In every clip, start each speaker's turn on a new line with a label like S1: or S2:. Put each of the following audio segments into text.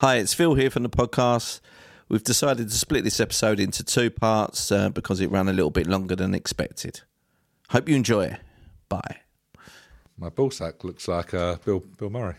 S1: Hi, it's Phil here from the podcast. We've decided to split this episode into two parts uh, because it ran a little bit longer than expected. Hope you enjoy it. Bye.
S2: My ball sack looks like uh, Bill Bill Murray.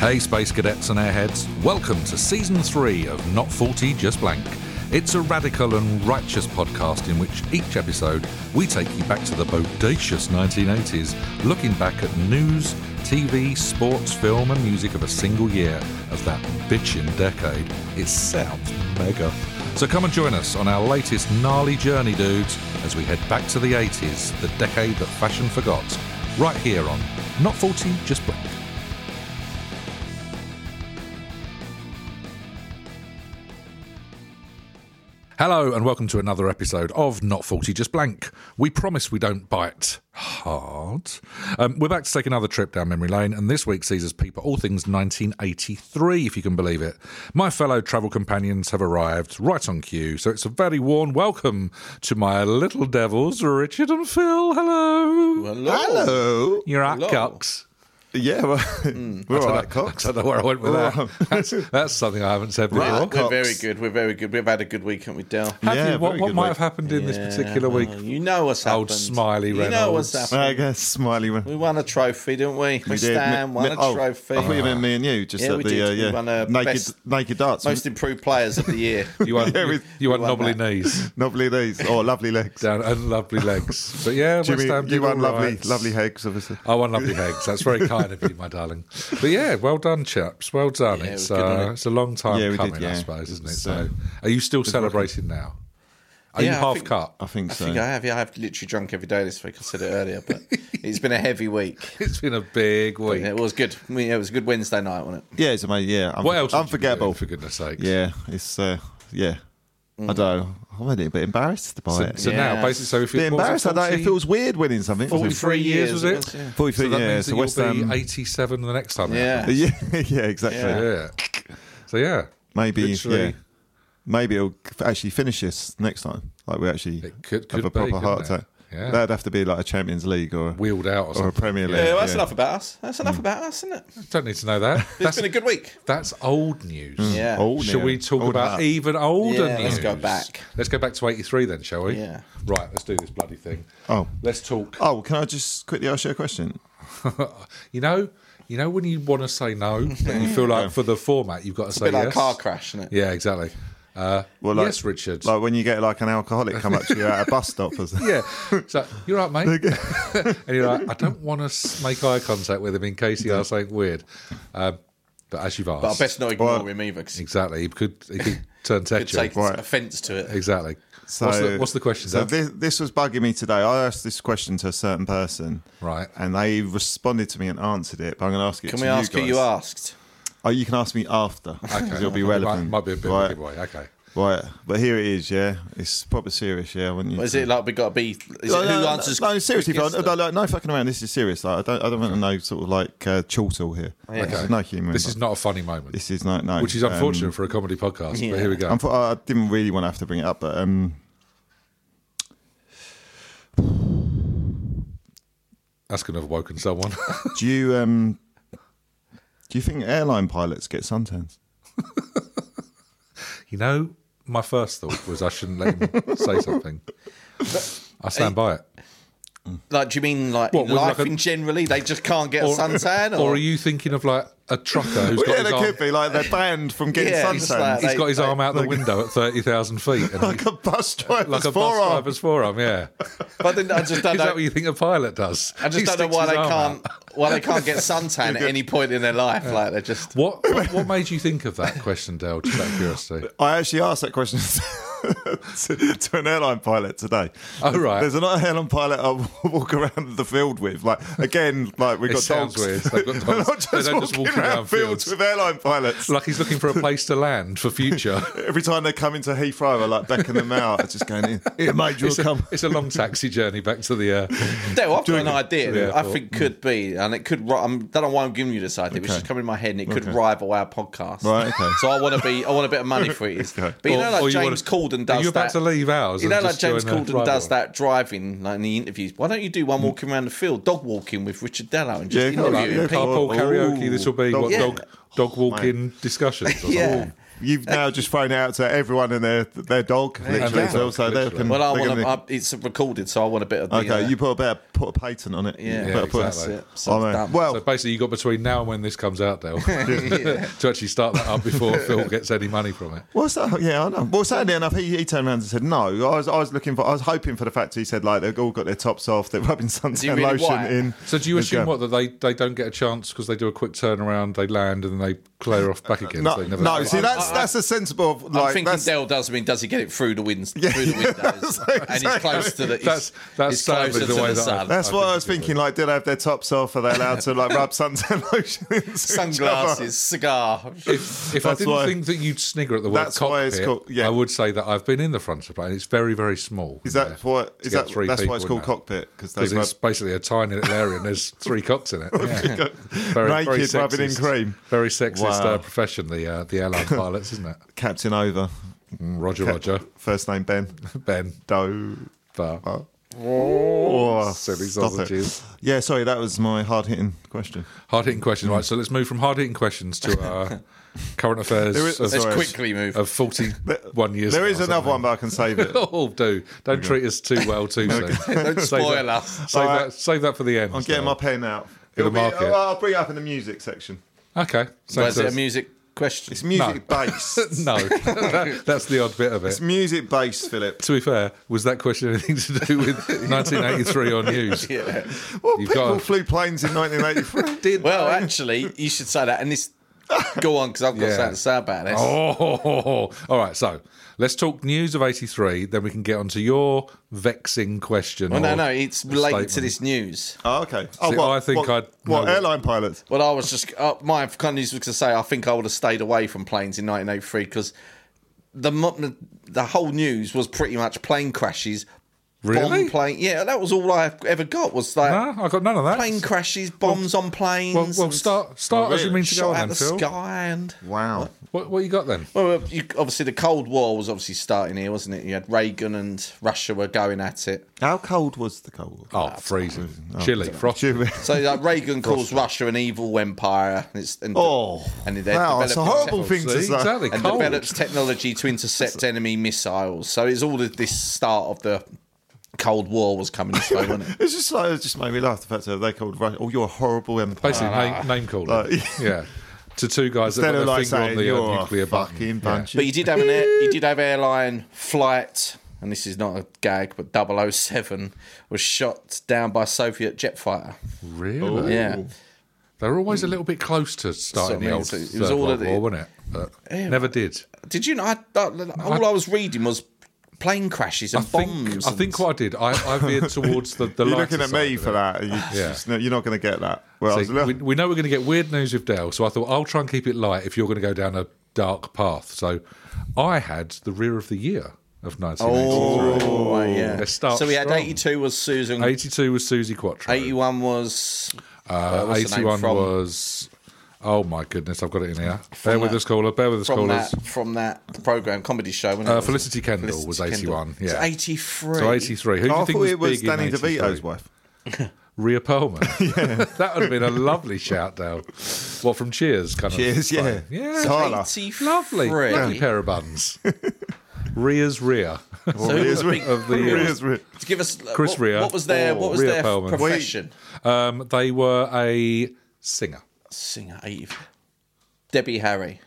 S2: Hey, space cadets and airheads! Welcome to season three of Not Forty Just Blank. It's a radical and righteous podcast in which each episode we take you back to the bodacious 1980s, looking back at news, TV, sports, film, and music of a single year of that bitchin' decade. It sounds mega. So come and join us on our latest gnarly journey, dudes, as we head back to the 80s, the decade that fashion forgot, right here on Not 40, Just Blank. Hello, and welcome to another episode of Not 40 Just Blank. We promise we don't bite hard. Um, we're back to take another trip down memory lane, and this week sees us peep at all things 1983, if you can believe it. My fellow travel companions have arrived right on cue, so it's a very warm welcome to my little devils, Richard and Phil. Hello.
S3: Hello.
S2: You're at
S1: hello.
S2: Cox.
S3: Yeah, well,
S1: Hmm,
S3: we're all right, Cox.
S2: I don't know where I went with
S3: Well,
S2: that. That's, that's something I haven't said before.
S3: Right.
S1: We're
S3: Cox.
S1: very good. We're very good. We've had a good weekend with Dell.
S2: Have
S3: Yeah,
S2: you? What,
S3: very
S2: what
S3: good
S2: might
S3: week.
S2: have happened in this particular
S1: Yeah,
S2: week?
S1: well, You know what's happened.
S2: Old Smiley
S1: You know what's
S2: Reynolds.
S1: happened.
S3: I guess smiley one.
S1: We won a trophy, didn't we? We Stan
S3: Me-
S1: won
S3: me-
S1: a
S3: oh,
S1: trophy.
S3: I thought you meant me and you, just
S1: Yeah,
S3: at
S1: we
S3: the
S1: did.
S3: Uh,
S1: We
S3: yeah,
S1: won, uh,
S3: naked
S1: best-
S3: naked darts.
S1: Most improved players of the year.
S2: You had,
S3: Yeah, we-
S2: you, you had
S1: we won
S2: knobbly
S1: that.
S2: knees
S3: lovely knees. Oh, lovely legs.
S2: down and lovely legs. But yeah,
S3: Jimmy,
S2: West Ham did
S3: you won
S2: all
S3: lovely,
S2: right. Uh,
S3: lovely legs, obviously.
S2: I won lovely legs. That's very kind of you, my darling. But yeah, well done, chaps. Well done.
S1: Yeah, it was
S2: it's,
S1: good,
S2: uh,
S1: wasn't it?
S2: it's a long time
S3: Yeah, we did,
S2: coming, I
S3: yeah.
S2: suppose, isn't it?
S3: It's,
S2: So,
S3: uh,
S2: are you still celebrating now? Are
S1: Yeah,
S2: you
S1: I
S2: half
S1: think-
S2: cut?
S3: I think
S1: I
S3: so.
S1: think I have. Yeah, I've literally drunk every day this week. I said it earlier, but it's been a heavy week.
S2: It's been a big week.
S1: It was good. I mean, it was a good Wednesday night, wasn't it?
S3: yeah, it's amazing. Yeah, unfor-
S2: What else? did you do,
S3: Unforgettable.
S2: for goodness' sake.
S3: Yeah, it's uh, yeah.
S1: Hmm.
S3: I don't. know. I'm a little bit embarrassed by it.
S2: So
S1: Yeah.
S2: now, basically, so if
S3: bit
S2: it was
S3: embarrassed. I don't. It
S2: 40
S3: feels weird winning something.
S2: 43 years, was it?
S1: yeah.
S2: So
S3: 43,
S2: that
S3: yeah.
S2: means
S3: So
S2: that
S3: West
S2: you'll be
S3: Ham.
S2: 87 the next time. it
S1: Yeah.
S2: happens.
S3: Yeah, yeah, exactly.
S1: Yeah.
S2: Yeah. So yeah,
S3: Maybe,
S2: Literally.
S3: yeah. Maybe it'll f- actually finish us next time. Like we actually
S2: It could- could
S3: have a
S2: be,
S3: proper
S2: couldn't
S3: heart
S2: it?
S3: attack.
S2: Yeah.
S3: That'd have to be like a Champions League or,
S2: wheeled out or
S3: or a
S2: something.
S3: Premier League.
S1: Yeah, well, that's enough about us. That's enough about us, isn't it? It's
S2: Don't need to know that. Mm. That's,
S1: been a good week.
S2: that's old news.
S1: Yeah.
S3: Old
S2: Shall
S3: now.
S2: we talk
S3: Old
S2: about
S3: hat.
S2: even older
S1: Yeah,
S2: news?
S1: let's go back.
S2: Let's go back to 83 then, shall we?
S1: Yeah.
S2: Right, let's do this bloody thing.
S3: Oh.
S2: Let's talk.
S3: Oh, can I just quickly ask you a question?
S2: You know, you know when you want to say no, but you feel like for the format you've got to say
S1: bit like
S2: yes.
S1: a car crash, isn't it?
S2: Yeah, exactly. Uh,
S3: Well, like-
S2: yes, Richard.
S3: Like when you get like an alcoholic come up to you at a bus stop or something.
S2: yeah. So you're right, mate. and you're like, I don't want to make eye contact with him in case he asks something weird. Um, but as you've asked,
S1: But I best not ignore
S3: Well-
S1: him either, 'cause
S2: exactly, he could he could turn
S1: he could
S2: tech
S1: take
S3: Right.
S1: offence to it.
S2: Exactly. what's, the, what's the question?
S3: So
S2: Dan?
S3: this, this was bugging me today. I asked this question to a certain person,
S2: Right.
S3: And they responded to me and answered it. But I'm going to ask it.
S1: Can
S3: to
S1: we ask
S3: you
S1: who
S3: guys.
S1: you asked?
S3: Oh, you can ask me after. Okay, it'll be
S2: It
S3: relevant.
S2: Might, might be a bit of a
S3: Right.
S2: giveaway. Okay.
S3: Right, but here it is. Yeah, it's proper serious. Yeah, wouldn't you?
S1: Or is it like we got to be? Is
S3: No,
S1: it
S3: no,
S1: who
S3: no,
S1: answers?
S3: uh, No, seriously,
S1: quickest?
S3: no, no, no, no fucking around. This is serious. Like, I don't, I don't want to know sort of like uh, chortle here.
S1: Yeah.
S3: This
S2: Okay.
S3: is no human.
S2: Oh, This is not a funny moment,
S3: This is no, no.
S2: which is
S3: um,
S2: unfortunate for a comedy podcast.
S1: Yeah.
S2: But here we go.
S3: I'm, for- I didn't really want to have to bring it up, but um,
S2: That's going to have woken someone.
S3: do you um, do you think airline pilots get suntans?
S2: you know, my first thought was I shouldn't let him say something. I stand by it.
S1: Like, do you mean like
S2: What,
S1: in
S2: with
S1: life
S2: like a-
S1: in generally they just can't get a suntan? Or,
S2: Or are you thinking of like a trucker who's
S3: Well,
S2: got
S3: yeah,
S2: his
S3: they
S2: arm?
S3: could be. Like they're banned from getting
S1: Yeah, it's
S3: suntans.
S1: like-
S2: He's got his
S1: They-
S2: arm out the window at thirty thousand feet, and
S3: like a bus driver's
S2: like a bus
S3: forearm.
S2: driver's forearm. Yeah,
S1: But then I just
S2: is
S1: don't
S2: that what
S1: know.
S2: you think a pilot does?
S1: I just
S2: He
S1: don't know
S2: sticks
S1: why
S2: his
S1: they
S2: arm out.
S1: can't. Why they can't get suntan at any point in their life. Like they're just.
S2: What, what what made you think of that question, Dale? Just out of curiosity.
S3: I actually asked that question to, to an airline pilot today.
S2: Oh, right.
S3: There's another airline pilot I walk around the field with. Like again, like we've
S2: It
S3: got
S2: sounds
S3: dogs.
S2: weird. They've got dogs.
S3: They're not
S2: They don't just walk
S3: walking
S2: Graham
S3: Fields
S2: Fields.
S3: with airline pilots.
S2: Like he's looking for a place to land for future.
S3: Every time they come into Heathrow, I like beckoning them out. I just going in. Yeah, mate, you'll
S2: It's a, it's a long taxi journey back to the. Uh,
S1: No, I've got
S2: Doing
S1: an
S2: it Mm.
S1: idea.
S2: to the
S1: that I
S2: airport.
S1: think could be, and it could. ri- I'm, I don't know why I'm giving you this idea. It's just coming in my head, and it could rival our podcast.
S3: Right, okay.
S1: So I want to be. I want a bit of money for it. But you
S2: Or-
S1: know, like
S2: or you
S1: James
S2: wanna-
S1: Corden
S2: Are
S1: does.
S2: you
S1: that-
S2: about to leave ours
S1: You
S2: and
S1: know, like
S2: just
S1: James
S2: join a
S1: Corden does
S2: rival?
S1: that driving, like in the interviews. Why don't you do one walking around the field, dog walking with Richard Dello, and just
S3: Yeah,
S1: interview
S3: like,
S1: him?
S3: yeah,
S1: people?
S2: Carpool
S3: Oh,
S2: karaoke. This will be
S3: dog-
S2: what
S1: Yeah.
S2: dog dog walking discussions. or something.
S1: Yeah.
S3: You've now just thrown it out to everyone and their their dog. Literally,
S2: their
S3: so,
S2: dog,
S3: so they
S2: literally.
S3: can.
S1: Well, I
S3: they're
S1: want to.
S3: gonna-
S1: It's recorded, so I want a bit of. The,
S3: Okay,
S1: uh,
S3: you put a better put a patent on it.
S1: Yeah,
S3: You better put a-
S1: that's
S2: exactly.
S1: it. So
S3: Oh,
S1: it's
S3: man.
S1: done.
S3: Well,
S2: So basically, you got between now and when this comes out, though, to actually start that up before Phil gets any money from it.
S3: What's that? Yeah, I know. Well, sadly enough, he, he turned around and said no. I was, I was looking for, I was hoping for the fact he said like they've all got their tops off, they're rubbing suntan
S1: really
S3: lotion
S1: white?
S3: in.
S2: So do you
S3: Let's
S2: assume
S3: go.
S2: what that they, they don't get a chance because they do a quick turnaround, they land, and then they clear off back again?
S3: No,
S2: so they never
S3: no. See, that's that's a sensible of,
S1: I'm
S3: like
S1: thinking
S3: that's
S1: Dell does. I mean, does he get it through the winds? through the windows, and he's close to the. he's-
S2: That's- that's
S1: he's closer
S2: sadly the
S1: to
S2: way
S1: the
S2: that I-
S1: sun.
S3: that's
S2: I
S3: what
S2: think
S3: I was
S2: you're right.
S3: thinking. Like, did they have their tops off? Are they allowed to like rub suntan lotion? Into each other?
S1: Sunglasses, cigar.
S2: If, if I
S3: That's
S2: didn't
S3: why-
S2: think that you'd snigger at the word
S3: That's
S2: cockpit,
S3: why it's called- yeah.
S2: I would say that I've been in the front of the plane. It's very, very small.
S3: Is
S2: there
S3: that what?
S2: to
S3: Is
S2: get
S3: that
S2: three
S3: that's why it's
S2: people
S3: called
S2: in
S3: cockpit? Because they
S2: Because
S3: rub
S2: it's basically a tiny little area and there's three cocks in it. Yeah.
S3: Naked, rubbing in cream.
S2: Very sexist
S3: Wow.
S2: uh, profession, the, uh, the airline pilots, isn't it?
S3: captain over.
S2: Mm, Roger, Roger.
S3: First name Ben.
S2: Ben.
S3: Doe.
S2: Bar.
S3: Oh,
S2: silly
S3: stop it.
S2: sausages.
S3: Yeah, sorry, that was my hard hitting question.
S2: Hard hitting questions. Right, so let's move from hard hitting questions to our current affairs
S3: There is-
S2: of,
S3: Sorry.
S1: Let's quickly move.
S2: of 41 years
S3: There
S2: ago
S3: is
S2: or
S3: another
S2: something.
S3: one, but I can save it.
S2: Oh, do. Don't treat us too well too soon. Don't
S1: spoil us.
S2: Save,
S3: All
S2: that, save that for the end.
S3: I'm getting my pen out.
S2: Gonna
S3: It'll be,
S2: mark it.
S3: I'll, I'll bring it up in the music section.
S2: Okay. So
S1: Was it a
S2: it's-
S1: music question?
S3: It's music based.
S2: No, That- that's the odd bit of
S3: It's
S2: it.
S3: music based, Philip.
S2: To be fair, was that question anything to do with 1983 or news?
S1: Yeah.
S3: Well,
S2: You've
S3: people
S2: got to-
S3: flew planes in 1983. Did
S1: Well, actually, you should say that. And this, go on, because I've got
S2: Yeah.
S1: something to say about this.
S2: Oh, all right. So let's talk news of 83, then we can get on to your vexing question.
S1: well,
S2: or
S1: no, no, it's related to
S2: statement.
S1: this news.
S3: Oh, okay. Oh,
S2: See,
S3: what,
S2: I think
S3: what,
S2: I'd know
S3: What,
S2: what-
S3: airline pilots?
S1: Well, I was just uh, my kind of news was to say I think I would have stayed away from planes in 1983 because the mo- the whole news was pretty much plane crashes,
S2: Really?
S1: bomb plane. Yeah, that was all I ever got was like
S2: No, I got none of that.
S1: plane crashes, bombs on planes.
S2: well, well,
S1: and
S2: start start
S3: Well,
S2: as you mean to go
S1: Oh, shot
S2: on
S1: out
S2: then,
S1: the
S2: Phil.
S1: sky and.
S3: Wow.
S2: What, what you got then?
S1: Well, uh, you, obviously the Cold War was obviously starting here, wasn't it? You had Reagan and Russia were going at it.
S3: How cold was the Cold War?
S2: Oh, freezing, chilly, frosty.
S3: Jimmy.
S1: So like, Reagan calls Russia an evil empire. And it's, and,
S3: Oh,
S1: and they
S3: wow, it's a
S1: developed-
S3: horrible thing to
S2: See,
S3: say.
S2: exactly.
S1: and
S2: cold.
S1: develops technology to intercept enemy missiles. So it's all of this start of the Cold War was coming this way, wasn't it?
S3: It's just like it just made me laugh. The fact that they called Russia, oh, you're a horrible empire.
S2: Basically, name, name calling.
S3: Like-
S2: yeah. To two guys that
S3: Instead
S2: got their
S3: of like
S2: finger on
S3: saying
S2: the
S3: you're
S2: uh, nuclear
S3: a fucking
S2: button. Yeah.
S3: bunch.
S1: But
S3: of
S1: you did have an air, you did have airline flight, and this is not a gag, but 007 was shot down by Soviet jet fighter.
S2: Really?
S1: Yeah,
S2: They were always a little bit close to starting
S1: So, I
S2: the
S1: mean,
S2: old
S1: so it was
S2: Third
S1: all
S2: World
S1: of the-
S2: War, wasn't it? But never did.
S1: did you know? I, I- all I was reading was plane crashes and
S2: I think,
S1: bombs.
S2: I think
S1: and-
S2: what I did, I, I veered towards the, the
S3: You're
S2: lighter
S3: looking at
S2: side
S3: me
S2: of
S3: for
S2: it.
S3: that. You just, no, you're not going to get that. Well, I was
S2: See,
S3: look-
S2: we, we know we're going to get weird news with Dale, so I thought I'll try and keep it light if you're going to go down a dark path. So I had the rear of the year of 1983.
S1: Oh, right, yeah.
S2: Let's start
S1: So we had
S2: strong.
S1: 82 was Susan,
S2: 82 was Susie Quattro.
S1: 81 was uh,
S2: uh,
S1: what's the name
S2: 81
S1: from-
S2: was. Oh my goodness, I've got it in here. Bear with
S1: that-
S2: us, caller. Bear with us,
S1: from
S2: callers.
S1: that from that program comedy show. wasn't it?
S2: Uh, Felicity Kendall was 81,
S1: Kendall.
S2: yeah.
S1: So 83.
S2: So 83. Who do
S3: Oh,
S2: you
S3: I thought
S2: think was
S3: it was
S2: big in
S3: Danny
S2: 83?
S3: DeVito's wife.
S2: Rhea Perlman. that would have been a lovely shout, Dale. What from Cheers? Kind
S3: Cheers,
S2: of
S3: yeah.
S2: thing. yeah,
S3: Carl- Carla.
S1: 83.
S2: lovely, lovely
S1: So
S2: pair of buns. Rhea's Rhea.
S1: who
S3: Rhea's
S1: was
S3: Rhea.
S1: big-
S2: Of the-
S1: who was-
S3: Rhea's Rhea.
S1: to give us uh,
S2: Chris
S1: what,
S2: Rhea
S1: What was their
S2: or
S1: what was
S2: Rhea
S1: their
S2: Perlman?
S1: profession?
S2: um, they were a singer.
S1: Singer 80. Debbie Harry.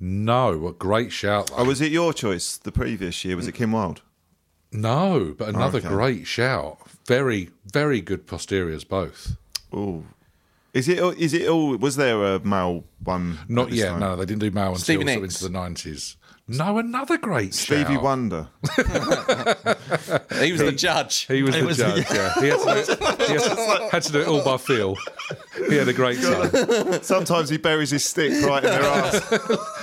S2: No, a great shout.
S3: Oh, was it your choice the previous year? Was it Kim Wilde?
S2: No, but another
S3: Okay.
S2: great shout. Very, very good posteriors both.
S3: Oh, is it? Is it all? Was there a male one?
S2: Not
S3: at this
S2: yet.
S3: time?
S2: No, they didn't do Mao until
S1: Stevie
S2: sort of
S1: Nicks.
S2: into the nineties. No, another great
S3: Stevie
S2: shout.
S3: Wonder.
S4: He was the judge.
S2: He was the
S3: was-
S2: judge. Yeah. He, had to, do- he had, to, had to do it all by feel. He had a great time.
S3: Sometimes he buries his stick right in their ass.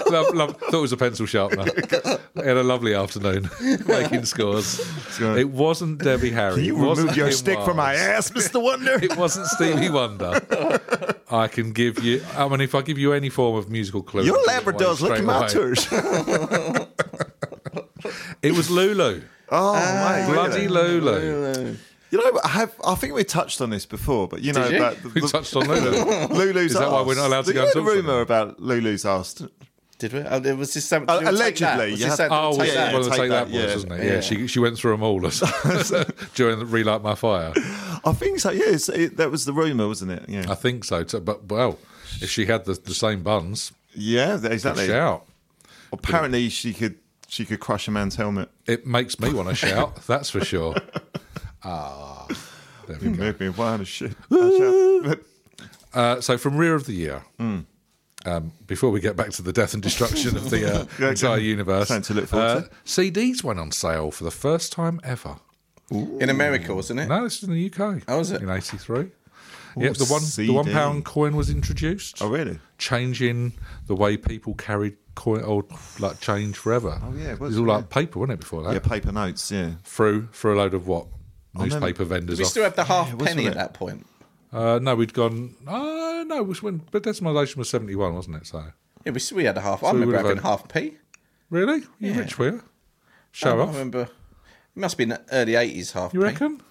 S2: Love, love, thought it was a pencil sharpener. He had a lovely afternoon making scores.
S3: right.
S2: It wasn't Debbie Harry.
S3: You
S2: It wasn't
S3: removed your
S2: Kim
S3: stick from my
S2: Wiles.
S3: ass, Mr. Wonder.
S2: It wasn't Stevie Wonder. I can give you. I mean, if I give you any form of musical clue,
S3: Your
S2: I'll give it away
S3: Labrador's
S2: straight
S3: looking
S2: away.
S3: matters.
S2: It was Lulu.
S3: Oh, mate.
S2: Bloody
S3: really?
S2: Lulu.
S3: You know, I have. I think we touched on this before, but you know,
S4: you?
S3: about the,
S2: We
S3: the,
S2: touched on Lulu.
S3: Lulu's.
S2: Is that why we're not allowed to go and
S3: The
S2: talk to
S3: rumor about Lulu's ass.
S4: Did we? Oh, there was this something?
S3: Uh,
S4: did we take that?
S3: allegedly,
S4: Was this
S3: you have-
S4: something
S2: Oh,
S4: to
S2: well,
S4: take
S3: yeah,
S4: that?
S2: well,
S3: take
S2: take that,
S3: that,
S2: was,
S3: yeah.
S2: wasn't it? Yeah, She, she went through them all during the Relight My Fire.
S3: I think so. Yeah, it's, it, that was the rumor, wasn't it? Yeah.
S2: I think so. too. But, well, if she had the, the same buns,
S3: yeah, exactly.
S2: shout.
S3: Apparently, she could. She could crush a man's helmet.
S2: It makes me want to shout, that's for sure. Ah, there we go.
S3: Make me wild as shit. Shout.
S2: Uh, so from Rear of the Year,
S3: Hmm.
S2: um, before we get back to the death and destruction of the uh,
S3: Yeah,
S2: entire
S3: okay.
S2: universe,
S3: Something to look forward to.
S2: CDs went on sale for the first time ever.
S4: In America, wasn't it?
S2: No, this is in the UK.
S4: Oh, is it?
S2: In '83. Yep, the one the one
S3: CD.
S2: pound coin was introduced.
S3: Oh, really?
S2: Changing the way people carried coin or like change forever. Oh
S3: yeah, it
S2: it
S3: was,
S2: was, all
S3: yeah.
S2: like paper, wasn't it? Before that,
S3: Yeah, paper notes. Yeah.
S2: through for a load of what
S3: remember-
S2: newspaper vendors.
S4: We
S2: off-
S4: still have the half
S3: wasn't
S4: penny
S3: it?
S4: at that point.
S2: Uh, no, we'd gone. Oh, no, it was when but decimisation was seventy one, wasn't it? So
S4: Yeah, we still we had a half. I
S2: we
S4: remember
S2: would've
S4: having
S2: had-
S4: half p. Um,
S2: really, you rich were you? Show
S4: I
S3: Um,
S2: off.
S4: remember. It must have been early eighties half.
S2: You reckon?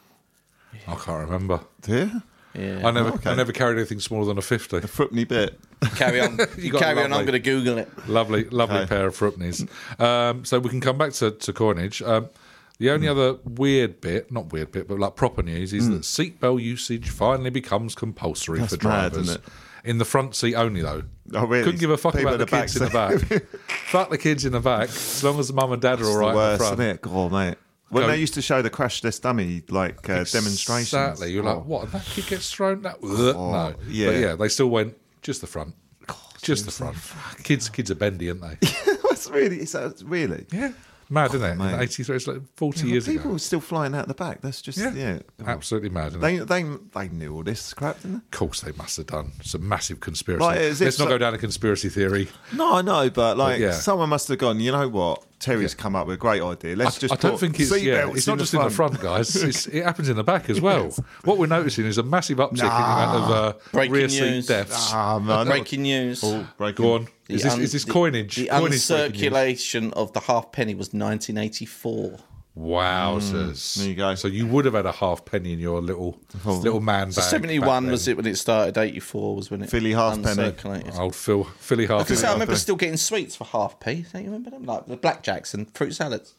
S2: I can't remember.
S3: Yeah. Oh,
S4: Yeah.
S2: I never,
S3: okay.
S2: I never carried anything smaller than a fifty.
S3: Fripney bit.
S4: Carry on. you
S2: got
S4: carry on. I'm
S2: lovely.
S4: going to Google it.
S2: Lovely, lovely
S3: Okay.
S2: pair of Frupneys. Um, so we can come back to, to coinage. Um, the
S3: Hmm.
S2: only other weird bit, not weird bit, but like proper news, is that seatbelt usage finally becomes compulsory
S3: That's
S2: for
S3: mad,
S2: drivers.
S3: isn't it?
S2: In the front seat only, though.
S3: Oh, really?
S2: Couldn't give a fuck
S3: People
S2: about the,
S3: in the
S2: kids in the back. fuck the kids in the back, as long as the mum and dad are all right
S3: Worse,
S2: in the
S3: isn't
S2: front.
S3: it? God, mate. When
S2: Go-
S3: they used to show the crash test dummy like uh, demonstrations.
S2: Exactly. You're
S3: Oh.
S2: like, what? That kid gets thrown. That no.
S3: yeah.
S2: But yeah, they still went just the front. Just the front. Kids, kids are bendy, aren't they?
S3: That's Oh. really, is that really?
S2: Yeah. Mad, isn't it?
S3: mate.
S2: 83, it's like 40
S3: But
S2: years
S3: people
S2: ago.
S3: were still flying out the back. That's just yeah.
S2: Absolutely mad. Isn't it?
S3: They, they they knew all this crap, didn't
S2: Of course, they must have done some massive conspiracy.
S3: Like, as if
S2: Let's not
S3: so-
S2: go down a conspiracy theory.
S3: they? No, I know, but like
S2: yeah.
S3: someone must have gone. You know what? Terry's
S2: Yeah.
S3: come up with a great idea.
S2: I,
S3: Let's just
S2: I don't
S3: put
S2: think it's yeah.
S3: seatbelts
S2: It's not just in the front, guys. It's, it happens in the back as well. What we're noticing is a massive uptick in the amount of uh,
S4: Breaking
S2: rear seat
S4: news.
S2: deaths.
S3: Ah, man.
S4: Breaking news.
S3: Oh, breaking.
S2: Go on. Is
S4: The
S2: this,
S4: un-
S2: is this
S4: the-
S2: coinage?
S4: The
S2: coinage breaking news?
S4: uncirculation of the half penny was 1984.
S2: Wowzers!
S3: Mm, there you go. Oh.
S2: So you would have had a half penny in your little little man bag. back
S4: 71 was
S2: then.
S4: it when it started. 84 was when it
S3: Philly half penny.
S4: uncirculated.
S2: Old Phil, Philly half.
S4: Because I
S2: penny.
S4: remember still getting sweets for half p. Don't you remember them? Like the blackjacks and fruit salads.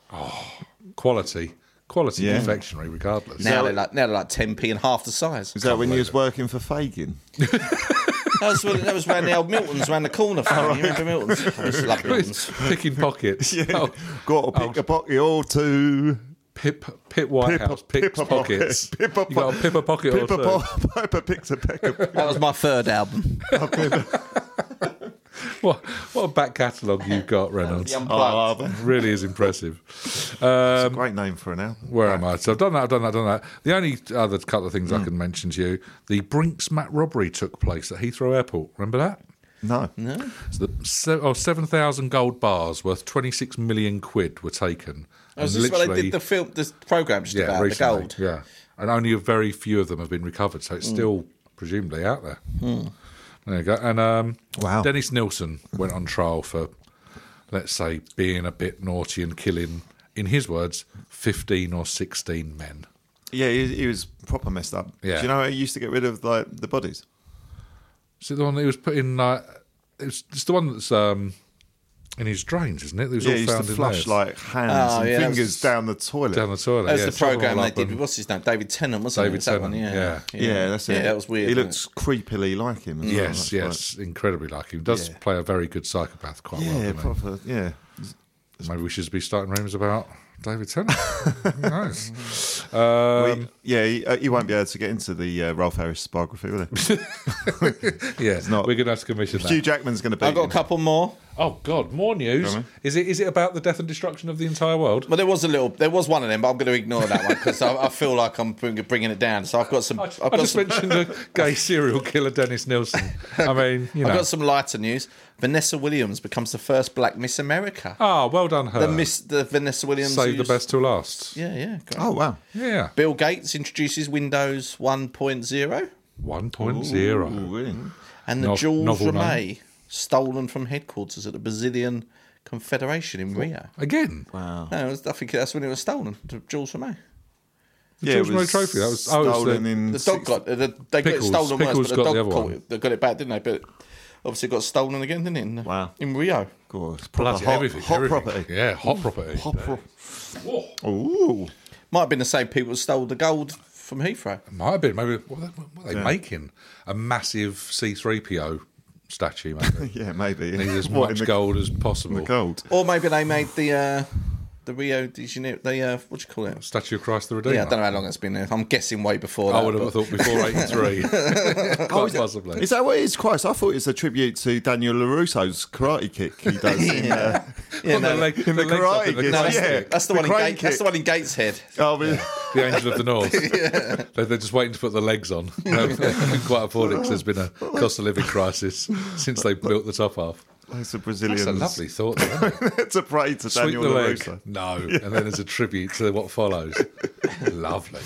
S2: quality, quality
S3: Yeah.
S2: confectionery, regardless.
S4: Now
S3: that-
S4: they're like now they're like ten p and half the size.
S3: Is that when you was working for Fagin?
S2: Oh.
S4: That was, when- that was around the old Milton's around the corner. From
S2: Oh,
S4: you remember Milton's? I used to love Milton's.
S2: Picking pockets. Oh,
S3: Got to pick a pocket or two.
S2: Pip Pip Whitehouse picks
S3: Pippa pocket.
S2: pockets.
S3: Pippa
S2: you got a Pippa pocket or
S3: Pippa
S2: two.
S3: po- Pippa picks a peck of
S4: That was my third album.
S2: What, what a back catalogue you've got, Reynolds.
S4: The Unplugged.
S3: Oh,
S2: Really is impressive. Um,
S3: that's a great name for an album.
S2: Where am I? So I've done that, I've done that, I've done that. The only other couple of things
S3: Hmm.
S2: I can mention to you the Brinks Mat robbery took place at Heathrow Airport. Remember that?
S3: No.
S2: So the se- oh, 7,000 gold bars worth 26 million quid were taken.
S4: That was
S2: And
S4: just when they
S2: literally-
S4: did the film, the program just about
S2: recently,
S4: the gold. Hmm.
S2: Yeah, and only a very few of them have been recovered, so it's still presumably out there. There you go. And um,
S3: Wow.
S2: Dennis Nilsson went on trial for, let's say, being a bit naughty and killing, in his words, fifteen or sixteen men.
S3: Yeah, he, he was proper messed up.
S2: Yeah.
S3: Do you know how he used to get rid of like the bodies?
S2: Is it the one that he was put in? Like, it's, it's the one that's um, in his drains, isn't it? It was
S3: Yeah,
S2: all
S3: he used to
S2: found in
S3: flush
S2: there.
S3: like hands
S4: Oh,
S3: and
S4: yeah, that
S3: fingers
S4: was-
S3: down the toilet.
S2: down the toilet.
S4: That was
S2: yeah,
S4: the
S2: shove them
S4: program
S2: all
S4: they
S2: up and-
S4: did. What's his name? David Tennant, wasn't
S2: David
S4: it? It's that one,
S2: Tennant,
S4: yeah.
S3: yeah, that's it.
S4: Yeah, that was weird.
S3: He
S4: wasn't
S3: looks creepily like him. As well.
S2: Yes,
S3: That's
S2: yes, incredibly like him. Does
S3: Yeah.
S2: play a very good psychopath quite
S3: right.
S2: well.
S3: Yeah,
S2: doesn't he?
S3: proper. Yeah.
S2: Um, Maybe we should be starting rumours about David Tennant. Who knows?
S3: Well,
S2: Um,
S3: he- yeah, he, uh, he won't be able to get into the uh, Ralph Harris biography, will he?
S2: yeah,
S3: not-
S2: we're going to have to commission that.
S3: Hugh Jackman's going to be.
S4: I've got a couple more.
S2: Oh God, more news. Is it is it about the death and destruction of the entire world?
S1: Well, there was a little, there was one of them, but I'm going to ignore that one because I, I feel like I'm bring, bringing it down. So I've got some,
S2: I,
S1: I've got
S2: I just
S1: some,
S2: mentioned a gay serial killer, Dennis Nilsson. I mean, you know.
S1: I've got some lighter news. Vanessa Williams becomes the first Black Miss America.
S2: Ah, well done, her.
S1: the Miss, the Vanessa Williams.
S2: Save the
S1: who's-
S2: best till last.
S1: Yeah, yeah. great.
S3: Oh wow.
S2: Yeah.
S1: Bill Gates introduces Windows 1.0,
S2: 1.0.
S1: and the
S2: No-
S1: jewels
S2: novel
S1: remain stolen from headquarters at the Brazilian Confederation in Rio.
S2: Again.
S3: Wow.
S1: No, it was- I think that's when it was stolen. The jewels remain.
S2: The George Murray Trophy. That was, I was
S3: stolen
S2: the-
S3: in
S1: The dog
S3: six-
S1: got the, they
S2: Pickles.
S1: got it stolen
S2: Pickles
S1: once, but the
S2: got the
S1: dog
S2: other
S1: caught
S2: one.
S1: it, they got it back, didn't they? But obviously, it got stolen again, didn't it? In,
S3: Wow.
S1: In Rio.
S3: God, it's
S2: Bloody
S3: proper hot,
S2: everything,
S3: hot
S2: everything.
S3: property.
S2: Yeah, hot property.
S3: Hot pro- Ooh.
S1: Might have been the same people that stole the gold from Heathrow.
S2: Might have been. Maybe what, what are they making? A massive C3PO statue, maybe.
S3: Yeah, maybe.
S2: Need as
S3: What,
S2: much
S3: in the-
S2: gold as possible.
S3: The gold.
S1: Or maybe they made the uh, the Rio de Janeiro. The uh, what do you call it?
S2: Statue of Christ the Redeemer.
S1: Yeah, I don't know how long it's been there. I'm guessing way before.
S2: I
S1: that,
S2: would have
S1: but-
S2: thought before 83. Quite possibly.
S3: Is that what it is, Christ? I thought it was a tribute to Daniel LaRusso's karate kick he does. in, uh,
S1: Yeah,
S2: On the
S1: no,
S2: leg-
S3: in the
S2: legs up
S3: karate,
S2: in the
S3: yeah.
S1: no,
S2: classic.
S1: that's,
S3: Yeah.
S1: that's the,
S3: The
S1: one. In
S3: crane
S1: Gate, that's
S3: kick.
S1: the one in Gateshead.
S3: oh, we-
S2: The Angel of the North. They're they're just waiting to put the legs on. No, they couldn't quite afford it because there's been a cost of living crisis since they built the top half.
S3: Loads of
S2: That's
S3: Brazilians.
S2: a lovely thought. though, isn't it?
S3: it's a parade to
S2: Sweep
S3: Daniel
S2: the
S3: LaRusso.
S2: leg. No. And then there's a tribute to what follows. Lovely.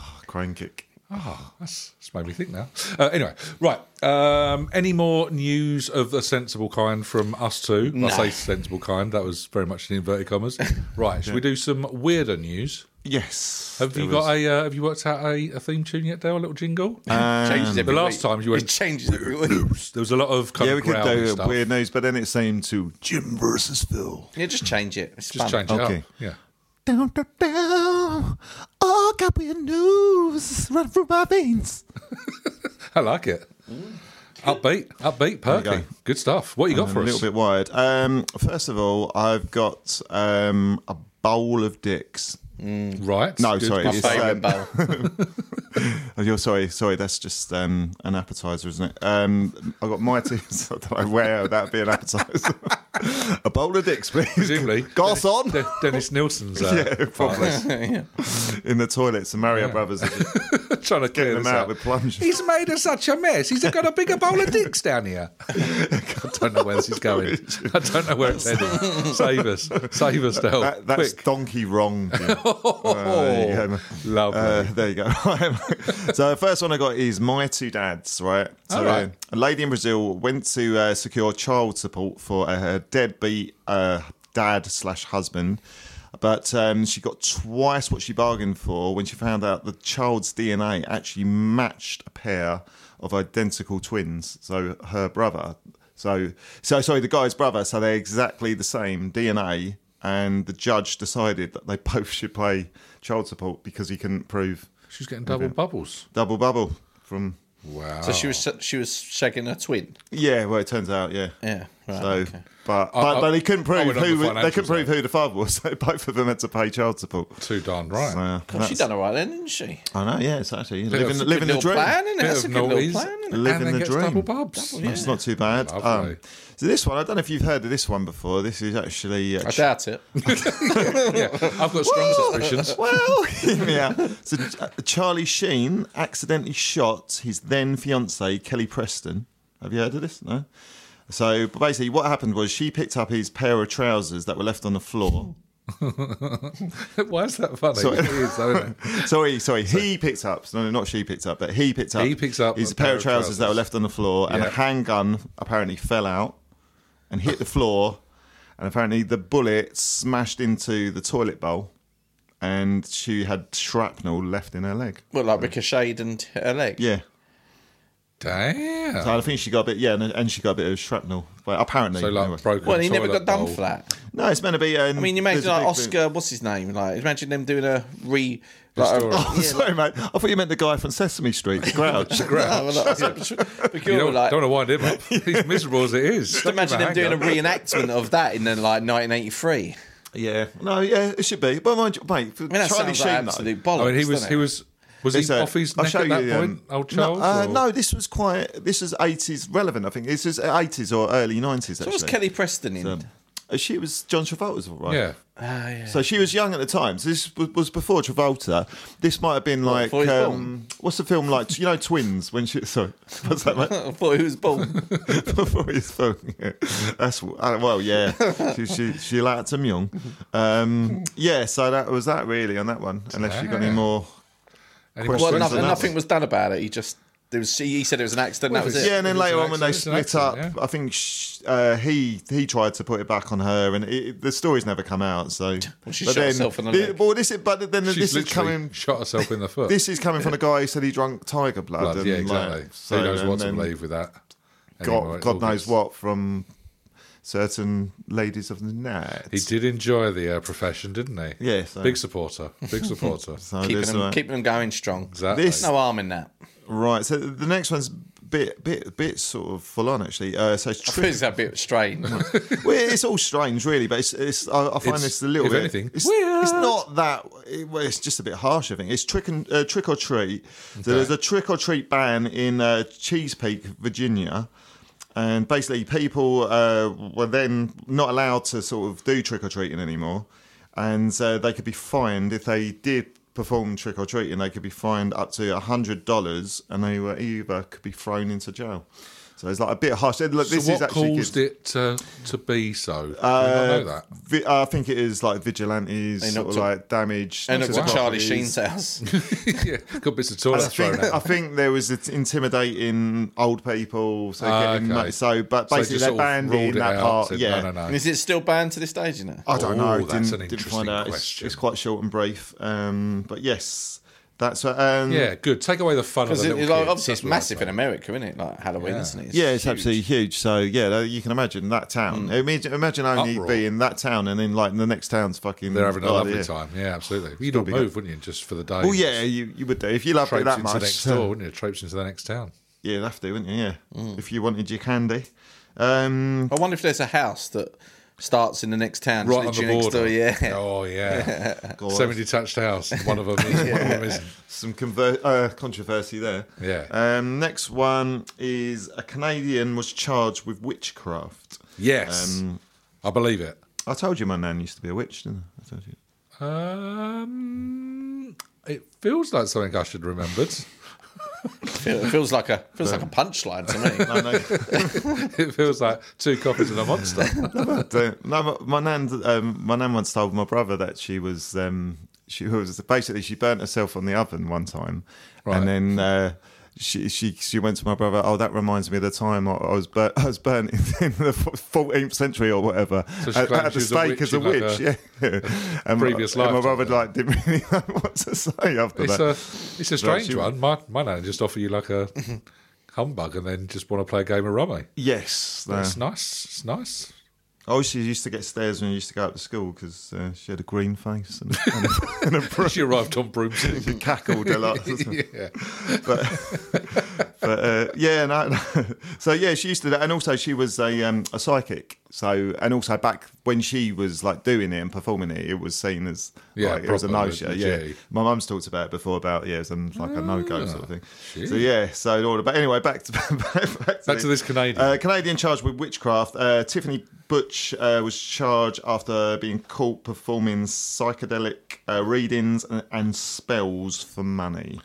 S3: Oh, crane kick.
S2: Oh, that's, that's made me think now. Uh, anyway, right. Um, any more news of a sensible kind from us two? I say sensible kind. That was very much in inverted commas. Right. Should we do some weirder news?
S3: Yes.
S2: Have you
S3: It
S2: got
S3: was- Uh,
S2: a? Uh, have you worked out a, a theme tune yet, Dale? A little jingle.
S1: changes every
S2: Um, the last
S1: week.
S2: time you
S1: it
S2: went-
S1: changes every week.
S2: there was a lot of kind
S3: Yeah,
S2: of
S3: we could
S2: growly
S3: do
S2: stuff.
S3: weird news, but then it seemed to Jim versus Phil.
S1: Yeah, just change it. It's
S2: Just
S1: fun.
S2: change it up.
S3: Okay.
S2: Yeah.
S3: Down, down, down. Oh, got weird news run through my veins.
S2: I like it. Upbeat, upbeat, perky.
S3: go.
S2: Good stuff. What you got
S3: I'm
S2: for
S3: a
S2: us?
S3: little bit wired. Um, first of all, I've got um, a bowl of dicks.
S2: Right.
S3: No,
S2: Good.
S3: sorry,
S1: My
S3: it's,
S1: favourite
S3: um,
S1: bowl.
S3: Oh, you're sorry, sorry. That's just um, an appetizer, isn't it? Um, I got my teams. I don't know where that'd be an appetizer. a bowl of dicks, please.
S2: Presumably,
S3: Garçon.
S2: De- Dennis Nilsson's uh,
S3: Yeah, probably
S1: yeah.
S3: in the toilets. The Mario Brothers are just
S2: trying to clear
S3: getting them
S2: this
S3: out
S2: up.
S3: with plungers.
S2: He's made us such a mess. He's got a bigger bowl of dicks down here. I don't know where this is going. I don't know where it's heading. Save us. Save us, Dale.
S3: That, Oh,
S2: Oh, Quick.
S3: that's
S2: Oh,
S3: donkey wrong. Jim. there you go, man.
S2: Lovely.
S3: Uh, there you go. so the first one I got is my two dads. Right. So
S2: All right.
S3: uh, a lady in Brazil went to uh, secure child support for uh, her deadbeat uh, dad slash husband, but um, she got twice what she bargained for when she found out the child's DNA actually matched a pair of identical twins. So her brother. So, so sorry, the guy's brother. So they're exactly the same DNA, and the judge decided that they both should pay child support because he couldn't prove
S2: She's getting double bubbles.
S3: double bubble from.
S2: Wow.
S1: So she was she was shagging her twin.
S3: Yeah, well, it turns out, yeah,
S1: Yeah, right,
S3: So,
S1: okay.
S3: but but,
S2: I-
S3: but they couldn't
S2: I
S3: prove
S2: went on
S3: who
S2: the
S3: they
S2: financial
S3: couldn't prove who the father was. So both of them had to pay child support.
S2: Too darn right.
S3: So,
S1: God, she
S3: that's-
S1: done all right then, didn't she?
S3: I know, yeah, it's actually
S2: Bit
S3: living
S2: of-
S3: living the
S1: Little
S3: dream.
S1: plan, is
S2: Bit
S1: That's a
S2: of
S1: good little
S2: noise.
S1: plan, innit?
S3: Living
S2: and then
S3: the
S2: gets
S3: dream.
S2: double bubs.
S3: It's not too bad.
S2: Lovely.
S3: Um, so this one, I don't know if you've heard of this one before. This is actually uh,
S1: I doubt it.
S2: yeah, I've got strong suspicions.
S3: Well, yeah. So uh, Charlie Sheen accidentally shot his then fiancee Kelly Preston. Have you heard of this? No. So but basically, what happened was she picked up his pair of trousers that were left on the floor.
S2: Why is that funny? It is, though, isn't it?
S3: sorry, sorry. He picked up. No, no, not she picked up, but he picked up.
S2: He picks up
S3: his
S2: a
S3: pair of trousers, that were left on the floor, and a
S2: Yeah.
S3: handgun apparently fell out and hit the floor, and apparently the bullet smashed into the toilet bowl, and she had shrapnel left in her leg.
S1: Well, like ricocheted and hit her leg.
S3: Yeah.
S2: Damn.
S3: So I think she got a bit, yeah, and- and she got a bit of shrapnel. But apparently,
S2: so
S3: anyway.
S2: like broken.
S1: Well, he never
S2: toilet
S1: got done
S2: bowl.
S1: for that.
S3: no, it's meant to be. Um,
S1: I mean, you imagine like Oscar, what's his name? Like, imagine them doing a re. Like, a,
S2: Restoration.
S3: Oh, sorry, mate. I thought you meant the guy from Sesame Street, the Grouch.
S1: No, well, like, I said, but- but
S2: You
S1: you're
S2: don't,
S1: like,
S2: don't want to wind him up. He's miserable as it is.
S1: just imagine them doing a reenactment of that in then like 1983.
S3: yeah, no, yeah, it should be. But mind you, mate,
S1: I mean, that
S3: Charlie
S1: sounds like
S3: Sheen, though.
S1: absolute bollocks.
S2: I mean, he was
S1: doesn't
S2: he
S1: it?
S2: was Was he
S3: It's a-
S2: off his
S3: I'll
S2: neck
S3: show
S2: at that
S3: you, um,
S2: point, old Charles?
S3: No, uh,
S2: or-
S3: no, this was quite. This is eighties relevant. I think this is eighties or early nineties.
S4: So
S3: Actually,
S4: was Kelly Preston in?
S3: Um, she was John Travolta's right.
S2: Yeah.
S4: Ah, yeah.
S3: So she was young at the time. So this w- was before Travolta. This might have been like
S4: before he was
S3: um, what's the film like? You know, Twins. When she sorry, what's that like?
S4: I thought he was born.
S3: before his phone. Yeah. That's uh, well, yeah. She she, she liked him young. Um, yeah, so that was that really on that one. Unless you got any more.
S2: Any
S3: Well,
S2: more
S4: well,
S2: strings
S4: nothing,
S2: than that?
S4: nothing was done about it. He just there was. He said it was an accident.
S2: Well,
S4: that was
S2: if
S4: it.
S2: it's-
S3: Yeah, and then
S2: It was
S3: later
S2: an
S3: on when they
S2: accident, it
S3: split
S2: was
S3: up,
S2: an accident,
S3: I think sh uh, he he tried to put it back on her, and it, the story's never come out. So,
S4: Well, she shot herself in the
S3: thi-
S4: leg.
S3: well, this is, but then
S2: She's
S3: this is
S2: literally
S3: coming.
S2: shot herself in the foot.
S3: This is coming from a guy who said he drank tiger blood.
S2: Blood,
S3: and
S2: yeah,
S3: like,
S2: exactly.
S3: so
S2: Who knows
S3: and
S2: what to
S3: then
S2: believe with that?
S3: God,
S2: Anyway,
S3: God
S2: all
S3: knows
S2: this-
S3: what from certain ladies of the net.
S2: He did enjoy the uh, profession, didn't he?
S3: Yeah, so-
S2: Big supporter. Big supporter.
S3: So
S4: Keeping
S3: this,
S4: them,
S3: uh,
S4: keeping them going strong.
S2: exactly.
S3: This-
S4: There's no harm in that.
S3: Right. So the next one's bit bit bit sort of full on actually. Uh, so it's,
S4: I think
S3: tri-
S4: it's a bit strange.
S3: well, it's all strange really, but it's, it's I, I find
S2: It's-
S3: this a little
S2: if
S3: bit.
S2: anything,
S3: it's,
S2: weird.
S3: it's not that. It, well, it's just a bit harsh. I think it's trick and uh, trick or treat. So there's a trick or treat ban in uh, Cheese Peak, Virginia. And basically, people uh, were then not allowed to sort of do trick or treating anymore, and uh, they could be fined if they did perform trick or treating. They could be fined up to hundred dollars, and they were either could be thrown into jail. So it's like a bit harsh. And Look,
S2: so
S3: this is
S2: what
S3: actually Uh,
S2: caused
S3: gives-
S2: it uh, to be so? Do I know that?
S3: Vi- I think it is like vigilantes,
S4: They
S3: sort
S4: knocked
S3: of
S4: up-
S3: like damage.
S4: End up
S3: knocked
S4: at
S3: up
S4: Charlie Sheen's
S3: properties.
S4: house.
S2: yeah, got bits of
S3: I
S2: toilet thrown
S3: think,
S2: out.
S3: I think there was it's intimidating old people, so
S2: Ah,
S3: getting
S2: okay.
S3: money. So, but
S2: So they
S3: basically
S2: just
S3: they
S2: sort of
S3: banned it
S2: ruled
S3: in that
S2: out,
S3: part.
S2: said,
S3: yeah,
S2: No, no,
S4: And
S2: no.
S4: is it still banned to this day? Do you know?
S3: I don't
S2: Oh,
S3: know.
S2: that's
S3: didn't,
S2: an
S3: didn't
S2: interesting
S3: find out. It's-
S2: question.
S3: It's, quite short and brief. Um, but yes, that's what. Um,
S2: Yeah, good. Take away the fun of
S4: Because
S2: the
S4: it,
S2: little
S4: it's like,
S2: kids,
S4: obviously it's
S2: that's what I'd
S4: massive
S2: say.
S4: in America, isn't it? Like Halloween,
S2: Yeah.
S4: isn't it?
S3: Yeah, it's absolutely huge. So yeah, tha- you can imagine that town. Imagine, imagine only
S2: Hmm. Uproar.
S3: being that town, and then like the next town's fucking.
S2: They're having a
S3: oh,
S2: lovely
S3: yeah.
S2: time. Yeah, absolutely. You'd all
S3: be
S2: move, wouldn't you, just for the day?
S3: Well, yeah, you, you would do if you loved it
S2: Traipse
S3: that
S2: into
S3: much.
S2: the next door, wouldn't you? Traipse into the next town.
S3: Yeah, you'd have to, wouldn't you? Yeah. If you wanted your candy. Um,
S4: I wonder if there's a house that starts in the next town,
S2: Right on
S4: just
S2: the
S4: literally next door. Yeah.
S2: border. Oh, yeah.
S3: God,
S2: Semi-detached house. One of them is. One of them isn't.
S3: Some conver- uh, controversy there.
S2: Yeah.
S3: Um, next one is a Canadian was charged with witchcraft.
S2: Yes,
S3: Um,
S2: I believe it.
S3: I told you my nan used to be a witch, didn't I? I told you.
S2: Um, it feels like something I should have remembered.
S4: It feels like a feels like a punchline to me.
S3: No, no.
S2: it feels like two copies of a monster.
S3: Don't- no, but my nan, um, my nan once told my brother that she was, um, she was basically she burnt herself on the oven one time,
S2: Right.
S3: and then uh, she she she went to my brother. Oh, that reminds me of the time I, I was bur- I was burnt in the fourteenth century or whatever
S2: So she
S3: at,
S2: claimed
S3: at
S2: she
S3: the
S2: was a
S3: stake
S2: witch
S3: as a
S2: in, like,
S3: witch.
S2: a-
S3: yeah, and
S2: previous
S3: my, and my
S2: lifetime,
S3: brother
S2: then.
S3: like didn't really know what to say after
S2: It's
S3: that.
S2: a it's a strange
S3: she-
S2: one. My my nan just offer you like a humbug and then just want to play a game of rummy.
S3: yes, no.
S2: It's nice. It's nice.
S3: oh, she used to get stares when she used to go up to school because uh, she had a green face and, a- and, a- and a broom.
S2: She arrived on broomstick.
S3: She cackled a lot.
S2: yeah.
S3: but uh, yeah, no, no. so yeah, she used to, do that. and also she was a um, a psychic. So and also back when she was like doing it and performing it, it was seen as
S2: Yeah,
S3: like, it was a
S2: proper,
S3: no show.
S2: legit.
S3: Yeah, my mum's talked about it before about yeah, it was um, like a no go sort of thing.
S2: Ah, shit.
S3: So yeah, so in order. But anyway, back to back, back to,
S2: Back to this Canadian.
S3: uh, Canadian charged with witchcraft. Uh, Tiffany Butch uh, was charged after being caught performing psychedelic uh, readings and, and spells for money.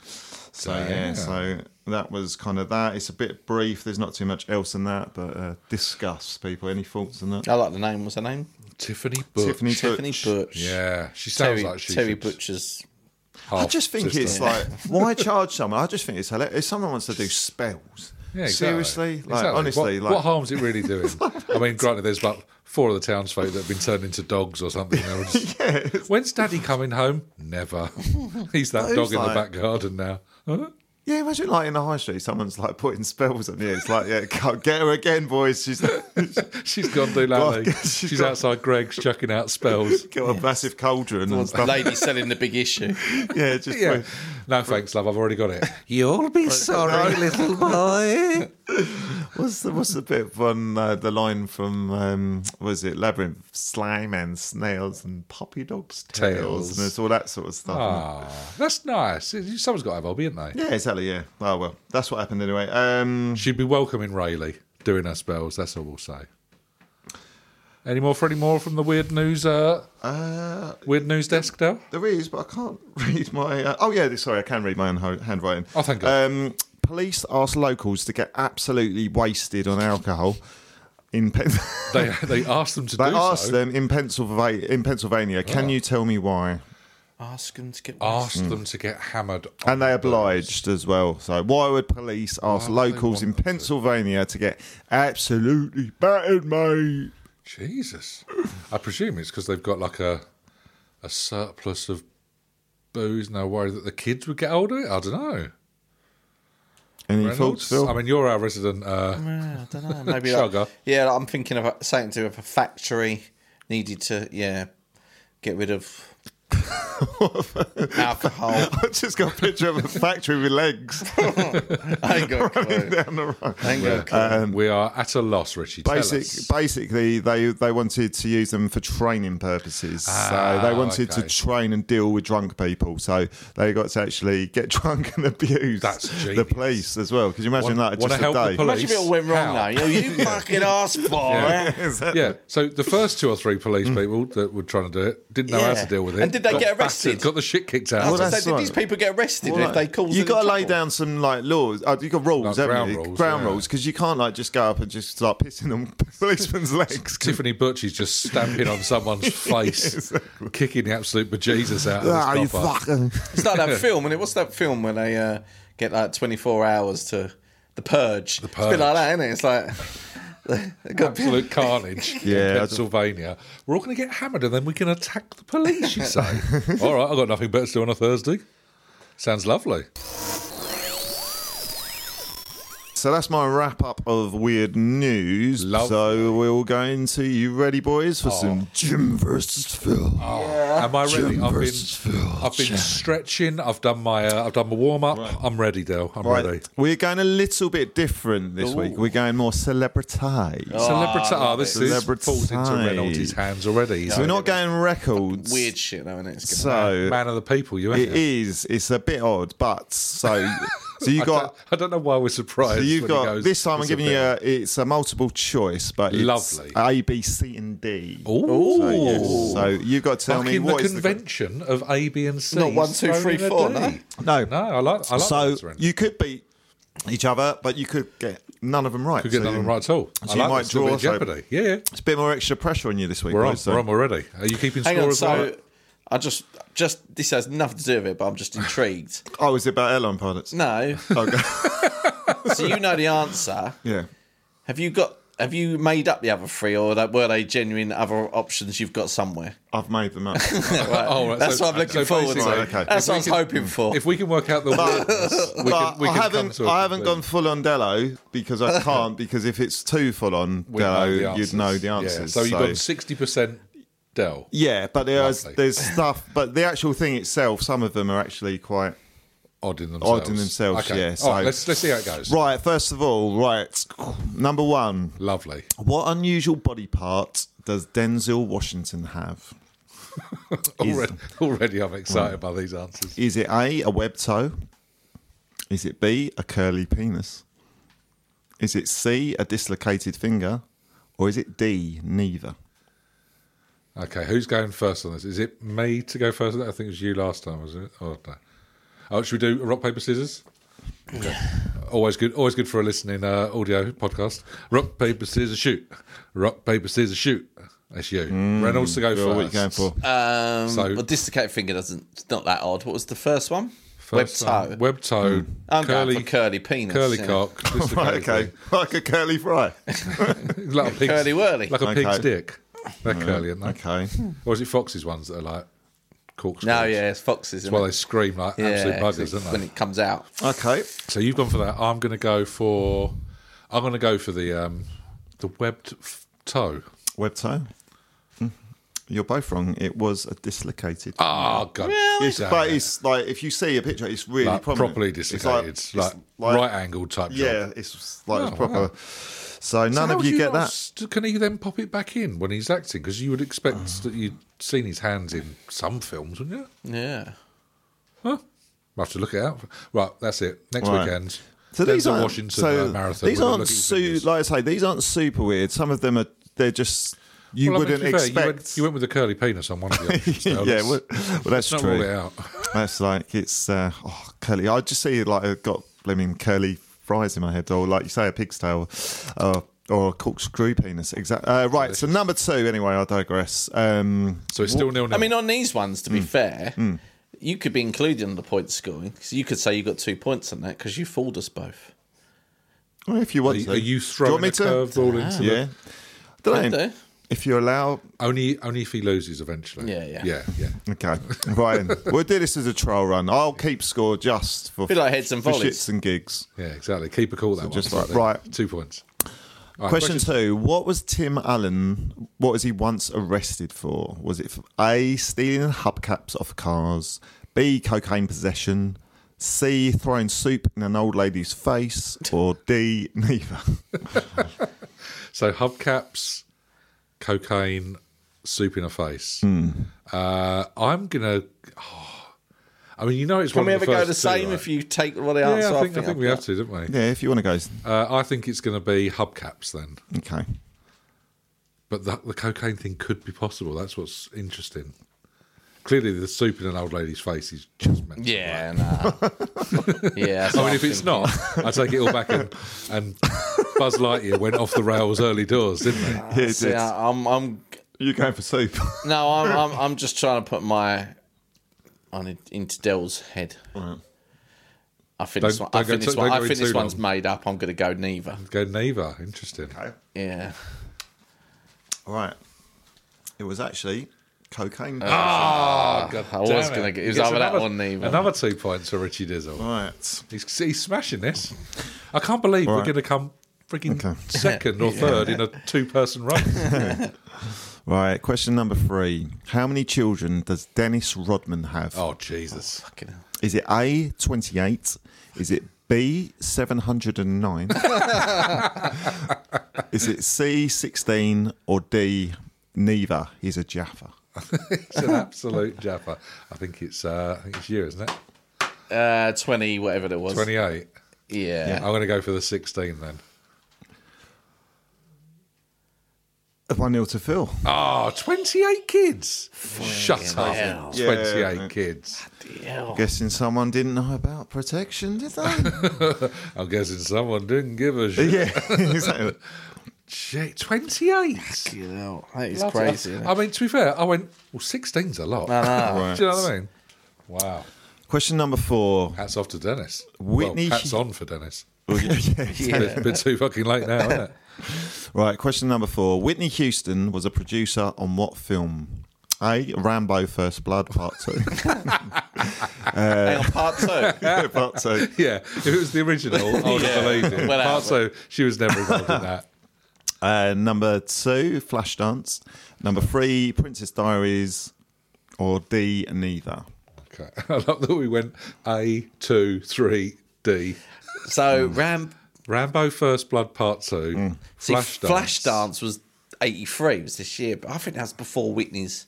S3: So yeah,
S2: Damn.
S3: so that was kind of that. It's a bit brief. There's not too much else in that, but uh, discuss people. Any thoughts on that?
S4: I like the name. What's her name?
S2: Tiffany Butch.
S3: Tiffany Butch.
S4: Tiffany Butch.
S2: Yeah, she sounds
S4: Terry,
S2: like she.
S4: Terry
S2: should
S4: Butcher's.
S2: half
S3: I just think
S2: sister.
S3: it's like why charge someone? I just think it's hilarious. if someone wants to do spells.
S2: Yeah, exactly.
S3: Seriously, like
S2: Exactly.
S3: honestly,
S2: what,
S3: like
S2: what harm's it really doing? I mean, granted, there's about four of the townsfolk that have been turned into dogs or something. They were just, When's Daddy coming home? Never. He's that
S3: Who's
S2: dog in the
S3: like-
S2: back garden now. Huh?
S3: Yeah, imagine like in the high street, someone's like putting spells on you. It's like, yeah, can't get her again, boys. She's got
S2: She's gone do Lanny.
S3: Well, she's
S2: She's,
S3: gone-
S2: outside Greg's chucking out spells.
S3: a massive cauldron and
S4: The
S3: stuff.
S4: lady selling the big issue.
S3: Yeah, just
S2: Yeah.
S3: put-
S2: No thanks, love. I've already got it.
S1: You'll be sorry, little boy.
S3: What's the what's the bit from uh, the line from um, was it labyrinth slime and snails and puppy dogs tails,
S2: Tails.
S3: and it's all that sort of stuff.
S2: Ah, that's nice. Someone's got to have a hobby, haven't they?
S3: Yeah, exactly. Yeah. Oh well, that's what happened anyway. Um,
S2: She'd be welcome in Rayleigh doing her spells. That's all we'll say. Any more for any more from the weird news? Uh,
S3: uh,
S2: weird news desk, Dale.
S3: there is, but I can't read my. Uh, oh yeah, sorry, I can read my own ho- handwriting.
S2: Oh, thank God.
S3: Um, police asked locals to get absolutely wasted on alcohol in. Pen-
S2: They they asked them to
S3: they
S2: do
S3: asked
S2: so. Ah.
S3: them in Pennsylvania. In Pennsylvania, can you tell me why?
S1: Ask them to get
S2: Asked them to get hammered. on
S3: Hmm. And they
S2: the
S3: obliged as well. So why would police ask
S2: Why would Ah, they
S3: locals
S2: want
S3: in
S2: them to?
S3: Pennsylvania to? get absolutely battered, mate?
S2: booze. Jesus, I presume it's because they've got like a a surplus of booze, and they're worried that the kids would get hold of it. I don't know.
S3: Any thoughts,
S2: Reynolds,
S3: Phil?
S2: I mean, you're our resident. Uh,
S1: I don't know. Maybe like-
S2: Sugar.
S1: yeah, like I'm thinking of a- something to do with a factory needed to yeah get rid of alcohol.
S3: I just got a picture of a factory with legs
S1: I ain't got a clue.
S3: down the road.
S1: I ain't got a clue.
S2: we are at a loss, Richie. Tell us.
S3: Um, Basic, basically, they they wanted to use them for training purposes.
S2: Ah,
S3: so they wanted
S2: okay.
S3: to train and deal with drunk people. So they got to actually get drunk and abuse
S2: That's
S3: the
S2: genius.
S3: police as well. Because you imagine
S2: Wanna-
S3: that
S2: wanna
S3: just a
S2: help the
S3: day.
S2: police?
S1: Imagine if it all went wrong
S2: How?
S1: now. You, you fucking ass for
S2: Yeah. So the first two or three police people that were trying to do it didn't know how
S1: Mm. Yeah.
S2: to deal with it.
S1: And did they
S2: got
S1: get arrested?
S2: battered, got the shit kicked out.
S1: I
S2: of
S1: was
S2: them.
S1: gonna
S3: that's
S1: say, did these
S3: right.
S1: people get arrested
S3: Well,
S1: if
S3: like,
S1: they cause
S3: you
S1: them
S3: got to lay
S1: trouble?
S3: down some like laws. Uh, you got rules,
S2: Like
S3: haven't
S2: ground
S3: you?
S2: rules,
S3: ground
S2: yeah.
S3: rules, because you can't like just go up and just start pissing on policemen's legs.
S2: Tiffany Butch is just stamping on someone's face, kicking the absolute bejesus out of
S3: Ah, you
S2: this copper.
S3: fucking.
S1: It's like that film, and it what's that film when they uh, get like 24 hours to the purge. The It's a
S2: Purge.
S1: bit like that, isn't it? It's like they got
S2: Absolute carnage
S3: Yeah,
S2: in
S3: I
S2: Pennsylvania. We're all going to get hammered and then we can attack the police, you say? all right, I've got nothing better to do on a Thursday. Sounds lovely.
S3: So that's my wrap up of weird news.
S2: Lovely. Oh.
S3: So we're all going to you ready, boys, for some Jim versus Phil.
S2: Am I ready?
S3: Jim
S2: I've been,
S3: versus Phil.
S2: I've been stretching. I've done my, uh, I've done my warm up. I'm ready, Dale. I'm
S3: Right,
S2: ready.
S3: we're going a little bit different this week. We're going more celebrity.
S2: Celebrity. Oh, this is
S3: Celebrity.
S2: falls into Reynolds' hands already. He's
S3: So we're not going records.
S1: weird shit, though, isn't it? It's gonna-
S3: So
S2: man of the people. You.
S3: it
S2: ain't you?
S3: is. It's a bit odd, but so so you
S2: I
S3: got
S2: don't, I don't know why we're surprised.
S3: So
S2: when
S3: you've
S2: he
S3: got
S2: goes,
S3: this time. I'm
S2: it's a
S3: giving you
S2: bit-
S3: a, it's a multiple choice, but it's
S2: Lovely.
S3: A, B, C, and D.
S2: Ooh.
S3: So, yes. so you've got to tell
S2: Like
S3: me
S2: in
S3: what
S2: the
S3: is
S2: convention of A, B, and C.
S1: Not one, two,
S2: thrown
S1: three,
S2: in a
S1: four,
S2: D.
S1: no.
S3: No.
S2: no, I like. I like
S3: so
S2: that, Lorenz.
S3: you could beat each other, but you could get none of them right.
S2: could get
S3: so
S2: that
S3: you-
S2: one right at all.
S3: So
S2: I
S3: you
S2: like
S3: might
S2: this little
S3: draw.
S2: bit of
S3: so
S2: Jeopardy. Yeah, yeah.
S3: it's a bit more extra pressure on you this week.
S2: We're on.
S3: boys, so-
S2: We're on already. Are you keeping
S1: Hang
S2: score
S1: on,
S2: as well?
S1: so I just just this has nothing to do with it, but I'm just intrigued.
S3: Oh, is it about airline pilots?
S1: No,
S3: Okay.
S1: so you know the answer.
S3: yeah.
S1: Have you got? Have you made up the other three, or that, were they genuine other options you've got somewhere?
S3: I've made them up.
S1: Right.
S2: Oh, right,
S1: uh, That's
S2: so-
S1: what I'm looking
S2: so
S1: forward to.
S2: basically-
S3: Right, okay.
S1: That's what I was hoping for.
S2: If we can work out the words, we
S3: but
S2: can, we
S3: I
S2: can come
S3: haven't.
S2: to a
S3: I haven't
S2: conclusion.
S3: gone full on Dello because I can't. Because if it's too full on
S2: We'd know the
S3: Dello, you'd
S2: answers.
S3: know the
S2: Yeah,
S3: answers.
S2: So you've got sixty percent Dell.
S3: Yeah, but there's
S2: Lovely.
S3: there's stuff, but the actual thing itself, some of them are actually quite
S2: Odd in themselves.
S3: Odd in themselves,
S2: Okay.
S3: yeah,
S2: All
S3: so-
S2: right, let's let's see how it goes.
S3: right. First of all, right, number one,
S2: Lovely.
S3: what unusual body part does Denzel Washington have?
S2: Already, already, I'm excited
S3: Mm.
S2: by these answers.
S3: Is it A, a web toe? Is it B, a curly penis? Is it C, a dislocated finger? Or is it D, neither?
S2: Okay, who's going first on this? Is it me to go first? on that? I think it was you last time, was it? Or no? Oh, should we do rock paper scissors? Okay. always good. Always good for a listening uh, audio podcast. Rock paper scissors shoot. Rock paper scissors shoot. That's you. Reynolds to go first.
S3: Bill, Mm. what are you going for?
S1: Um,
S2: So-
S1: well, dislocated finger doesn't. It's not that odd. What was the first one?
S2: First
S1: Web
S2: one.
S1: toe.
S2: Web
S3: Mm.
S2: toe.
S1: I'm
S2: curly.
S1: going for curly penis.
S2: Curly
S1: yeah.
S2: cock. Just a
S3: Right,
S2: curly
S3: okay. Like a curly fry.
S2: thing. Like a pig's,
S1: Curly whirly.
S2: Like a
S3: Okay.
S2: pig's dick. They're curly, aren't they?
S3: Okay.
S2: Or is it Fox's ones that are like corkscrews?
S1: No, yeah, it's foxes. isn't
S2: Well,
S1: it?
S2: they scream like absolute
S1: Yeah,
S2: buggers,
S1: it's
S2: don't they?
S1: When it comes out.
S3: Okay.
S2: So you've gone for that. I'm going to go for. I'm going to go for the um, the webbed f- toe.
S3: Web toe. Hmm. You're both wrong. It was a dislocated.
S2: Oh god!
S3: It's,
S2: Yeah.
S3: Ah, but it's like if you see a picture, it's really
S2: Like,
S3: prominent.
S2: properly
S3: It's
S2: dislocated,
S3: it's
S2: like,
S3: like-
S2: right angle type. job.
S3: Yeah, it's like it's
S2: Oh,
S3: proper.
S2: wow.
S3: So
S2: So
S3: none
S2: how
S3: of
S2: would
S3: you, get
S2: not
S3: that.
S2: st- Can he then pop it back in when he's acting? Because you would expect
S1: Oh.
S2: that you'd seen his hands in some films, wouldn't you?
S1: Yeah.
S2: Huh? I'll have to look it out. Right, that's it. Next
S3: Right.
S2: weekend.
S3: So these
S2: Denzel
S3: aren't
S2: Washington
S3: so
S2: uh, marathon.
S3: These
S2: We're gonna
S3: aren't
S2: look at his
S3: su-
S2: fingers.
S3: like I say. These aren't super weird. Some of them are. They're just you
S2: Well, I mean,
S3: wouldn't
S2: to be fair, You went,
S3: expect.
S2: you went with a curly penis on one of the options. now.
S3: yeah,
S2: Let's-
S3: well, well, that's
S2: let's not rule it
S3: true.
S2: out.
S3: That's like it's uh, oh, curly. I just see like I've got blimmin' curly fries in my head, or like you say, a pig's tail, or, or a corkscrew penis. Exactly. Uh, right. So number two. Anyway, I digress. Um,
S2: So it's still nil nil.
S1: I mean, on these ones,
S2: Mm.
S1: to be fair, you could be included in the point scoring because you could say you got two points on that because you fooled us both.
S3: well, if you want, to,
S2: are you
S3: Do you want
S2: throwing
S3: me
S2: a
S3: to?
S2: curveball into
S3: Yeah.
S1: Could
S3: Don't
S1: do.
S3: If you allow,
S2: only only if he loses eventually.
S1: Yeah, yeah.
S2: yeah, yeah.
S3: Okay, Ryan, we'll do this as a trial run. I'll keep score just for
S1: Bit like heads and
S3: for
S1: volleys.
S3: shits and gigs.
S2: Yeah, exactly. Keep a call that one.
S3: just like-
S2: There.
S3: right.
S2: two points. All right,
S3: Question two: What was Tim Allen? What was he once arrested for? Was it for a stealing hubcaps off cars, b cocaine possession, c throwing soup in an old lady's face, or d neither?
S2: So hubcaps, cocaine, soup in a face.
S3: Hmm.
S2: Uh, I'm gonna. oh, I mean, you know, it's
S1: Can
S2: one
S1: we
S2: of
S1: ever
S2: the
S1: go
S2: first
S1: the
S2: two,
S1: same
S2: right?
S1: if you take what the answer
S2: Yeah, I think, I
S1: I've
S2: think we
S1: got?
S2: have to, don't we?
S3: yeah, if you want to go,
S2: Uh, I think it's going to be hubcaps then,
S3: okay.
S2: but the, the cocaine thing could be possible. That's what's interesting. Clearly, the soup in an old lady's face is just meant. to
S1: Yeah, nah. yeah. that's
S2: I
S1: what I'm
S2: mean, if it's
S1: thinking.
S2: not, I take it all back. And, and Buzz Lightyear went off the rails early doors, didn't they?
S3: Yeah, it
S1: See,
S3: is.
S1: I- I'm, I'm,
S3: You're going for soup.
S1: no, I'm, I'm, I'm just trying to put my on it into Dell's head. I think this
S2: Don't-
S1: one. I
S2: don't go
S1: think this
S2: too-
S1: one.
S2: don't
S1: I
S2: go in
S1: think this
S2: too
S1: one's
S2: long.
S1: made up. I'm going to go neither.
S2: Go Neva. Interesting.
S1: Yeah.
S3: All right. It was actually cocaine.
S2: Ah, God
S1: I was
S2: damn
S1: gonna get- it was
S2: Gets
S1: either that
S2: another-
S1: or neither.
S2: Another two points for Richie Dizzle.
S3: right.
S2: He's, he's smashing this. I can't believe we're
S3: Right.
S2: going to come freaking
S3: Okay.
S2: second or third in a two-person race.
S3: Right, question number three. How many children does Dennis Rodman have?
S2: oh Jesus!
S1: Fucking hell.
S3: Is it A, 28? Is it B, 709? Is it C, 16? Or D, neither? He's a Jaffa.
S2: It's an absolute japper. I think it's uh, I think it's you, isn't it?
S1: Uh, twenty, whatever it was.
S2: Twenty-eight.
S1: Yeah.
S2: I'm going to go for the sixteen then.
S3: One nil to Phil.
S2: Oh, 28 kids. Shut up.
S1: hell.
S2: 28
S3: Yeah.
S2: kids.
S1: Yeah.
S3: Guessing someone didn't know about protection, did they?
S2: I'm guessing someone didn't give a shit.
S3: yeah, exactly.
S2: Shit, 28.
S1: Fucking hell. That is
S2: Bloody
S1: crazy.
S2: hell.
S1: isn't it?
S2: I mean, to be fair, I went, well, 16's a lot.
S3: Right.
S2: Do you know what I mean? Wow.
S3: Question number four.
S2: Hats off to Dennis.
S3: Whitney-
S2: Well, hats on for Dennis.
S1: Yeah.
S2: It's been too fucking late now, isn't it?
S3: Right, question number four. Whitney Houston was a producer on what film? A. Rambo First Blood, part two.
S1: Hang on, part two.
S3: yeah, part two.
S2: Yeah. If it was the original, I would
S1: Yeah.
S2: have believed it.
S1: Well,
S2: Part so she was never involved in that.
S3: Uh, number two, Flashdance. Number three, Princess Diaries. Or D, neither.
S2: Okay. I love that we went A, two, three, D.
S1: So Ram
S2: Rambo First Blood Part 2.
S3: Mm.
S1: see,
S2: Flashdance.
S1: Flashdance was eighty three. Was this year, but I think that was before Whitney's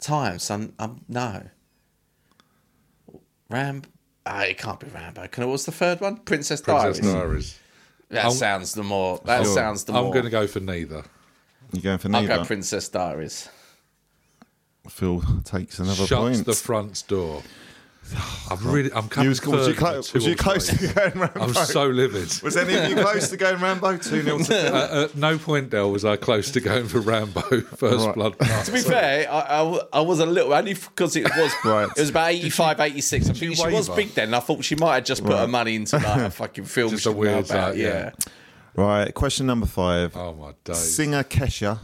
S1: time. So I'm, I'm- no. Ram. ah, it can't be Rambo. Can it? What's the third one? Princess,
S2: Princess
S1: Diaries.
S2: Diaries.
S1: That sounds the more. That sounds the
S2: I'm
S1: more.
S2: going to go for neither.
S3: You going for
S1: I'll
S3: neither?
S1: go Princess Diaries.
S3: Phil takes another
S2: Shut
S3: point. Oh,
S2: the front door. I'm really. I'm
S3: you
S2: coming.
S3: was, was you,
S2: third
S3: clo-
S2: with two
S3: was you
S2: or
S3: close
S2: three.
S3: to going Rambo?
S2: I'm so livid.
S3: was any of you close to going Rambo? 2 0 to Phil.
S2: Uh, at no point, Dell, was I close to going for Rambo First
S3: Right.
S2: Blood.
S1: To be fair, I, I w- I was a little only because it was
S3: Right.
S1: it was about 85, 86. I think she
S2: waver?
S1: was big then. and I thought she might have just put her money into like a fucking film.
S2: Just
S1: she
S2: a
S1: didn't know
S2: weird,
S1: about.
S2: like,
S1: yeah.
S2: yeah.
S3: Right, question number five.
S2: Oh my days.
S3: Singer Kesha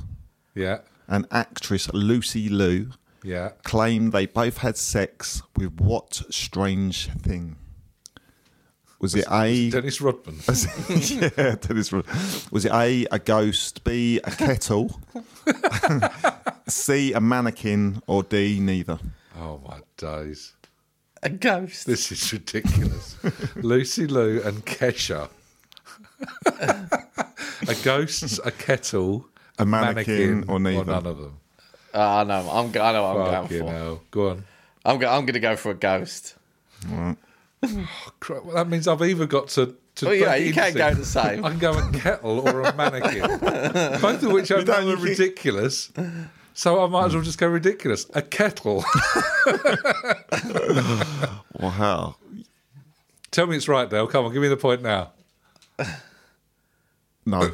S2: Yeah,
S3: and actress Lucy Liu
S2: yeah.
S3: claim they both had sex with what strange thing? Was it A?
S2: Dennis Rodman.
S3: yeah, Dennis Rodman. Was it A, a ghost, B, a kettle, C, a mannequin, or D, neither.
S2: Oh my days.
S4: A ghost.
S2: This is ridiculous. Lucy Lou and Kesha. a ghost's a kettle,
S3: A mannequin or neither.
S2: none of them.
S4: Ah, I know. I'm. I know. What I'm
S2: Fucking
S4: going for.
S2: hell. Go on.
S4: I'm. Go, I'm going to go for a ghost.
S2: Cri- Well, that means I've either got to. to
S4: Well, yeah,
S2: break
S4: you can't
S2: into-
S4: go the same.
S2: I can go a kettle or a mannequin, both of which I know are
S3: think-
S2: ridiculous. So I might as well just go ridiculous. A kettle.
S3: Wow.
S2: Tell me it's right, Dale. Come on, give me the point now.
S3: No.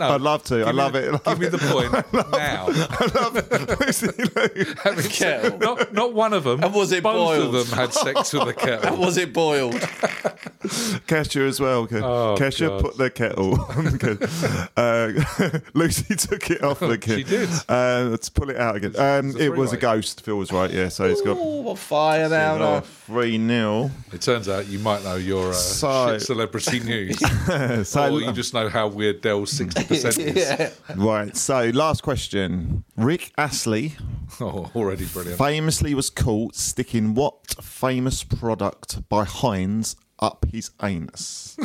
S3: I'd love to. I
S2: Give me
S3: love
S2: the-
S3: it. I
S2: Give
S3: love
S2: me
S3: it.
S2: the point now.
S3: Lucy Lou.
S2: I mean,
S4: Kettle.
S2: Not, not one of them.
S4: And was it
S2: Both
S4: boiled?
S2: of them had sex with a kettle.
S4: Was it boiled?
S3: Kesha as well. Ke-
S2: Oh,
S3: Kesha
S2: God.
S3: put the kettle on. the kettle. uh, Lucy took it off the kettle.
S2: She did.
S3: Uh, let's pull it out again. Um,
S2: a
S3: it was a
S2: three-way.
S3: ghost. Phil was right. Yeah, so it's got
S4: Oh, fire now! now.
S3: 3 0.
S2: It turns out you might know your uh,
S3: So-
S2: shit celebrity news, or you
S3: So,
S2: just know how weird Dell's sixty percent is.
S4: yeah.
S3: right. So, last question. Rick Astley
S2: Oh, already brilliant.
S3: famously was caught sticking what famous product by Heinz up his anus?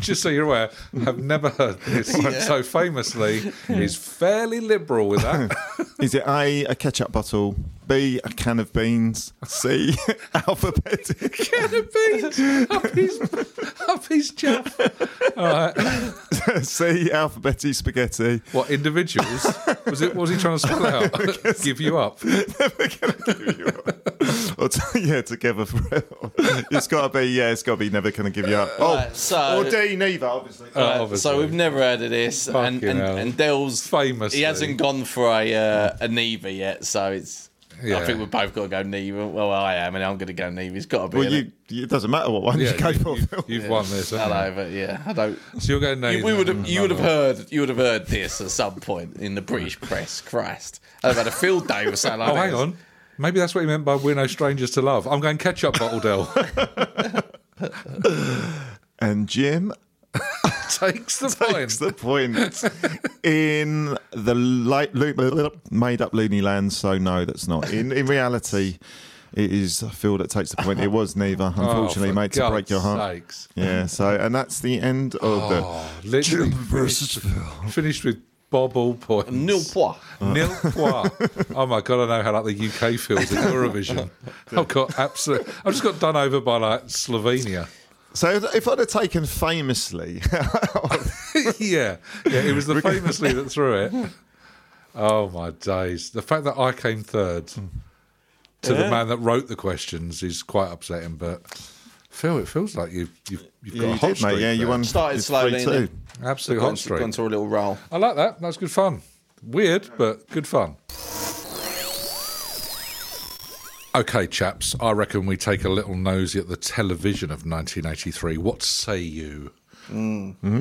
S2: Just so you're aware, I've never heard this. So famously, he's fairly liberal with that.
S3: Is it A, a ketchup bottle, B, a can of beans, C, alphabetic?
S2: Can of beans up his up his jaff. All right.
S3: C, alphabetic spaghetti.
S2: What individuals was it? What was he trying to spell out? Give you up.
S3: or t- yeah, together forever. It's got to be yeah, it's got to be never gonna give you up. Oh,
S4: Right, so-
S3: or D neither, obviously.
S2: Uh,
S4: So we've never heard of this, and
S2: Fucking
S4: and,
S2: hell.
S4: and Dell's
S2: Famously.
S4: He hasn't gone for a uh, a Neva yet, so it's.
S2: Yeah.
S4: I think we've both got to go Neva. Well, I am, and I'm going to go Neva. It's got to be.
S3: well,
S4: in it.
S3: you, you it doesn't matter what one
S2: Yeah,
S3: you go for.
S2: you, you,
S3: Phil.
S2: you've won this.
S4: I
S2: haven't
S4: know, but yeah, I don't.
S2: you? So you're going
S4: You, we would have, you would have heard, you would have heard this at some point in the British press. Christ, I've had a field day with something like
S2: Oh, hang
S4: this.
S2: on. Maybe that's what he meant by "We're no strangers to love." I'm going ketchup bottle, Dell.
S3: And Jim
S2: Takes the
S3: takes
S2: point.
S3: the point in the light lo- made up loony land. So no, that's not. In in reality, it is Phil that takes the point. It was neither, unfortunately,
S2: Oh, for
S3: made mate, to
S2: God's
S3: break your heart.
S2: Sakes.
S3: Yeah. So and that's the end of
S2: Oh, literally
S3: versus
S2: finished, finished with Bob all points.
S4: Nil pois.
S2: Nil pois. Oh my god, I know how like the UK feels in Eurovision. I've got absolute. I've just got done over by like Slovenia.
S3: the. So if I'd have taken famously,
S2: yeah, yeah. It was the famously that threw it. Oh my days! The fact that I came third to the man that wrote the questions is quite upsetting. But Phil, it feels like you've you've, you've got
S3: yeah,
S2: a
S3: you
S2: hot
S3: did,
S2: streak.
S3: mate. Yeah, you
S2: there.
S3: won.
S4: Started
S3: it's
S4: slowly,
S3: 3-2.
S4: innit?
S2: absolute
S4: Gone,
S2: hot streak.
S4: gone through a little roll.
S2: I like that. That's good fun. Weird, but good fun. Okay, chaps, I reckon we take a little nosy at the television of 1983. What say you?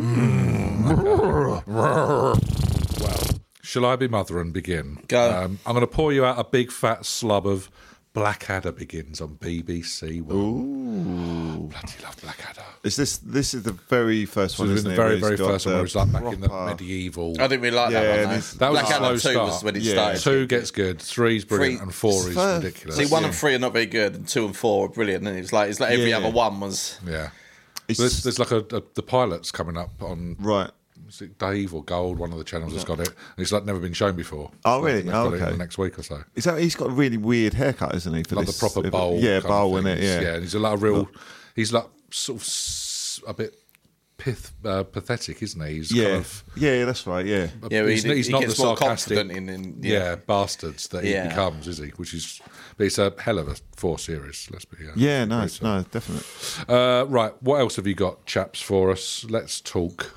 S3: Mm.
S2: Mm. well, shall I be mother and begin? Um,
S4: Go.
S2: I'm going to pour you out a big fat slub of Blackadder begins on BBC One. Bloody love Blackadder.
S3: Is this this is the very first
S2: It
S3: one?
S2: was
S3: Isn't
S2: the
S3: it,
S2: very,
S3: where
S2: very
S3: he's got
S2: first one.
S3: the
S2: It was like back in the
S3: proper-
S2: medieval.
S4: I didn't really like
S3: Yeah,
S4: that one.
S3: this-
S4: Though.
S2: That was a
S4: Blackadder
S2: slow
S4: two was
S2: start.
S4: when it
S3: Yeah.
S4: started.
S2: Two gets good, three's brilliant,
S4: Three-
S2: and four is
S3: First-
S2: ridiculous.
S4: See, one and three are not very good, and two and four are brilliant. And it was like it's like every
S3: Yeah.
S4: other one was.
S2: yeah.
S3: It's-
S2: There's, there's like a, a the pilot's coming up on
S3: right.
S2: is it Dave or Gold, one of the channels that's got it. And it's like never been shown before.
S3: Oh,
S2: So
S3: really?
S2: they've got
S3: Oh,
S2: it in
S3: okay.
S2: the next week or so.
S3: Is that he's got a really weird haircut, isn't he? For
S2: Like
S3: this,
S2: the proper bowl.
S3: Yeah,
S2: kind of
S3: bowl in it.
S2: things.
S3: Yeah.
S2: and he's a lot of real. He's like sort of s- a bit pith, uh, pathetic, isn't he? He's
S3: Yeah.
S2: kind of.
S3: yeah, that's right. Yeah,
S4: Yeah, well,
S2: he's,
S4: he,
S2: he's
S4: he
S2: not
S4: gets
S2: the
S4: more
S2: sarcastic,
S4: confident in, in
S2: yeah. bastards that he
S4: Yeah.
S2: becomes, is he? Which is, but it's a hell of a four series. Let's be honest.
S3: yeah, no, no, definitely.
S2: Uh, right, what else have you got, chaps, for us? Let's talk.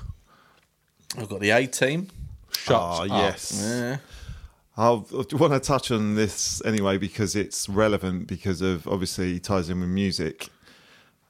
S4: I've got the A team.
S2: Shut
S3: Ah,
S2: up.
S3: yes.
S4: Yeah.
S3: I'll, I want to touch on this anyway because it's relevant because of obviously it ties in with music.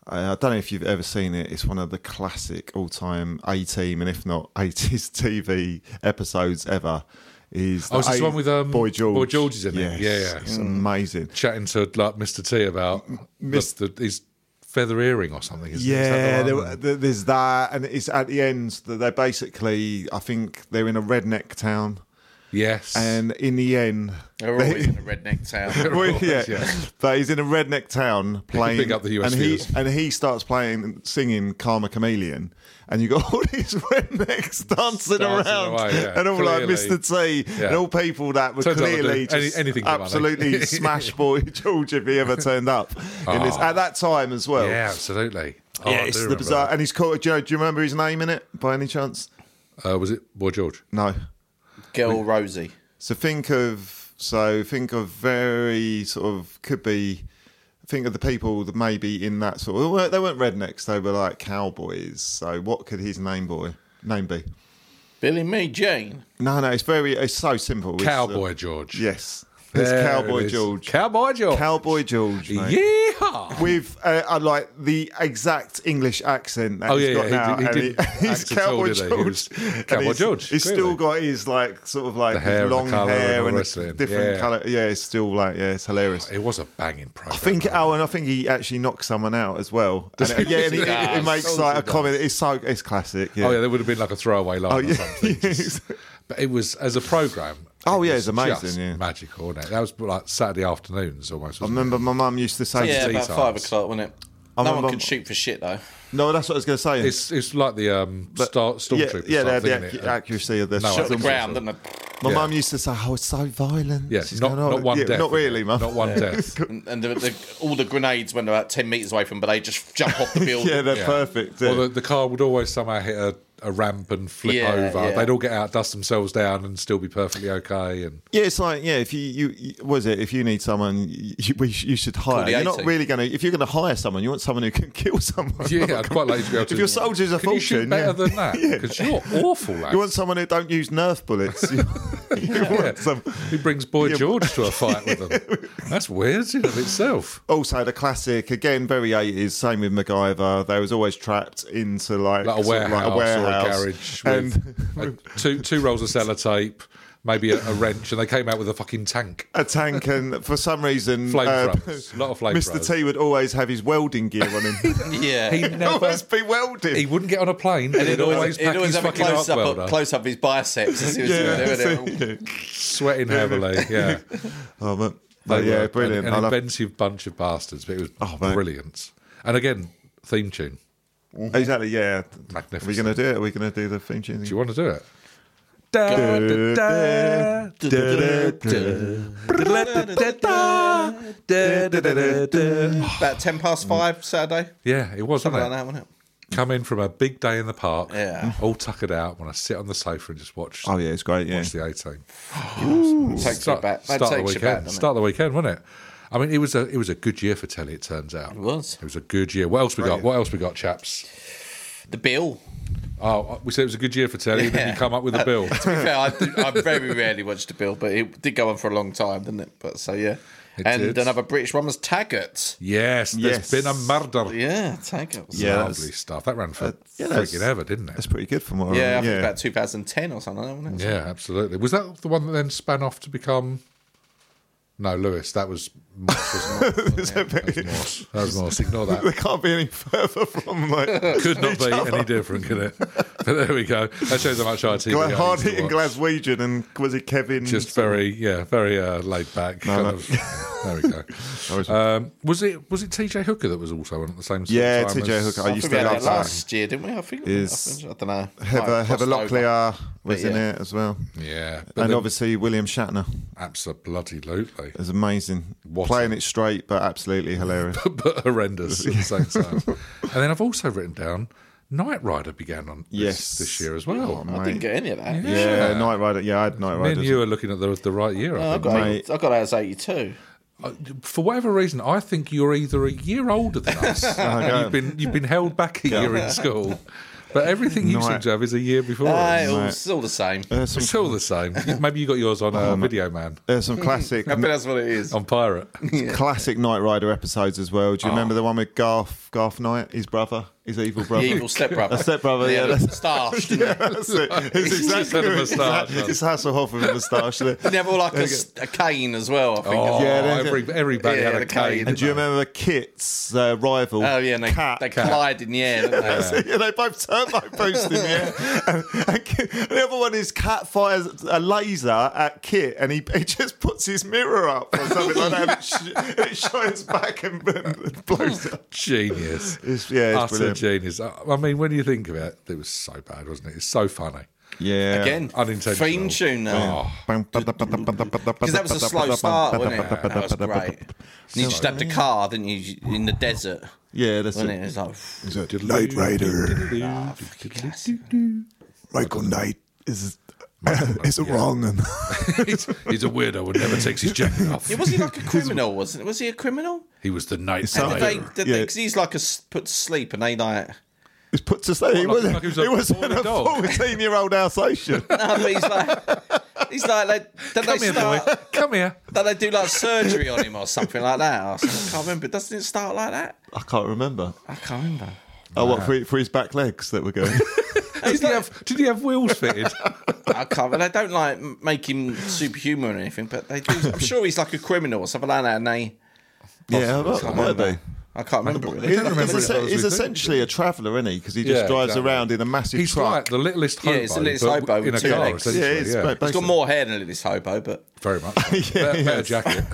S3: I, I don't know if you've ever seen it. It's one of the classic all-time A Team and if not 80s TV episodes ever. Is
S2: Oh, is this
S3: A-
S2: one with, um,
S3: Boy George?
S2: Boy George is in it.
S3: Yes,
S2: Yeah, yeah.
S3: it's amazing.
S2: Chatting to like Mr. T about
S3: Mis-
S2: the, the, his feather earring or something. Isn't it? Is that the
S3: Yeah,
S2: one?
S3: there, uh, there- there's that, and it's at the end that they're basically. I think they're in a redneck town.
S2: Yes.
S3: And in the end,
S4: They're always in a redneck town.
S3: Well, yeah,
S2: yeah.
S3: but he's in a redneck town playing.
S2: Big up the US
S3: and he
S2: viewers.
S3: and he starts playing, singing "Karma Chameleon," and you got all these rednecks dancing,
S2: Dancing
S3: around,
S2: away, yeah,
S3: and all like
S2: clearly.
S3: Mr. T,
S2: Yeah.
S3: and all people that were
S2: Turns out they'll
S3: clearly
S2: do any-
S3: just
S2: anything for money.
S3: absolutely smash boy George if he ever turned up in this, at that time as well.
S2: Ah. yeah, absolutely. Oh,
S3: Yeah,
S2: I
S3: it's
S2: do
S3: the
S2: remember
S3: bizarre, and he's called. Do you, do you remember his name in it by any chance?
S2: that. Uh, was it Boy George?
S3: No.
S4: Girl Rosie.
S3: So think of so think of very sort of could be think of the people that maybe in that sort of well, they weren't rednecks they were like cowboys. So what could his name boy name be?
S4: Billy Me Jane.
S3: No, no, it's very it's so simple. It's, uh,
S2: Cowboy George.
S3: yes, it's
S2: There
S3: Cowboy
S2: it is.
S3: George.
S2: Cowboy George.
S3: Cowboy George. Mate.
S2: Yeah.
S3: With uh, I like the exact English accent that
S2: Oh,
S3: he's
S2: yeah,
S3: got
S2: yeah,
S3: now,
S2: he did- he
S3: and
S2: didn't
S3: he, he's
S2: act at all,
S3: Cowboy
S2: did he? He was
S3: George. and
S2: Cowboy
S3: he's-
S2: George,
S3: He's
S2: clearly.
S3: still got his like sort of like
S2: The hair and the
S3: long
S2: colour and all
S3: hair
S2: the
S3: and,
S2: rest of
S3: a
S2: it.
S3: different
S2: Yeah.
S3: color. Yeah, it's still like yeah, it's hilarious.
S2: It was a banging program.
S3: I think oh, and I think he actually knocked someone out as well. And it- yeah, and it, it-
S4: Yeah,
S3: it makes
S4: soldier
S3: like a
S4: does.
S3: comment. It's so it's classic. Yeah.
S2: Oh yeah, there would have been like a throwaway line
S3: Oh,
S2: or
S3: yeah.
S2: something. Just- but it was as a program.
S3: Oh, yeah,
S2: was
S3: it's amazing,
S2: just
S3: yeah.
S2: magical. Wasn't it? That was like Saturday afternoons almost.
S3: I
S2: Wasn't
S3: remember my mum used to say,
S4: Yeah,
S2: tea
S4: about
S2: times.
S4: five o'clock, wasn't it?
S3: I
S4: no
S3: remember-
S4: one can shoot for shit though.
S3: "No, that's what I was going to say."
S2: it? It's it's like the um, Star
S3: yeah,
S2: Stormtrooper.
S3: yeah, they
S2: Yeah,
S3: had the
S2: yeah,
S3: ac- accuracy of the
S2: No,
S3: shot.
S2: I
S4: Shot the
S2: think so.
S4: ground, didn't they?
S3: My
S2: Yeah.
S3: mum used to say, "Oh, it's so violent."
S2: yeah.
S3: She's
S2: Not
S3: going, "Oh,
S2: not one
S3: yeah,
S2: death.
S3: Not really, mum.
S2: Not one death.
S4: And, and the, the, all the grenades went about ten meters away from, but they just jump off the building.
S3: yeah, they're
S2: Yeah.
S3: perfect. yeah.
S2: Or the, the car would always somehow hit a, a ramp and flip
S4: Yeah,
S2: over.
S4: yeah.
S2: They'd all get out, dust themselves down, and still be perfectly okay. And
S3: Yeah, it's like yeah. If you you, you was it if you need someone, you, we sh- you should hire.
S4: the
S3: You're not
S4: 80.
S3: really going to if you're going to hire someone, you want someone who can kill someone.
S2: E. yeah, I'd quite like to be able to.
S3: If your soldiers are
S2: Can you shoot
S3: fortune,
S2: better
S3: yeah.
S2: than that because you're awful. Lad.
S3: you want someone who don't use Nerf bullets. You, you want some-
S2: Who brings Boy
S3: Yeah.
S2: George to a fight with them? That's weird in of itself.
S3: Also, the classic again, very eighties. Same with MacGyver. They was always trapped into like,
S2: Like a
S3: sort
S2: warehouse,
S3: of like
S2: or a
S3: warehouse.
S2: garage
S3: and
S2: with a- two two rolls of sellotape, maybe a, a wrench, and they came out with a fucking tank.
S3: a tank. And for some reason,
S2: Flamethrowers, a lot of
S3: Mr.
S2: flamethrowers.
S3: T would always have his welding gear on him.
S4: yeah.
S2: He
S3: He'd
S2: never.
S3: always be welding.
S2: He wouldn't get on a plane. And
S4: He'd
S2: he'd always, pack
S4: he'd always
S2: his
S4: have a
S2: fucking arc
S4: close up,
S2: welder,
S4: close up of his biceps as he was doing it.
S2: sweating heavily. Yeah.
S3: Oh, but,
S2: They
S3: but yeah,
S2: were
S3: brilliant.
S2: An,
S3: I
S2: an
S3: love-
S2: inventive bunch of bastards, but it was
S3: Oh, mate.
S2: brilliant. And again, theme tune.
S3: Exactly, yeah.
S2: Magnificent.
S3: Are we going to do it? Are we going to do the theme tune?
S2: Do you want to do it? Da, da, da, da, da, da, da, da, da, da, da.
S4: About ten past five Saturday.
S2: Yeah, it was,
S4: Something like
S2: wasn't it?
S4: that, wasn't it?
S2: Come in from a big day in the park,
S4: Yeah.
S2: all tuckered out. When I sit on the sofa and just watch,
S3: Oh, yeah, it's great, yeah.
S2: watch the 18.
S4: Takes you back. That
S2: start the
S4: takes you back.
S2: weekend.
S4: doesn't it?
S2: start the weekend, wasn't it? I mean, it was a it was a good year for telly. It turns out it
S4: was.
S2: It was a good year. What else we got? What else we got, chaps?
S4: The bill.
S2: Oh, we said it was a good year for telly. Then you
S4: Yeah.
S2: come up with a bill.
S4: to be fair, I, I very rarely watched the bill, but it did go on for a long time, didn't it? But so yeah.
S2: It
S4: and
S2: did.
S4: another British one was Taggart.
S2: Yes, there's
S3: Yes.
S2: been a murder.
S4: Yeah, Taggart.
S3: Yeah,
S2: Lovely
S3: that's-
S2: stuff. That ran for
S3: yeah, that's-
S2: freaking ever, didn't it?
S3: That's pretty good from what
S4: Yeah, I
S3: I
S4: think
S3: remember.
S4: about 2010 or something, wasn't it?
S2: Yeah, absolutely. Was that the one that then span off to become? No, Lewis. That was Morse. Wasn't it? That was Morse. That was Morse. Ignore
S3: There
S2: that.
S3: can't be any further from like
S2: Could not be any different, could it? But there we go. That shows how much IT. we
S3: Gla-
S2: are
S3: hard
S2: into
S3: hitting
S2: what-
S3: Glaswegian and was it Kevin?
S2: Just very, yeah, very uh, laid back.
S3: no.
S2: kind of- there we
S3: was-
S2: go. Um, was it was it TJ Hooker that was also on at the same sort of
S3: Yeah,
S2: time
S3: TJ
S2: as-
S3: Hooker. I
S4: I
S3: used
S4: think we
S3: to
S4: had
S3: love
S4: it
S3: that.
S4: last year, didn't we? I think
S3: Is-
S4: I don't know.
S3: Heather, Heather Locklear was
S4: But
S3: in
S4: yeah.
S3: it as well,
S2: Yeah, but
S3: and
S2: then-
S3: obviously William Shatner
S2: absolutely.
S3: is amazing,
S2: What
S3: playing it straight but absolutely hilarious.
S2: but horrendous at the same time. and then I've also written down Knight Rider began on this,
S3: Yes. Oh,
S2: this year as well.
S4: I didn't get any of that.
S3: yeah, Night Rider. Yeah, I had Night
S2: Me and you
S3: Rider.
S2: are looking at the, the right year.
S3: Oh,
S2: I
S4: I
S2: think.
S4: got,
S3: Mate.
S4: eight- I got it as 82.
S2: Uh, For whatever reason, I think you're either a year older than
S3: Oh,
S2: us. and you've been you've been held back a year in school, but everything you seem
S3: Night-
S2: to have is a year
S3: Uh,
S2: before.
S4: Ah,
S2: us.
S4: it was- it's all the same.
S3: There's some,
S2: It's all the same. Maybe you got yours on uh, Video Man
S3: there's some classic
S4: I think that's what it is.
S2: on Pirate. Oh.
S3: classic Knight Rider episodes as well. Do you remember the one with Garth Garth Knight, his brother? His evil brother.
S1: The evil stepbrother.
S3: A stepbrother, yeah,
S1: The
S3: that's-
S1: moustache.
S3: yeah, that's it. It's exactly
S2: said a moustache,
S3: It's, it's Hasselhoff with a moustache. isn't it?
S1: They have all like a, s- a cane as well, I think.
S2: Oh,
S3: Yeah, they-
S2: every, everybody
S1: yeah,
S2: had a
S1: the
S2: cane.
S1: cane.
S2: didn't
S1: And
S3: Do you
S2: they?
S3: remember Kit's uh, rival?
S1: Oh, yeah, and they,
S3: Cat.
S1: they collide in the air, don't they?
S3: yeah, they both turbo posting, yeah. And, and Kit- the other one is Cat fires a laser at Kit and he, he just puts his mirror up or something like that and it, sh- it shines back and, and blows up.
S2: Genius.
S3: It's- yeah, it's
S2: Utter
S3: brilliant.
S2: genius. I I mean, when you think about it, it was so bad, wasn't it? It's so funny.
S3: Yeah.
S1: Again,
S2: Unintentional.
S1: theme tune though.
S2: Oh,
S1: Because that was a slow start, wasn't it? That was great. And you just stabbed a car, didn't you, in the desert?
S3: Yeah, that's
S1: Wasn't it?
S3: it.
S1: It's like,
S2: Oh.
S5: Knight Rider.
S1: Ah,
S5: Michael Knight is is a wrong and
S2: he's, he's a weirdo and never takes his jacket off.
S1: was he like a criminal? Wasn't it? Was he a criminal?
S2: He was the Knight
S1: And
S2: Rider.
S1: did they, did
S3: Yeah.
S1: they, cause he's like a s- put to sleep, and they like,
S3: It's put to say it
S2: like-
S3: wasn't,
S2: like it was a
S3: it wasn't a
S2: poorly dog.
S3: 14 year old Alsatian.
S1: no, but he's like, he's like, like did
S2: Come
S1: they
S2: here,
S1: start?
S2: boy. Come here.
S1: Did they do like surgery on him or something like that? I can't remember. Doesn't it start like that?
S3: I can't remember.
S1: I can't remember.
S3: Oh, what, for, for his back legs that were going?
S2: Did he have, did he have wheels fitted?
S1: I can't. But they don't like m- make him superhuman or anything. But they do. I'm sure he's like a criminal or something like that. And they,
S3: yeah, what might be.
S1: I can't remember. really.
S3: He's,
S2: remember
S3: he's
S2: it.
S3: es- he's essentially a traveller, isn't he? Because he just
S2: Yeah,
S3: drives
S2: exactly.
S3: around in a massive
S2: He's
S3: truck.
S2: like the littlest
S1: Yeah,
S2: hobo.
S1: it's the littlest
S2: but
S1: hobo
S2: in a
S1: with two
S2: car,
S1: legs.
S3: Yeah,
S2: essentially,
S3: it's
S2: yeah.
S3: ba-
S1: He's got more hair than this hobo, but
S2: Very much. better, better jacket.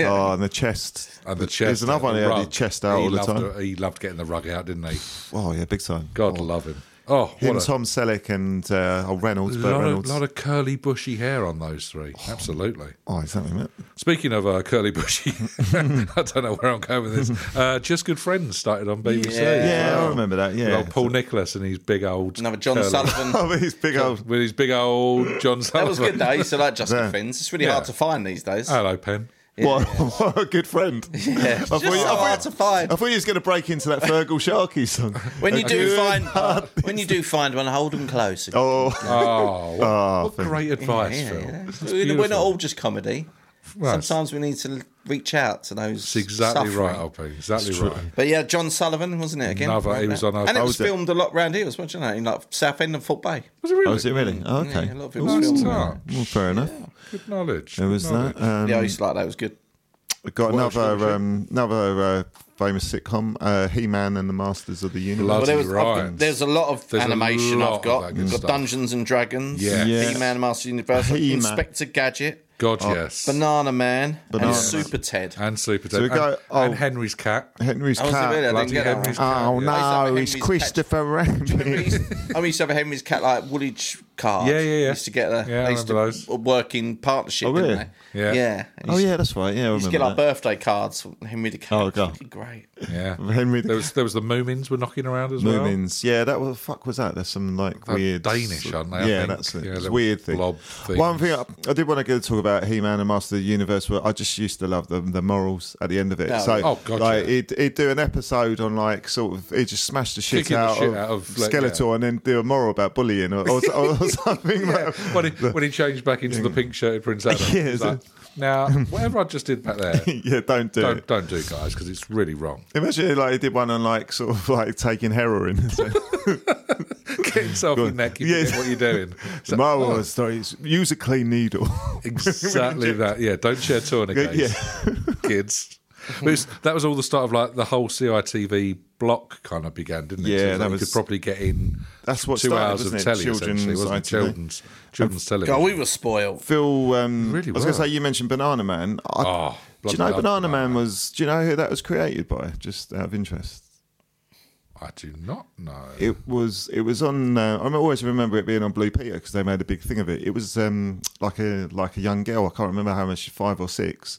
S3: Oh, and the chest.
S2: And the chest.
S3: There's another one
S2: and
S3: he
S2: the
S3: had his
S2: rug.
S3: chest out
S2: he
S3: all the
S2: loved,
S3: time.
S2: He loved getting the rug out, didn't he?
S3: Oh, yeah, big time.
S2: God love him. Oh,
S3: Him,
S2: what a
S3: Tom Selleck, and uh, oh, Reynolds, Burt
S2: lot of,
S3: Reynolds.
S2: lot of curly, bushy hair on those three. Absolutely.
S3: Oh, exactly, mate.
S2: Speaking of uh, curly, bushy, I don't know where I'm going with this. Uh, Just Good Friends started on BBC.
S1: Yeah.
S3: Yeah,
S2: Wow.
S3: I remember that. Yeah,
S2: Well, Paul Nicholas and his big old
S1: another John
S2: curly-
S1: Sullivan.
S3: Oh, but he's big old.
S2: with his big old John
S1: That
S2: Sullivan.
S1: was good though. So like Justin
S3: Yeah. Oh.
S1: Fins, it's really hard to find these days.
S2: Hello, Pen.
S3: What, what a good friend.
S1: yeah, it's just
S3: you- I
S1: so
S3: thought-
S1: hard to find.
S3: I thought he was going to break into that Fergal Sharkey song.
S1: When you
S3: A
S1: do
S3: good
S1: find,
S3: heart-
S1: when you do find one, hold them close.
S3: Oh,
S2: Oh, what,
S3: Oh,
S2: what
S3: thank you.
S2: great advice,
S1: Yeah,
S2: Phil.
S1: yeah.
S2: That's
S1: We're we're
S2: beautiful.
S1: not all just comedy.
S2: Well, that's-
S1: Sometimes we need to reach out to those.
S2: That's exactly
S1: suffering.
S2: right, LP. Exactly right.
S1: But yeah, John Sullivan wasn't it again?
S2: Another- he
S1: Right
S2: was
S1: now.
S2: on our-
S1: and
S2: I
S1: it was
S2: was
S3: there.
S1: filmed a lot round here, as well, wasn't it? In like Southend and Foot Bay.
S2: Was it really?
S3: oh, is it really? Oh, okay.
S1: Yeah, a lot of it was
S2: Nice
S1: filmed.
S2: touch.
S3: Well, fair enough.
S2: Good knowledge.
S3: There
S2: good
S3: was
S2: knowledge.
S3: that. Um,
S1: yeah, I used to like that. It was good.
S3: We've got
S2: Welsh,
S3: another
S2: wasn't
S3: um, another uh, famous sitcom, uh, He-Man and the Masters of the
S2: Bloody
S3: Universe.
S1: Well, there was, I've got-
S2: right.
S1: there's a lot of
S2: There's a
S1: animation
S2: lot
S1: I've
S2: of
S1: got.
S2: that good
S1: I've got
S2: stuff.
S1: Dungeons and Dragons,
S2: Yes.
S3: Yes.
S1: He-Man, and Master Universe,
S3: He-Man.
S1: Inspector Gadget,
S2: God,
S3: Oh,
S2: yes.
S1: Banana Man,
S3: Banana
S1: and
S3: Man.
S1: Super Ted.
S2: and Super
S3: we
S2: Ted.
S3: go-
S2: and,
S3: oh.
S2: and Henry's cat.
S3: Henry's
S1: I was
S3: cat.
S1: really- I
S2: Bloody
S1: didn't get that
S2: Henry's
S1: one.
S2: cat.
S3: Oh
S2: yeah.
S3: no,
S1: Henry's
S3: it's Christopher Rabbit.
S1: I used to have a Henry's cat like Woolwich card.
S2: Yeah, yeah, yeah.
S1: Used to get a,
S2: Yeah, I
S1: they used to
S2: remember those.
S1: work in partnership,
S3: Oh,
S1: didn't
S3: really?
S1: they?
S2: Yeah.
S1: yeah.
S3: oh yeah, that's right. Yeah, I
S1: Used
S3: remember
S1: to get like
S3: that.
S1: birthday cards from Henry the cat.
S3: Oh, God.
S1: Fucking great.
S2: Yeah.
S3: Henry the
S2: There was there was the Moomins were knocking around as well.
S3: Moomins. Yeah, that was fuck was that? There's some like
S2: They're
S3: weird
S2: Danish, aren't they, I
S3: yeah,
S2: think?
S3: that's it.
S2: Yeah,
S3: it's
S2: little
S3: weird thing.
S2: blob
S3: One
S2: things.
S3: thing I, I did want to go talk about He-Man and Master of the Universe. Where I just used to love the the morals at the end of it.
S1: No.
S3: So
S2: Oh, God,
S3: like
S2: yeah.
S3: he'd, he'd do an episode on like sort of he just smashed the shit,
S2: Kicking the
S3: out,
S2: shit
S3: of
S2: out of, like,
S3: Skeletor and then do a moral about bullying or, or, or something.
S2: Yeah,
S3: like-
S2: when he, when he changed back into the pink shirted Prince Adam.
S3: Yeah,
S2: he's
S3: so-
S2: like, now, whatever I just did back there,
S3: yeah, don't do
S2: don't
S3: it.
S2: don't do, guys, because it's really wrong.
S3: Imagine like he did one on like sort of like taking heroin.
S2: Get himself in that. Keep
S3: Yes.
S2: forgetting what you're doing. So-
S3: My
S2: oh,
S3: was use a clean needle.
S2: exactly that. Yeah, don't share tourniquets, kids. But it's- that was all the start of like the whole CITV block kind of began, didn't it?
S3: Yeah,
S2: So it's
S3: that
S2: like you
S3: was-
S2: could probably get in.
S3: That's what
S2: two
S3: started,
S2: hours
S3: wasn't
S2: of
S3: it?
S2: telly,
S3: Children's
S2: essentially, wasn't it?
S3: ITV.
S2: Children's children's television.
S1: God, we were spoiled.
S3: Phil, um,
S2: Really
S3: I was going
S2: were.
S3: to say you mentioned Banana Man. I,
S2: Oh,
S3: do
S2: bloody
S3: you know
S2: love Banana
S3: Banana Man was? Do you know who that was created by? Just out of interest,
S2: I do not know.
S3: it was. It was on. Uh, I remember- always remember it being on Blue Peter because they made a big thing of it. It was um, like a like a young girl. I can't remember how much she five or six.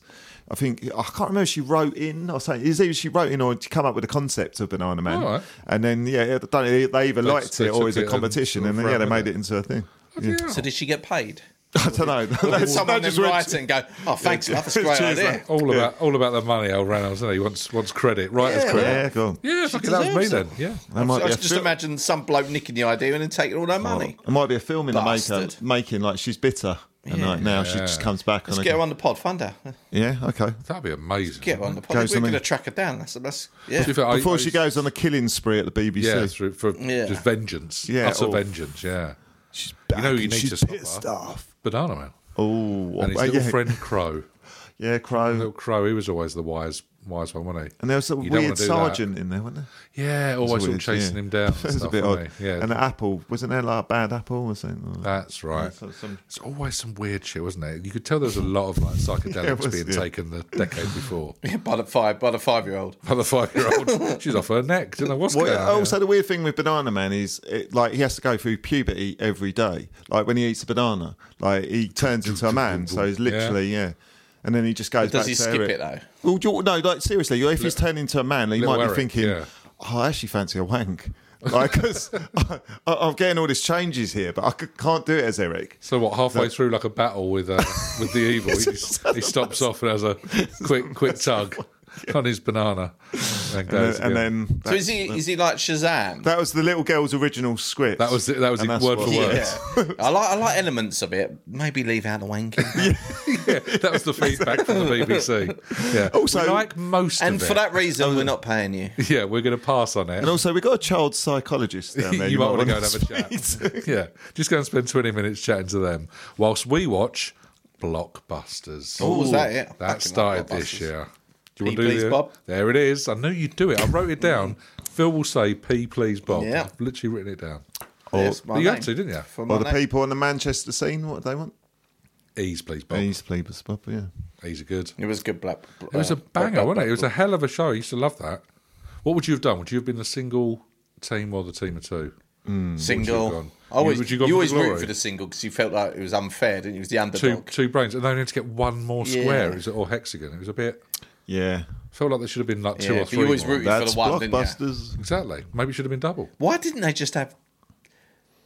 S3: I think I can't remember. if She wrote in or something. It was either she wrote in or she come up with a concept of Banana Man,
S2: All right.
S3: and then yeah, yeah, they, they either liked
S2: they
S3: it or it
S2: took
S3: was
S2: it
S3: a
S2: and
S3: competition,
S2: sort
S3: and,
S2: of
S3: then yeah, they
S2: ran with Oh,
S3: made it into a thing.
S2: Bloody hell.
S1: So did she get paid?
S3: I don't
S2: Oh,
S3: know.
S1: Did
S3: That's-
S1: someone
S3: that just
S1: then
S3: went-
S1: write it and go, oh, thanks, love, that's a great
S3: Cheers,
S1: idea.
S3: mate.
S2: all about all about the money, old Reynolds. Isn't he? He wants wants credit, right? as credit.
S3: Yeah, cool.
S2: Yeah, fucking that was me
S1: deserves
S2: then.
S1: it.
S2: Yeah.
S3: That might
S1: I
S3: be a
S1: just
S3: fil-
S1: imagine some bloke nicking the idea and then taking all their money.
S3: It might be a film in
S1: Bastard.
S3: the maker, making like she's bitter And like now she just comes back
S1: Let's
S3: on
S1: get
S3: a,
S1: her on the pod, find her.
S3: Yeah, okay.
S2: That'd be amazing.
S1: Get her on the pod.
S3: Go
S1: We're
S3: somewhere.
S1: going to track her down. That's, that's yeah.
S2: To be fair, I-
S3: Before
S2: I
S3: she
S2: used-
S3: goes on a killing spree at the BBC.
S2: yeah, through, for
S1: Yeah.
S2: just vengeance,
S3: Yeah,
S2: utter
S3: or-
S2: vengeance, yeah.
S5: She's back
S2: You know you
S5: and
S2: need
S5: she's
S2: to stop
S5: pissed
S2: that.
S5: off.
S2: Banana Man
S3: Oh,
S2: and his
S3: uh,
S2: little
S3: yeah,
S2: friend Crow.
S3: yeah, Crow.
S2: Little Crow, he was always the wise, wise one, wasn't he?
S3: And there was a
S2: You don't
S3: weird
S2: wanna do
S3: sergeant in there, wasn't there?
S2: That. Yeah, always all
S3: Weird,
S2: chasing
S3: yeah.
S2: him down.
S3: it
S2: and
S3: was
S2: stuff,
S3: a bit
S2: wasn't
S3: odd.
S2: he? Yeah,
S3: And the apple wasn't there like a bad apple or something?
S2: that's right.
S3: So some-
S2: It's always some weird shit, wasn't it? You could tell there was a lot of like psychedelics
S3: was,
S2: being
S3: yeah.
S2: taken the decade before.
S1: Yeah, by the five by the five year old.
S2: By the five year old, she's off her neck. Didn't know what's
S3: Well,
S2: going on.
S3: also, the weird thing with Banana Man is, it, like, he has to go through puberty every day. Like when he eats a banana, like he turns into a man. So he's literally, yeah. And then he just goes.
S1: Does
S3: back
S1: he
S3: to
S1: skip
S3: Eric.
S1: it, though?
S3: Well, you- no, like seriously, if he's turned into a man, you
S2: Little
S3: might
S2: Eric,
S3: be thinking,
S2: yeah.
S3: oh, I actually fancy a wank. Like, 'cause I, I'm getting all these changes here, but I c- can't do it as Eric.
S2: So what? Halfway through, like a battle with uh, with the evil, he, he stops off and has a quick quick tug on his banana, and,
S3: And,
S2: goes
S3: and
S2: again.
S3: then
S1: So is he is he like Shazam?
S3: that was the little girl's original script.
S2: that was it, that was it,
S3: And that's
S2: word
S3: what-
S2: for word.
S1: yeah. I like I like elements of it. Maybe leave out the wanking.
S2: That was the feedback from the BBC. Yeah.
S3: Also-
S2: We like most
S1: And
S2: of
S1: for
S2: it.
S1: that reason, we're not paying you.
S2: yeah, we're going to pass on it.
S3: And also, we got a child psychologist down there.
S2: you, might want to go and
S3: wanna
S2: have a
S3: speak to.
S2: chat. yeah, just go and spend twenty minutes chatting to them whilst we watch blockbusters.
S1: Oh, was that it? Fucking
S2: That
S1: love
S2: started this
S1: Blockbusters.
S2: year. Do you
S1: P
S2: want to do
S1: please,
S2: the-
S1: Bob? Mm.
S2: There it is. I knew you'd do it. I wrote it down. Phil will say "P, please, Bob."
S1: Yeah.
S2: I've literally written it down.
S1: There's my
S2: you
S1: name.
S2: had to, didn't
S1: For my
S3: Or the
S1: name.
S3: people on the Manchester scene, what do they want?
S2: you? Ease, please, Bob. Ease,
S3: Please, please, Bob, yeah.
S2: are good.
S1: It was good black.
S2: It was a banger, wasn't it? It was a hell of a show. I used to love that. What would you have done? Would you have been the single team or the team of two? Would you have
S1: single.
S2: gone?
S1: I Always,
S2: You- would you
S1: you,
S2: gone for
S1: always
S2: the
S1: root
S2: glory?
S1: for the single because you felt like it was unfair, didn't you? It was the
S2: Two
S1: underdog.
S2: two brains, and they only had to get one more square.
S1: Yeah.
S2: Is it or hexagon? It was a bit.
S3: Yeah.
S2: Felt like there should have been like two
S1: Yeah,
S2: or
S1: but you
S2: three.
S1: always
S2: more.
S1: root- for
S3: That's
S1: the one, didn't ya?
S3: blockbusters.
S2: Exactly. Maybe it should have been double.
S1: Why didn't they just have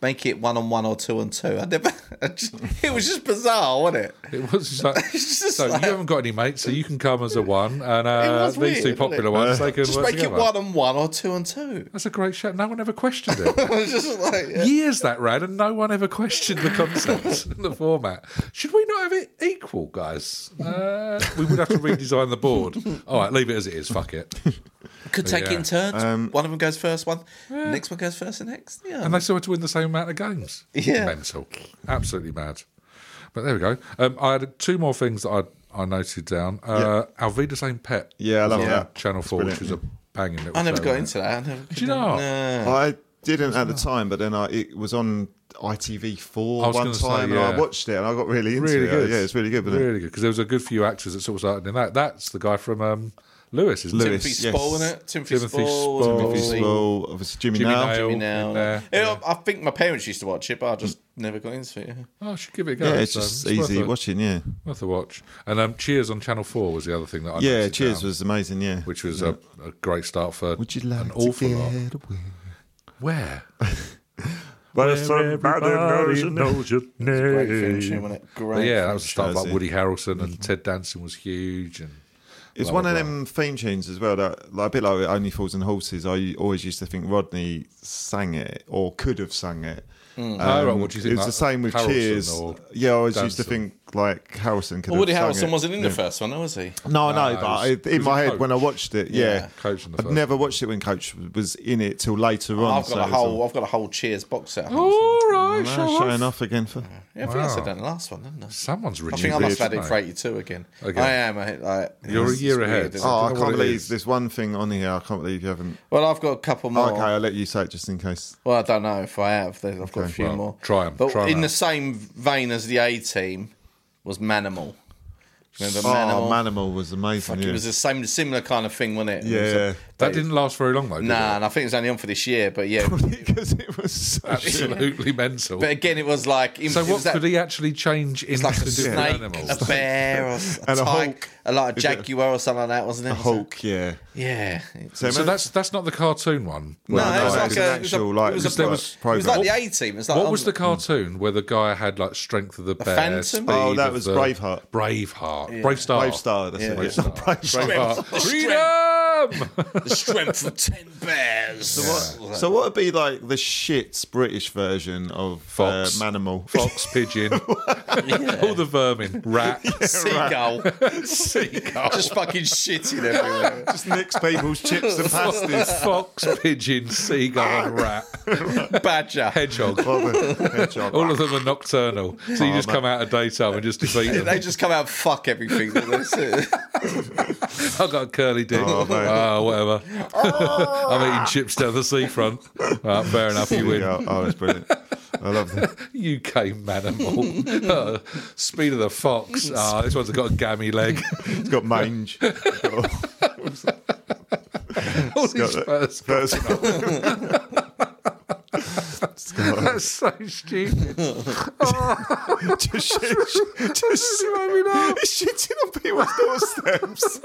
S1: make it one on one or two on two? I never. I just, it was just bizarre, wasn't it?
S2: It was just like,
S1: It's just
S2: so
S1: like-
S2: you haven't got any mates, so you can come as a one, and uh,
S1: was
S2: these
S1: weird,
S2: two
S1: wasn't
S2: popular
S1: it?
S2: ones they can
S1: Just
S2: work
S1: make
S2: together.
S1: it one on one or two on two.
S2: That's a great show. No one ever questioned it.
S1: It was just like yeah.
S2: Years that ran, and no one ever questioned the concept, and the format. Should we not have it equal, guys? Uh, we would have to redesign the board. All right, leave it as it is. Fuck it.
S1: could take it
S2: Yeah. Um,
S1: in turns. one of them goes first, one next one goes first, the next. Yeah,
S2: And they still had to win the same amount of games.
S1: Yeah.
S2: Mental. Absolutely mad. But there we go. Um, I had two more things that I, I noted down. Uh, Alvida Same Pet.
S3: Yeah, I love
S2: was on
S3: that.
S2: Channel 4, which
S3: brilliant.
S2: was a banging little
S1: I never
S2: show,
S1: got
S2: wasn't
S1: into that. I never,
S2: it? Do you know?
S3: I didn't at the time, but then I, it was on
S2: I
S3: ITV4
S2: was
S3: one
S2: gonna say,
S3: time, and
S2: yeah.
S3: I watched it, and I got really into
S2: Really
S3: it.
S2: good.
S3: Yeah, it's really good, wasn't it?
S2: Really good. Because there was a good few actors that sort of started in that. That's the guy from um, Lewis, isn't
S3: Lewis.
S1: Timothy
S3: yes.
S1: Spall in it. Timothy,
S2: Timothy
S1: Spall.
S2: Spall.
S1: Timothy
S3: Obviously, well, obviously Jimmy,
S2: Jimmy
S3: Nail.
S2: Nail.
S1: Jimmy Now.
S2: Yeah,
S1: Yeah,
S2: yeah.
S1: I think my parents used to watch it, but I just never got into it. yeah.
S2: it? Oh, I should give it a go.
S3: Yeah, it's
S2: So
S3: just
S2: worth
S3: easy
S2: a-
S3: watching. Yeah,
S2: Worth a watch. And um, Cheers on Channel 4 was the other thing that I
S3: yeah.
S2: noted
S3: Cheers
S2: down,
S3: was amazing. Yeah,
S2: Which was a, a great start for
S3: would you like
S2: an awful
S3: to
S2: lot.
S3: get away?
S2: Where?
S5: But
S2: uh, your
S1: Great finishing, wasn't it?
S2: But
S1: Great.
S2: yeah, that was the stuff
S3: shows,
S2: like
S3: yeah.
S2: Woody Harrelson and Ted Danson was huge, and
S3: It's
S2: blah,
S3: one of them theme tunes as well that, like a bit like Only Fools and Horses. I always used to think Rodney sang it or could have sung it. Um,
S2: Oh, right, what do you think,
S3: It was
S2: like
S3: the same with
S2: Harrelson
S3: Cheers.
S2: or
S3: Yeah, I always used to
S2: Danson?
S3: think like Harrison could
S1: Well, Woody
S3: have sung
S1: Harrelson
S3: it.
S1: wasn't in the first one, was he?
S3: No,
S2: No,
S3: I know, but
S2: it was-
S3: I,
S2: it
S3: in
S2: was
S3: my
S2: a
S3: head when I
S2: coach.
S3: watched it,
S1: Yeah.
S3: yeah,
S2: Coach in the
S3: I'd
S2: first
S3: never watched it when Coach was in it till later on.
S1: I've got
S3: so
S1: a
S3: it's all-
S1: whole, I've got a whole Cheers box set.
S2: all right,
S3: No,
S2: show
S3: showing
S2: off.
S3: off again for.
S1: Yeah, I think I
S2: Wow.
S1: said that in the last one, didn't I?
S2: Someone's
S1: I
S2: renewed.
S1: think I must
S2: this,
S1: have had it
S2: mate.
S1: for 82 again.
S2: Okay.
S1: I am. I, like,
S2: You're a
S1: it's
S2: year
S1: weird, isn't
S2: ahead.
S1: it?
S3: Oh,
S2: know
S3: I
S2: what
S3: can't
S2: it
S3: believe
S2: is.
S3: there's one thing on here. I can't believe you haven't.
S1: Well, I've got a couple
S2: Oh.
S1: more.
S3: Okay, I'll let you say it just in case.
S1: Well, I don't know if I have. There's- I've got a few
S2: well,
S1: more.
S2: try 'em,
S1: But
S2: try 'em
S1: in
S2: out.
S1: the same vein as the A team was Manimal. Remember Manimal?
S3: Oh, Manimal was amazing.
S1: It
S3: yeah.
S1: was the same, similar kind of thing, wasn't it? It was
S3: yeah,
S1: like-
S2: That didn't last very long though. Did
S1: nah,
S2: it?
S1: and I think it was only on for this year. But yeah,
S3: because it was such
S2: absolutely mental.
S1: but again, it was like it
S2: so
S1: was
S2: what
S1: that,
S2: could he actually change into
S1: like a
S2: different
S1: snake,
S2: animals?
S1: a bear, or s- a,
S3: And a
S1: tiger,
S3: Hulk.
S1: a, like a jaguar or something like that, wasn't it?
S3: a Hulk, yeah.
S1: Yeah.
S3: So,
S2: So that's that's not the cartoon one.
S1: no,
S3: no,
S1: it was
S3: no,
S1: like a,
S3: it's an
S1: it was a-
S3: actual, like,
S1: it was a-
S3: just like
S1: it was- it was
S3: program.
S1: like the A team. It was like oh,
S2: What
S1: on-
S2: was the cartoon where the guy had like strength of the bear?
S1: Phantom?
S2: speed
S3: Oh, that
S2: of
S3: was
S2: the-
S3: Braveheart.
S2: Braveheart. Brave Star.
S3: Brave Star. That's
S1: Yeah.
S3: it.
S1: Brave
S3: Brave Star.
S2: Braveheart.
S1: The strength.
S2: Freedom! them.
S1: the strength of ten bears. So
S3: what, so what would be like the shit British version of
S2: Fox.
S3: uh, Manimal?
S2: Fox, pigeon, all the vermin, rat.
S1: Seagull. Seagull. Just fucking shitting everywhere.
S3: Just nicks people's chips and pastas.
S2: Fox, pigeon, seagull, and rat,
S1: Badger.
S2: hedgehog.
S3: Well, the hedgehog.
S2: All of them are nocturnal, so you just come out of daytime and just defeat them.
S1: They just come out and fuck everything. That's it.
S2: I've got a curly dick.
S3: Oh, mate.
S2: Ah, whatever. I'm eating chips down the seafront. Ah, fair enough, you win.
S3: Yeah, oh, that's brilliant. I love that.
S2: UK manimal. Ah, speed of the fox. Ah, this one's got a gammy leg.
S3: It's got mange. It's got all-
S2: All these
S3: got
S2: first-
S3: First of all,
S2: That's so stupid.
S3: just shit, just shitting on people's doorsteps.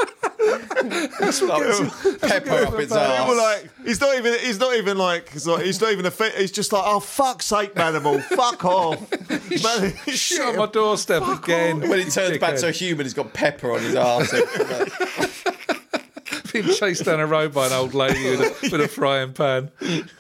S1: Like, pepper up its ass.
S3: People like he's not even he's not even like he's not, he's not even a fit. He's just like oh fuck's sake, manimal, fuck off. Man,
S2: Shit on my doorstep again.
S1: when he turns back to a human, he's got pepper on his arse.
S2: Being chased down a road by an old lady with a, with a frying pan.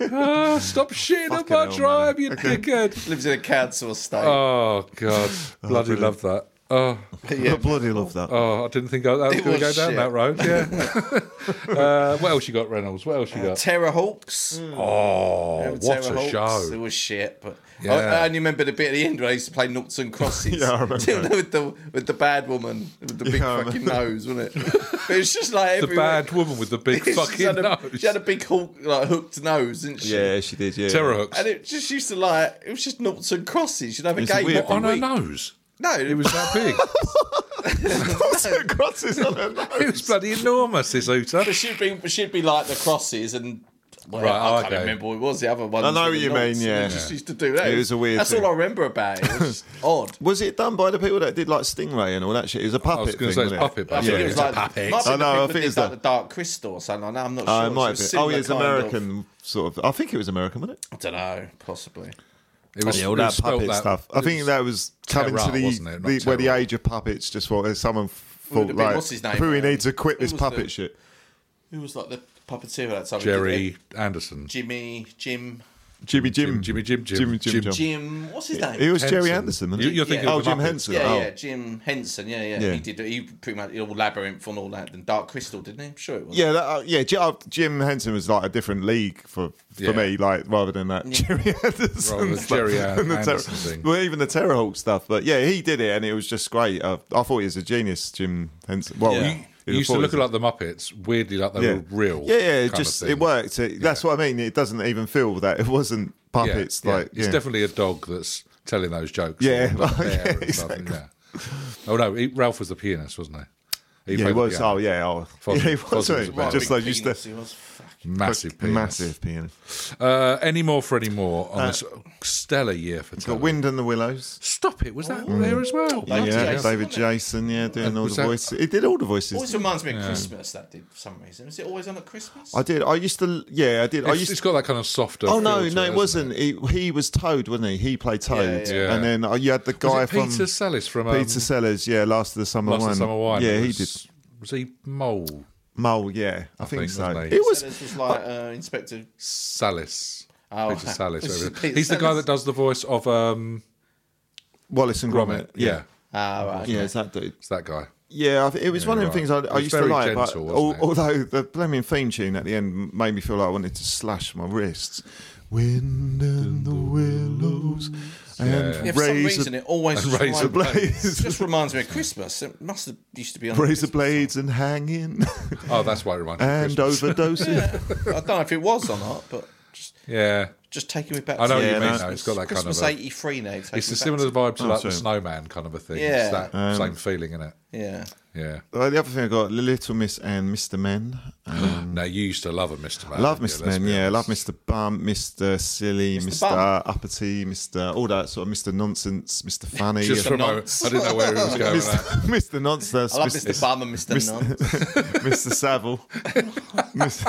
S2: Ah, stop shitting on
S3: Fucking
S2: my
S3: hell,
S2: drive, you dickhead.
S1: lives in a council estate.
S2: Oh, God. Bloody love that. Oh,
S3: I bloody love that.
S2: oh, I didn't think I, that was
S1: It
S2: going to go
S1: was
S2: down
S1: shit.
S2: that road. Yeah. uh, what else you got, Reynolds? What else you got?
S1: Terror Hawks.
S2: Oh,
S1: Remember
S2: what
S1: Terror
S2: a
S1: Hawks? It
S2: show.
S1: was shit, but
S2: Yeah.
S1: I, I only remember the bit at the end where I used to play noughts and crosses.
S3: Yeah, I remember.
S1: Do you know, with the with the bad woman with the big
S3: Yeah, I
S1: fucking
S3: remember.
S1: nose, wasn't it? But it was just like
S2: The
S1: everywhere.
S2: bad woman with the big
S1: She just
S2: fucking
S1: had a,
S2: nose.
S1: She had a big hook, like hooked nose, didn't she?
S3: yeah, she did. Yeah,
S2: Terror hooks.
S1: And it just used to like it was just noughts and crosses. You'd have a
S3: It's a
S1: game
S3: weird
S1: every
S2: on her
S1: week.
S2: nose.
S1: No,
S2: It was that big.
S3: Also crosses on her nose.
S2: it was bloody enormous, this Uta.
S1: But she'd be she'd be like the crosses and well,
S2: Right,
S1: I can't
S2: okay.
S1: remember what it was. The other one.
S3: I know what you mean, yeah.
S1: just used to do that.
S3: It was a weird
S1: That's
S3: thing.
S1: all I remember about it. It was just odd.
S3: Was it done by the people that did like Stingray and all that shit? It was a puppet
S2: I was going to
S3: thing.
S2: say it's
S3: wasn't
S2: puppet, but
S1: I
S2: I
S1: think
S2: think
S1: it was like
S2: puppet.
S1: might have been
S3: I
S1: the people
S3: know, I think
S1: that
S3: it's
S1: did,
S3: that-
S1: like the Dark Crystal or something. I know, I'm not sure.
S3: Uh, it might
S1: was
S3: be.
S1: similar
S3: Oh, it's
S1: kind
S3: American, sort of. I think it was American, wasn't it?
S1: Of, I don't know, possibly.
S2: It was,
S3: Yeah,
S2: it
S3: all
S2: was
S3: that
S2: spelt
S3: puppet
S2: that-
S3: stuff. I
S2: it
S3: think
S2: was-
S3: that was coming
S2: terror,
S3: to the,
S2: wasn't it? Not
S3: the where the
S2: terror.
S3: age of puppets just thought someone
S1: Would it
S3: thought
S1: have been-
S3: like
S1: what's his name,
S3: we
S1: uh,
S3: need to quit
S1: who
S3: this
S1: was the-
S3: puppet shit.
S1: Who was like the puppeteer at that time?
S2: Jerry Anderson.
S1: Jimmy, Jim,
S3: Jimmy Jim,
S2: Jimmy Jim Jim.
S3: Jimmy Jim,
S2: Jim
S3: Jim.
S1: Jim. What's his name?
S3: It Um, was Jerry
S2: Henson.
S3: Anderson. wasn't
S2: You-
S3: it?
S2: you're thinking
S1: Yeah.
S3: oh
S2: of the
S3: Jim
S2: Muppets.
S3: Henson.
S1: yeah,
S3: oh.
S1: yeah, Jim Henson. Yeah, yeah,
S3: Yeah.
S1: He did. He pretty much did all labyrinth and all that, and Dark Crystal, didn't he? I'm sure it was.
S3: Yeah, that, uh, yeah. Ji- uh, Jim Henson was like a different league for for
S2: Yeah.
S3: me, like rather than that Jerry Anderson,
S2: Rather than
S3: stuff
S2: Jerry
S3: and the
S2: Anderson
S3: Terror-
S2: thing.
S3: well, even the Terror Hawk stuff. But yeah, he did it, and it was just great. Uh, I thought he was a genius, Jim Henson. Well,
S1: Yeah.
S3: yeah.
S1: You-
S2: You used to look like the Muppets, weirdly like they were real.
S3: Yeah, yeah.
S2: kind
S3: It
S2: of
S3: just
S2: thing.
S3: it worked. It, That's what I mean. It doesn't even feel that it wasn't
S2: Yeah,
S3: puppets.
S2: yeah.
S3: Like
S2: it's
S3: yeah.
S2: definitely a dog that's telling those jokes.
S3: Yeah,
S2: or not
S3: well,
S2: there
S3: yeah,
S2: and stuff,
S3: exactly.
S2: yeah. Oh no, he, Ralph was the pianist, wasn't he? He
S3: Yeah,
S2: played
S3: it
S2: the
S3: was.
S2: piano.
S3: Oh, yeah. Oh,
S2: Fozzie-
S3: yeah, it
S2: Fozzie was
S3: was. wasn't it?
S2: about
S3: Just
S1: Big
S3: like used to
S1: penis, he was fucking.
S2: massive pianist.
S3: massive pianist.
S2: Uh, any more for any more on this stellar year for
S3: Got
S2: television?
S3: Wind and the Willows.
S2: Stop it! Was that there as well?
S1: Yeah.
S2: Bloody
S3: Yeah,
S1: Jason,
S2: hell.
S3: David Jason. Yeah, doing all
S2: Oh, Uh, was
S3: the
S2: that-
S3: voices. He did all the
S1: Always
S3: voices.
S1: reminds me of Christmas. That did for some reason. Was it always on at Christmas?
S3: I did. I used to. Yeah, I did. I
S2: It's-
S3: used.
S2: it's
S3: to,
S2: got that kind of softer.
S3: Oh no,
S2: feel to
S3: no,
S2: it
S3: it
S2: hasn't
S3: wasn't. He, he was Toad, wasn't he? He played Toad,
S1: yeah,
S2: yeah.
S3: and then uh, you had the guy
S2: Was it
S3: from
S2: Peter Sellis from um,
S3: Peter Sellers. Yeah, Last of the Summer
S2: Last
S3: Wine.
S2: of Summer Wine.
S3: Yeah,
S2: It
S3: he did.
S2: was- Was he mole
S3: Mole. Yeah, I, think,
S2: think,
S3: so.
S2: wasn't
S3: It
S2: he?
S3: was.
S1: Sellers was like uh, Inspector.
S2: Salis?
S1: Oh,
S2: Peter Salis.
S1: was it
S2: whatever.
S1: Peter
S2: He's the guy
S1: Salis?
S2: that does the voice of um,
S3: Wallace and
S2: Gromit.
S3: Gromit.
S2: Yeah.
S1: Ah, right.
S3: Yeah, it's that dude.
S2: it's that guy.
S3: Yeah, I th- it was one of the
S2: right.
S3: things I,
S2: It
S3: I
S2: was
S3: used to
S2: very
S3: like.
S2: gentle,
S3: but,
S2: wasn't
S3: al-
S2: it?
S3: although the blooming theme tune at the end made me feel like I wanted to slash my wrists. Wind and the willows and
S1: Yeah, for some
S3: razor
S1: reason, it always just,
S2: razor
S1: reminds,
S3: blades.
S1: just reminds me of Christmas. It must have used to be on
S3: razor
S1: Christmas.
S3: blades and hanging
S2: Oh, that's why it reminds me.
S3: and uh,
S2: of Christmas.
S3: overdosing.
S1: I don't know if it was or not, but just,
S2: Yeah,
S1: just taking me back.
S2: I know
S1: to
S2: what you
S3: Yeah,
S2: mean.
S3: no.
S2: though. It's got that kind
S1: Christmas
S2: of. A,
S1: '83 now. taking
S2: it's
S1: me
S2: a
S1: back
S2: similar
S1: to-
S2: vibe to like the
S3: sorry.
S2: snowman kind of a thing.
S1: Yeah.
S2: it's that
S3: Um,
S2: same feeling in it.
S1: Yeah.
S2: Yeah.
S3: Uh, the other thing I got Little Miss and Mr. Men. Um,
S2: No, you used to love a Mr. Man.
S3: love
S2: didn't you?
S3: Mr.
S2: Let's
S3: Men,
S2: be
S3: yeah.
S2: honest.
S3: Love Mr. Bump, Mr. Silly, Mr.
S1: Bump.
S3: Uppity, Mr. all that sort of Mr. Nonsense, Mr. Funny.
S2: Just
S3: uh,
S2: from I
S1: Nuts.
S2: I didn't know where it was going. with that.
S3: Mr. Mr. Nonsense.
S1: I love Mr. Bum and Mr. Nunn.
S3: Mr. Savile. Miss-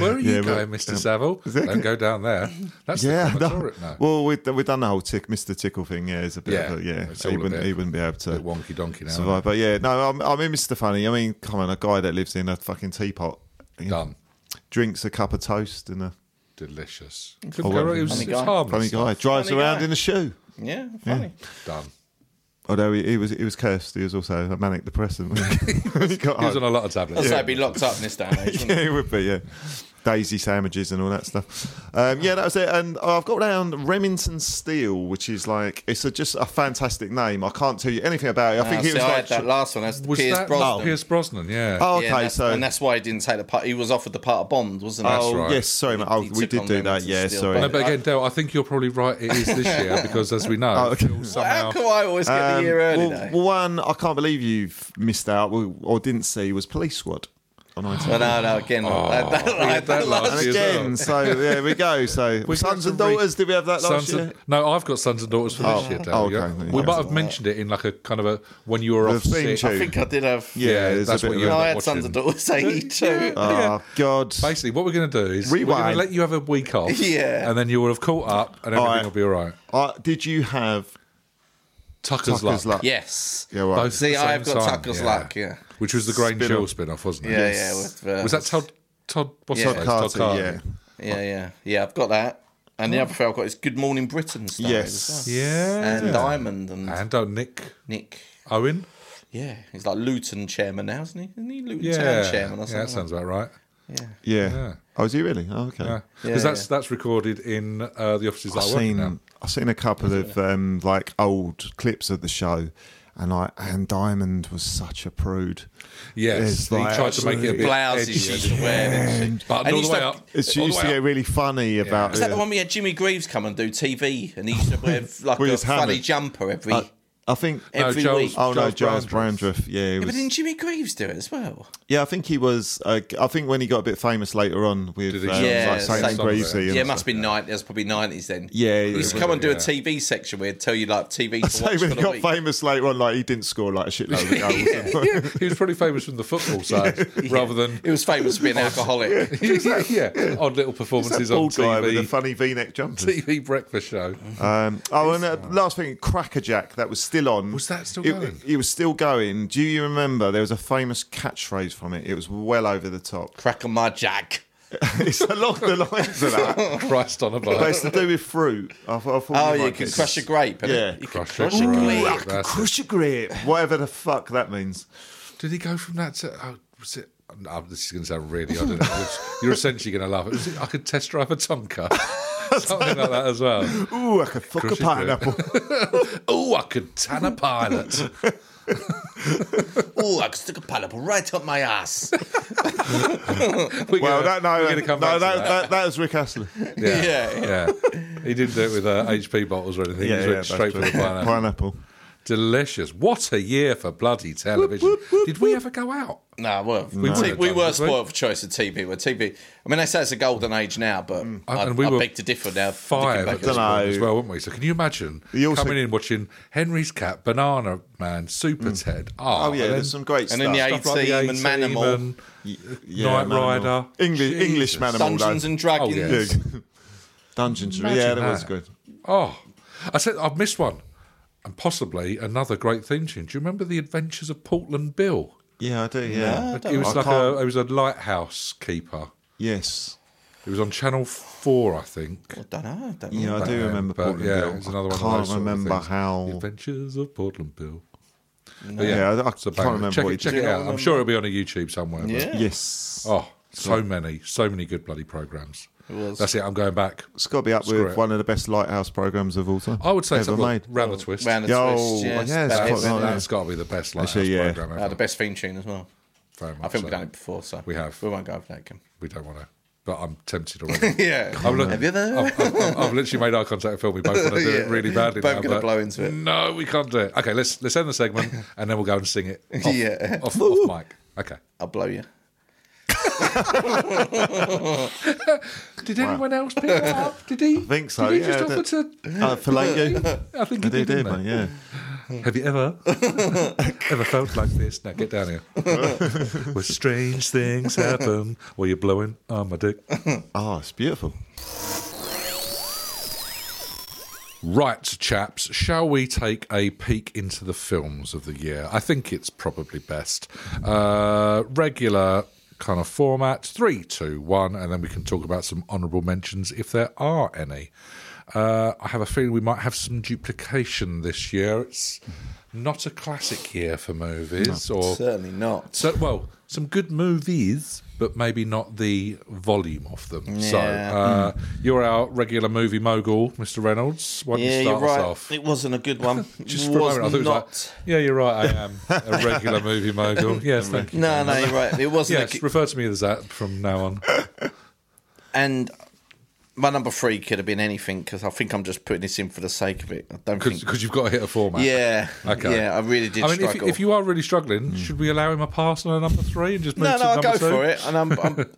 S2: Where are you
S3: Yeah, but- um,
S2: going, Mr. Savile? Don't go down there. That's
S3: yeah,
S2: the
S3: no.
S2: crematorium now.
S3: Well, we've done, we've done the whole tick, Mr. Tickle thing. Yeah, it's a bit
S2: Yeah,
S3: of a, yeah.
S2: it's
S3: He
S2: all a
S3: wouldn't,
S2: bit-
S3: he wouldn't be able to
S2: wonky donkey now.
S3: survive. But yeah, Yeah, no, I'm, I'm in Mr. Funny. I mean, come on, a guy that lives in a fucking teapot. you know,
S2: Done.
S3: Drinks a cup of toast and a
S2: Delicious.
S3: Oh,
S2: Couldn't go
S3: well,
S2: wrong. It was,
S1: funny
S2: it was
S1: guy.
S2: harmless.
S3: funny guy. Drives
S1: Funny
S3: around
S1: guy.
S3: in a shoe.
S1: Yeah, funny.
S2: Done.
S3: Although he, he was he was cursed. He was also a manic depressant. when he got
S2: He was
S3: home.
S2: on a lot of tablets.
S1: I'd say be locked up in this day and age. wouldn't
S3: yeah, it would be, yeah. Daisy sandwiches and all that stuff. Um, yeah, that was it. And I've got down Remington Steel, which is like it's a, just a fantastic name. I can't tell you anything about it. I
S1: I
S3: think
S1: Ah, see,
S3: it was
S1: I
S3: like
S1: had that last one. That's the
S2: Was
S1: Pierce
S2: that
S1: Brosnan.
S2: Pierce Brosnan? Yeah.
S1: Yeah,
S3: oh, okay,
S1: and that's-
S3: so
S1: and that's why he didn't take the part. He was offered the part of Bond, wasn't he?
S3: oh
S2: right.
S3: yes, sorry, mate. Oh,
S1: He
S3: we
S1: took
S3: did
S1: on
S3: do that.
S1: Remington
S3: Yeah,
S1: Steel,
S3: sorry.
S2: no, but again, Dale, I think you're probably right. It is this year because, as we know, Phil somehow
S1: How come I always get the
S3: Um,
S1: year early
S3: well,
S1: though?
S3: one I can't believe you've missed out or or didn't see was Police Squad. On
S1: No,
S3: 19.
S1: no, no. Again, that, that,
S2: we Oh, had
S1: that,
S2: that
S1: last
S2: last
S3: and
S2: year. as
S3: again,
S2: well.
S3: so there we go. So
S2: We've
S3: sons
S2: got
S3: and
S2: to re-
S3: daughters. did we have that last
S2: sons
S3: year?
S2: and, no, I've got sons and daughters for this year, Dale.
S3: oh, okay.
S2: yeah.
S3: Yeah.
S2: We might have mentioned it in like a kind of a when you were
S3: The
S2: off
S3: theme
S2: sick.
S3: tune.
S1: I think I did have.
S3: Yeah, there's
S2: that's
S3: a bit
S2: what
S3: of
S2: you
S3: a-
S1: No,
S2: end up
S1: I had
S2: watching.
S1: sons and daughters 82.
S3: Oh God!
S2: Basically, what we're going to do is we're going
S3: Rewind.
S2: to let you have a week off,
S1: Yeah.
S2: and then you will have caught up, and everything
S3: Alright.
S2: will be all right.
S3: Uh, did you have
S2: Tucker's,
S3: Tucker's
S2: luck.
S3: luck?
S1: Yes.
S3: Yeah, right.
S2: Both at
S1: See,
S2: the
S1: I've
S2: same
S1: got
S2: time,
S1: Tucker's Luck, yeah.
S2: which was the Grange
S3: Spin-off.
S2: Hill spin-off, wasn't it?
S1: Yeah, yeah. With, uh,
S2: Was that Todd? Todd? What's
S1: Yeah.
S2: his name?
S3: Carter,
S2: Carter.
S3: yeah.
S1: Yeah, yeah, yeah. I've got that. And the other thing I've got is Good Morning Britain. Started
S3: Yes.
S1: as well.
S2: Oh. Yeah.
S1: And Diamond and
S2: And oh, Nick
S1: Nick.
S2: Owen.
S1: Yeah, he's like Luton chairman now, isn't he? Isn't he Luton
S2: Yeah.
S1: town chairman or
S2: yeah, that
S1: something?
S2: sounds about right.
S3: Yeah.
S2: Yeah.
S3: Oh, is he really? Oh, okay.
S2: Because
S1: Yeah,
S2: that's
S1: yeah.
S2: that's recorded in uh, the offices that
S3: I've
S2: I work in now.
S3: seen I've seen a couple of um, like old clips of the show, and I and Diamond was such a prude.
S2: Yes,
S3: It's
S2: he
S3: like-
S2: tried to make it a bit
S1: Blouses
S2: edgy,
S1: she used to wear. didn't she?
S2: but
S1: And
S2: not all
S1: he
S2: the way
S1: stuck-
S2: up.
S3: It's
S2: All the
S3: used to
S2: way
S3: get
S2: up.
S3: really funny about.
S1: Is that the one we had Jimmy Greaves come and do TV, and he used to wear like
S3: With
S1: a
S3: his hammer.
S1: funny jumper every.
S2: Uh,
S3: I, I think.
S1: Every-
S2: Charles,
S1: week.
S3: Oh no,
S2: Charles
S3: Giles Brandreth. Yeah, he
S1: yeah, but
S3: was-
S1: didn't Jimmy Greaves do it as well?
S3: yeah. I think he was. Uh, I think when he got a bit famous later on with
S2: Did he?
S3: um,
S1: Yeah,
S3: like Saint
S1: Saint-
S3: Greasy.
S1: Yeah,
S3: and
S1: it must be ninety. That's probably nineties then.
S3: Yeah,
S1: he used to
S3: yeah,
S1: come and do
S2: yeah.
S1: a TV section where he'd tell you like TV.
S3: I
S1: To
S3: say
S1: watch
S3: when
S1: for
S3: he
S1: the
S3: got
S1: week.
S3: famous later on, like he didn't score like a shitload of goals.
S2: He was probably famous from the football side rather than
S1: It was famous for being an alcoholic.
S2: yeah odd little performances on
S3: Bald guy with a
S2: TV.
S3: funny V-neck jumper.
S2: TV breakfast show.
S3: Um, oh, and uh, last thing, Cracker Jack, that was still on.
S2: Was that still
S3: it,
S2: going?
S3: It was still going. Do you remember? There was a famous catchphrase from it. It was well over the top.
S1: Crack on my jack.
S3: it's along the lines of that.
S2: Christ on a
S3: But
S2: bike.
S3: it's to do with fruit. I thought, I thought
S1: Oh,
S3: you
S1: you
S3: might
S1: can
S3: get
S1: crush a
S3: this.
S1: grape. innit?
S3: Yeah.
S1: you can
S2: Crush a
S1: crush a
S2: grape.
S1: grape.
S3: I could
S2: That's it.
S3: crush a grape. Whatever the fuck that means.
S2: Did he go from that to? Oh, was it? No, this is going to sound really. I don't know. It's- You're essentially going to laugh. Was it, I could test drive a Tonka. Something like that as well.
S3: Ooh, I could fuck
S2: Crush a
S3: a pineapple.
S2: Oh, I could tan a pilot.
S1: Oh, I could stick a pineapple right up my ass.
S2: We're gonna,
S3: well, that, no,
S2: we're
S3: no,
S2: gonna come
S3: that,
S2: back to that.
S3: that, that was Rick Astley.
S2: Yeah,
S1: Yeah,
S2: yeah. He didn't do it with uh, HP bottles or anything. he just went
S3: that's
S2: straight for the
S3: true.
S2: pineapple.
S3: pineapple.
S2: Delicious. What a year for bloody television. Did we ever go out?
S1: Nah, well, we,
S2: would've
S1: t- we
S2: done,
S1: were
S2: would we?
S1: spoiled for choice of TV. Where TV, I mean, they say it's a golden age now, but I,
S2: Mm. And we
S1: I
S2: were
S1: beg to differ now.
S2: Five
S1: Looking
S2: at
S1: back
S2: this
S1: at it.
S2: point
S3: know.
S2: as well, weren't we? So can you imagine
S3: He also-
S2: coming in watching Henry's Cat, Banana Man, Super Ted?
S3: Oh,
S2: and
S3: yeah,
S2: then
S3: there's some great
S1: And then
S3: stuff.
S1: the
S2: stuff
S1: 18
S2: like the
S1: and
S2: 18
S1: Manimal,
S2: and
S3: Yeah,
S2: Knight
S3: Manimal.
S2: Rider.
S3: English,
S2: Jesus.
S3: English man.
S1: Dungeons and Dragons.
S2: Oh, yeah.
S3: Yeah. Dungeons. yeah, that, was
S2: that.
S3: good.
S2: Oh, I said I've missed one, and possibly another great theme tune. Do you remember the Adventures of Portland Bill?
S3: Yeah, I do. Yeah.
S2: It was
S3: I
S2: like a
S3: can't-
S2: it was a lighthouse keeper.
S3: Yes.
S2: It was on Channel Four, I think.
S1: I don't know. I don't know.
S3: Yeah, I do
S2: Um,
S3: remember
S2: but
S3: Portland
S2: yeah,
S3: Bill.
S2: it was another
S3: I
S2: one of
S3: can't
S2: those sort of
S3: remember
S2: things. The
S3: how.
S2: Adventures of Portland Bill. But
S3: Yeah, I- I
S2: it's a
S3: can't
S2: banger.
S3: remember
S2: Check,
S3: what
S2: it,
S3: he
S2: check
S3: did.
S2: it out. I'm sure it'll be on a YouTube somewhere. but-
S1: Yeah.
S3: Yes.
S2: Oh, so many, so many good bloody programs. That's it. I'm going back.
S3: It's got to be up
S2: Screw
S3: with
S2: it.
S3: one of the best lighthouse programs of all time.
S2: I would say
S3: ever
S2: something
S3: made.
S2: like round the twist.
S1: Round the
S3: Yo,
S1: twist. Yes,
S3: yeah, it's
S1: that
S3: quite
S1: is-
S3: nice.
S2: That-
S3: yeah.
S2: that's got to be the best lighthouse
S3: Actually, yeah.
S2: program ever.
S1: uh, the best theme tune as well.
S2: Very much
S1: I think
S2: so.
S1: we've done it before, so
S2: We have.
S1: We won't go over that again.
S2: We don't want to, but I'm tempted already.
S1: Yeah.
S2: I'm look-
S1: Have you ever?
S2: I've, I've, I've, I've literally made eye contact with Phil. We both want to do it
S1: Yeah.
S2: really badly.
S1: Both
S2: now,
S1: gonna
S2: but
S1: blow into it.
S2: No, we can't do it. Okay, let's let's end the segment and then we'll go and sing it. Off,
S1: Yeah.
S2: off, off mic. Okay.
S1: I'll blow you.
S2: Did anyone else pick it up? Did he? I
S3: think so,
S2: Did he
S3: yeah,
S2: just
S3: that-
S2: offer to?
S3: Uh, for like you.
S2: I think he did,
S3: I do, do,
S2: didn't
S3: mate.
S2: he?
S3: Yeah.
S2: Have you ever ever felt like this? Now get down here. Where strange things happen while you're blowing
S3: Ah,
S2: on my dick.
S3: Oh, it's beautiful.
S2: Right, chaps, shall we take a peek into the films of the year? I think it's probably best. Uh, regular kind of format three, two, one, and then we can talk about some honourable mentions if there are any. Uh, I have a feeling we might have some duplication this year. It's not a classic year for movies, or
S1: Certainly not.
S2: so, well, some good movies, but maybe not the volume of them. So, uh, you're our regular movie mogul, Mr. Reynolds. Why don't
S1: yeah,
S2: you
S1: you're
S2: start us
S1: right.
S2: off?
S1: It wasn't a good one.
S2: Just
S1: It
S2: for a
S1: was
S2: moment, I thought it was like,
S1: not.
S2: yeah, you're right. I am a regular movie mogul. Yes, thank you.
S1: No, no, you're right. It wasn't.
S2: Yes,
S1: a good,
S2: refer to me as that from now on.
S1: and my number three could have been anything because I think I'm just putting this in for the sake of it. I don't think.
S2: Because you've got to hit a format.
S1: Yeah.
S2: Okay.
S1: Yeah, I really did
S2: I mean, if,
S1: struggle. Mm.
S2: if you are really struggling, should we allow him a pass on a number three and just move
S1: no,
S2: to
S1: no, I'll
S2: number
S1: go
S2: two?
S1: for it. And I'm. I'm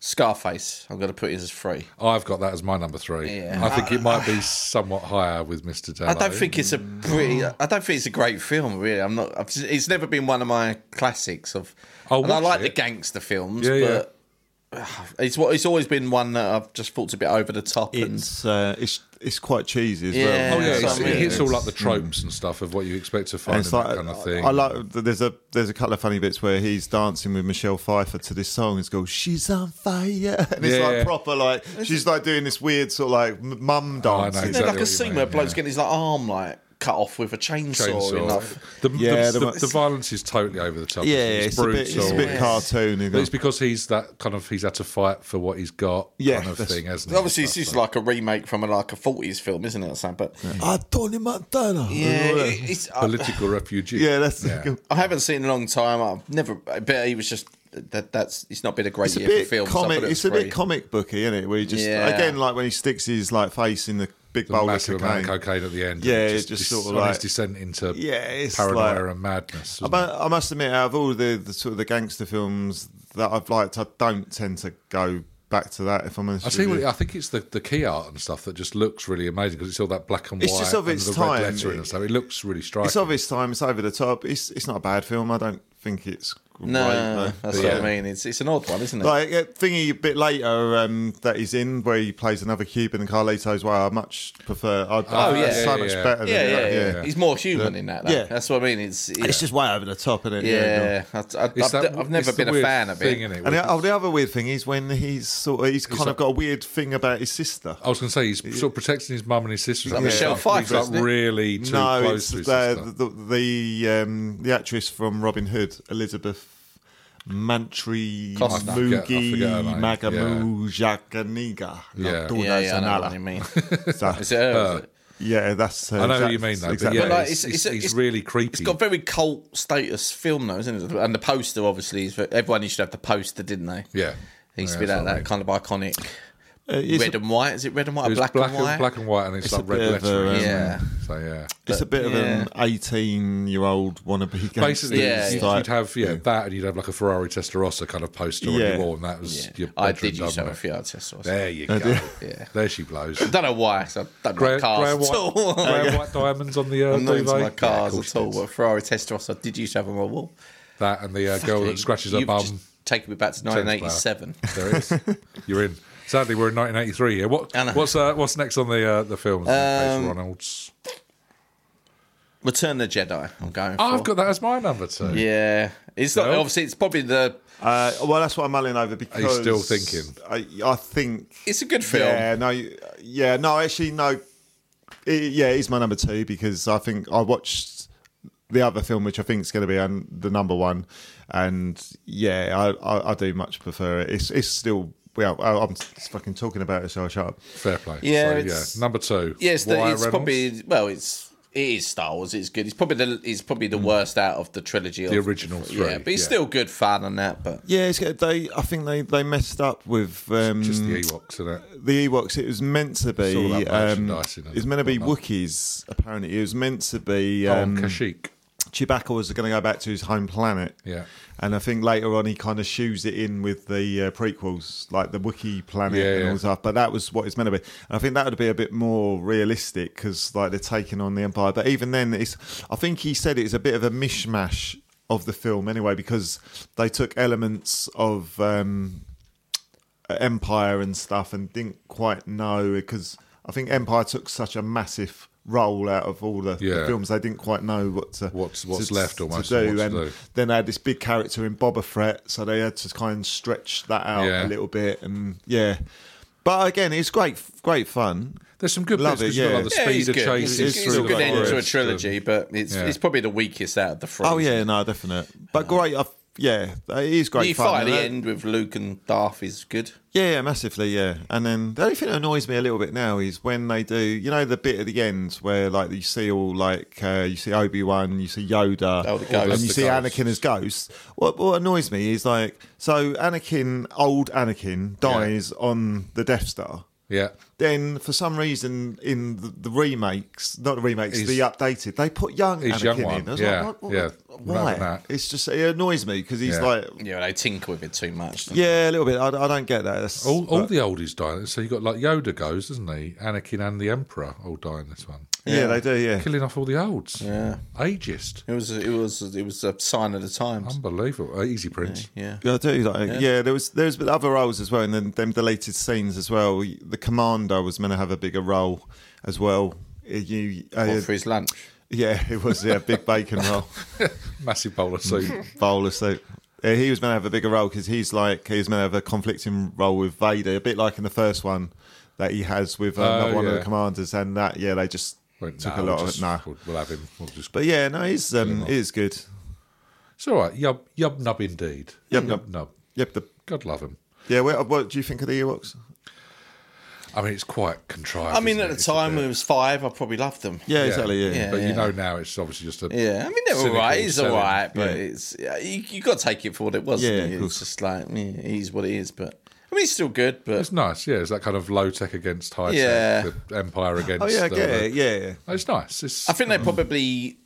S1: Scarface. I'm going to put it as three.
S2: Oh, I've got that as my number three.
S1: Yeah.
S2: I think it might be somewhat higher with Mr. Dallow.
S1: I don't think it's a pretty. I don't think it's a great film, really. I'm not. I've, it's never been one of my classics of.
S2: I'll
S1: and I
S2: watch
S1: like
S2: it.
S1: the gangster films,
S2: Yeah, yeah.
S1: but it's what it's always been one that I've just thought a bit over the top. and
S3: It's uh, it's it's quite cheesy as
S1: Yeah.
S2: Oh
S3: well.
S2: yeah,
S1: So,
S2: it's,
S1: I mean,
S2: it hits all
S1: it's-
S2: like the tropes and stuff of what you expect to find
S3: And
S2: in
S3: it's like,
S2: that kind of thing.
S3: I like that there's a there's a couple of funny bits where he's dancing with Michelle Pfeiffer to this song. It's called "She's on Fire," and it's
S2: Yeah,
S3: like
S2: yeah.
S3: proper like she's like doing this weird sort of like m- mum
S2: Oh, I know
S3: dance.
S1: you know,
S2: exactly
S1: like a
S2: what you
S1: scene
S2: mean,
S1: where a bloke's
S2: yeah.
S1: getting his like, arm like cut off with a chainsaw.
S2: chainsaw.
S1: And, like,
S2: The,
S3: Yeah,
S2: the,
S3: the-
S2: the, the violence is totally over the top.
S3: Yeah,
S2: it's,
S3: it's, a
S2: brutal.
S3: bit it's a bit
S1: Yes.
S3: cartoony.
S2: But it's because he's that kind of he's had to fight for what he's got
S3: Yeah,
S2: kind of
S3: that's-
S2: thing, hasn't he?
S1: obviously,
S2: And
S1: this
S2: stuff,
S1: is
S2: so-
S1: like a remake from a, like a forties film, isn't it? Or something? But yeah,
S5: Tony Montana.
S1: it- it's. I,
S2: political refugee.
S3: yeah, that's
S1: I haven't seen it in a long time. I've never. But he was just that. That's. It's not been a great
S3: it's a
S1: year for
S3: bit
S1: films.
S3: comic. It's a bit comic booky, isn't it? Where you just
S1: Yeah.
S3: again like when he sticks his like face in the big
S2: the
S3: bowl of
S2: massive amount
S3: cocaine.
S2: of cocaine at the end.
S3: Yeah,
S2: and
S3: it just
S2: dis-
S3: sort of
S2: on his
S3: like-
S2: descent into
S3: Yeah, it's
S2: paranoia
S3: like-
S2: and madness.
S3: I,
S2: wasn't
S3: mu- I must admit, out of all the, the sort of the gangster films that I've liked, I don't tend to go back to that. If I'm honest,
S2: I see.
S3: with
S2: What,
S3: you.
S2: I think it's the, the key art and stuff that just looks really amazing because it's all that black and white.
S3: It's just of
S2: and
S3: its
S2: the
S3: time.
S2: Red lettering and stuff. It looks really striking.
S3: It's obvious time. It's over the top. It's it's not a bad film. I don't think it's great,
S1: No,
S3: though.
S1: that's
S3: But
S1: what
S3: yeah.
S1: I mean. It's it's an odd one, isn't it?
S3: Like uh, thingy a bit later um, that he's in where he plays another Cuban and Carlito's way. I much prefer. I, I
S2: Oh,
S3: think
S1: yeah.
S3: it's so
S2: Yeah,
S3: much
S2: yeah.
S3: better.
S1: yeah,
S3: than
S1: yeah,
S3: that,
S1: yeah, He's more human in that. Though.
S3: Yeah.
S1: that's what I mean. It's yeah.
S3: It's just way over the top, isn't it?
S1: yeah. I, I, I've,
S2: It's that-
S1: I've never
S2: it's the
S1: been a
S2: weird
S1: fan of
S2: thing,
S1: it.
S2: innit,
S3: And
S2: with-
S3: the, oh, the other weird thing is when he's sort of he's kind
S2: like-
S3: of got a weird thing about his sister.
S2: I was going to say he's sort of protecting his mum and his sister.
S1: like
S2: He's
S1: Michelle
S2: like-
S1: Pfeiffer,
S2: He's like
S1: isn't it?
S2: really too
S3: no,
S2: close
S3: it's
S2: to his
S3: the
S2: sister.
S3: the, the, um, the actress from Robin Hood, Elizabeth Mantry
S1: Costa.
S2: I forget- I
S3: Mugi
S2: forget her name.
S3: Magamu Jaganiga.
S2: Yeah.
S1: Yeah, yeah, I know what you mean. uh, Is it her,
S2: Oh,
S1: is it?
S3: yeah, that's. Uh,
S2: I know who
S3: that's
S2: you mean though.
S3: Exactly.
S2: But yeah,
S1: But, like,
S2: it's,
S1: it's- it's
S2: it's,
S1: a-
S2: he's
S1: it's-
S2: really creepy.
S1: It's got very cult status film though, isn't it? And the poster obviously is everyone used to have the poster, didn't they?
S2: yeah,
S1: It used
S2: Yeah,
S1: to be that,
S2: that's what I
S1: that
S2: mean.
S1: kind of iconic
S3: Uh, it's,
S1: red
S3: a,
S1: and white. Is it red and white?
S2: It
S1: Or
S2: was
S1: black, and white.
S2: black and white, and it's,
S3: It's a
S2: like red
S3: bit of a-
S2: lettering. isn't it?
S1: Yeah.
S2: So yeah,
S3: it's a bit of
S1: yeah.
S3: an eighteen-year-old wannabe gangster.
S2: basically
S1: Yeah,
S2: you'd,
S1: yeah.
S2: you'd have yeah, that, and you'd have like a Ferrari Testarossa kind of poster on
S3: Yeah.
S2: your wall, and that was your
S1: Yeah. I
S2: bedroom
S1: did use
S2: done
S1: that a
S2: with.
S1: few artists. I
S2: There you go.
S1: Yeah.
S2: There she blows.
S1: don't know why. 'cause I don't
S2: Grey,
S1: like cars
S2: grey
S1: at
S2: white,
S1: all.
S2: grey white diamonds on the uh,
S1: I'm not into
S2: duvet.
S1: my
S2: Yeah, of
S1: cars
S2: course
S1: at all.
S2: it is.
S1: But Ferrari Testarossa I did used to have on my wall.
S2: That and the uh, girl that scratches her
S1: You've
S2: bum.
S1: just taken me back to 1987.
S2: There it is. You're in. Sadly, we're in 1983 here. What,
S1: I know.
S2: what's uh, what's next on the uh, the films? Case
S1: Um,
S2: Ronalds.
S1: Return of the Jedi. I'm going. For.
S2: I've got that as my number two.
S1: Yeah, it's not.
S2: No?
S1: Obviously, it's probably the.
S3: Uh, well, that's what I'm mulling over because
S2: still thinking?
S3: I, I think
S1: It's a good film.
S3: Yeah, no, you- yeah, no. Actually, no. It, yeah, it's my number two because I think I watched the other film, which I think is going to be un, the number one, and yeah, I, I, I do much prefer it. It's it's still well, I, I'm fucking talking about it, so I'll shut up.
S2: Fair play.
S1: Yeah,
S2: so,
S1: it's-
S2: yeah. Number two.
S1: Yeah, it's, the,
S2: Wyatt
S1: it's
S2: Reynolds.
S1: probably well, it's it is Star Wars. It's good. It's probably the it's probably the worst out of the trilogy.
S2: Hmm. the
S1: of,
S2: original three.
S1: yeah, but it's still good fun and that. But
S3: Yeah, it's, good. they. I think they they messed up with um,
S2: just
S1: mm,
S2: the Ewoks in it.
S3: the Ewoks. It was meant to
S2: It's all
S3: be.
S2: about
S3: Um,
S2: merchandise, isn't it?
S3: it was meant to be
S2: Whatnot.
S3: Wookiees. Apparently, it was meant to be.
S2: Oh,
S3: Um,
S2: Kashyyyk.
S3: Chewbacca was going to go back to his home planet.
S2: Yeah.
S3: And I think later on he kind of shoes it in with the uh, prequels, like the Wookiee planet
S2: Yeah,
S3: and
S2: yeah.
S3: all stuff. But that was what it's meant to be. And I think that would be a bit more realistic because like they're taking on the Empire. But even then, it's I think he said it's a bit of a mishmash of the film anyway because they took elements of um, Empire and stuff and didn't quite know because I think Empire took such a massive role out of all the, the
S2: Yeah.
S3: films. They didn't quite know what to
S2: What's-
S3: to-
S2: what's left almost,
S3: to do.
S2: what to
S3: and
S2: do.
S3: then they had this big character in Boba Fett, so they had to kind of stretch that out
S2: Yeah.
S3: a little bit. And yeah, but again, it's great, great fun.
S2: There's some good
S3: Love
S2: bits. 'cause
S3: it,
S2: you've got,
S3: yeah.
S2: like, the
S1: Yeah,
S2: speed
S1: it's
S2: of
S1: good. It's,
S2: chases
S3: It's
S1: it's
S2: through
S1: a
S2: the
S3: like
S1: good end to a
S2: forest
S1: trilogy, but it's
S2: Yeah.
S1: it's probably the weakest out of the three.
S3: Oh yeah, no, definite. But great, i yeah, it is great
S1: you
S3: fun.
S1: fight at
S3: and
S1: the
S3: that-
S1: end with Luke and Darth is good.
S3: Yeah, yeah, massively, yeah. And then the only thing that annoys me a little bit now is when they do, you know, the bit at the end where like you see all like uh, you see Obi Wan, you see Yoda,
S1: Oh, the ghost.
S3: and
S1: That's
S3: you
S2: the
S3: see
S2: ghost.
S3: Anakin as ghosts. What what annoys me is like so Anakin, old Anakin, dies on the Death Star.
S2: Yeah.
S3: Then, for some reason, in the, the remakes, not the remakes,
S2: He's-
S3: the updated, they put young
S2: He's
S3: Anakin
S2: young
S3: in.
S2: one,
S3: I was
S2: yeah,
S3: like, what,
S2: yeah,
S3: what,
S2: rather than
S3: why?
S2: that.
S3: It's just it annoys me because he's
S2: Yeah.
S3: like,
S1: Yeah, they tinker with it too much. don't
S3: yeah, a little bit. I, I don't get that. That's-
S2: All, all the oldies die. So you got like Yoda goes, doesn't he? Anakin and the Emperor all die in this one.
S3: yeah, they do. Yeah,
S2: Killing off all the olds. Yeah. Ageist.
S1: It was it was it was a sign of the times.
S2: Unbelievable. Uh, Easy Prince.
S1: Yeah.
S3: Yeah, I do. Like, yeah. there was there was been other roles as well, and then them deleted scenes as well. The commander was meant to have a bigger role as well. Uh, You, uh,
S1: Or for his lunch.
S3: yeah, it was yeah, big bacon roll,
S2: Massive bowler soup.
S3: bowler soup. Yeah, he was meant to have a bigger role because he's like he was meant to have a conflicting role with Vader, a bit like in the first one that he has with uh,
S2: Oh,
S3: another one of
S2: yeah.
S3: the commanders, and that yeah, they just
S2: Went,
S3: took
S2: "Nah,
S3: a lot
S2: we'll
S3: of
S2: just-
S3: it. No,
S2: We'll, we'll have him. We'll just
S3: but yeah, no, he's um, he is good.
S2: It's all right. Yub, yub nub indeed.
S3: Yub nub.
S2: nub.
S3: Yep, the
S2: God love him.
S3: yeah. What, what do you think of the Ewoks?
S2: I mean, it's quite contrived.
S1: I mean,
S2: isn't
S1: at
S2: it?
S1: the
S2: It's a
S1: time
S2: bit-
S1: when it was five, I probably loved them.
S3: Yeah, exactly. Yeah,
S1: Yeah.
S2: but you know now it's obviously just a.
S1: Yeah, I mean they're all
S2: cynical
S1: right. He's all
S2: selling.
S1: right, but
S3: Yeah.
S1: it's yeah, you, you got to take it for what it was.
S3: Yeah,
S1: Yeah,
S3: of course.
S1: it's just like yeah, he's what it is. But I mean, he's still good. But
S2: It's nice. Yeah, it's that kind of low tech against high
S1: Yeah.
S2: tech, the empire against.
S3: Oh yeah, I
S2: the- Oh,
S3: get it. Yeah,
S2: It's nice. It's
S1: I think they probably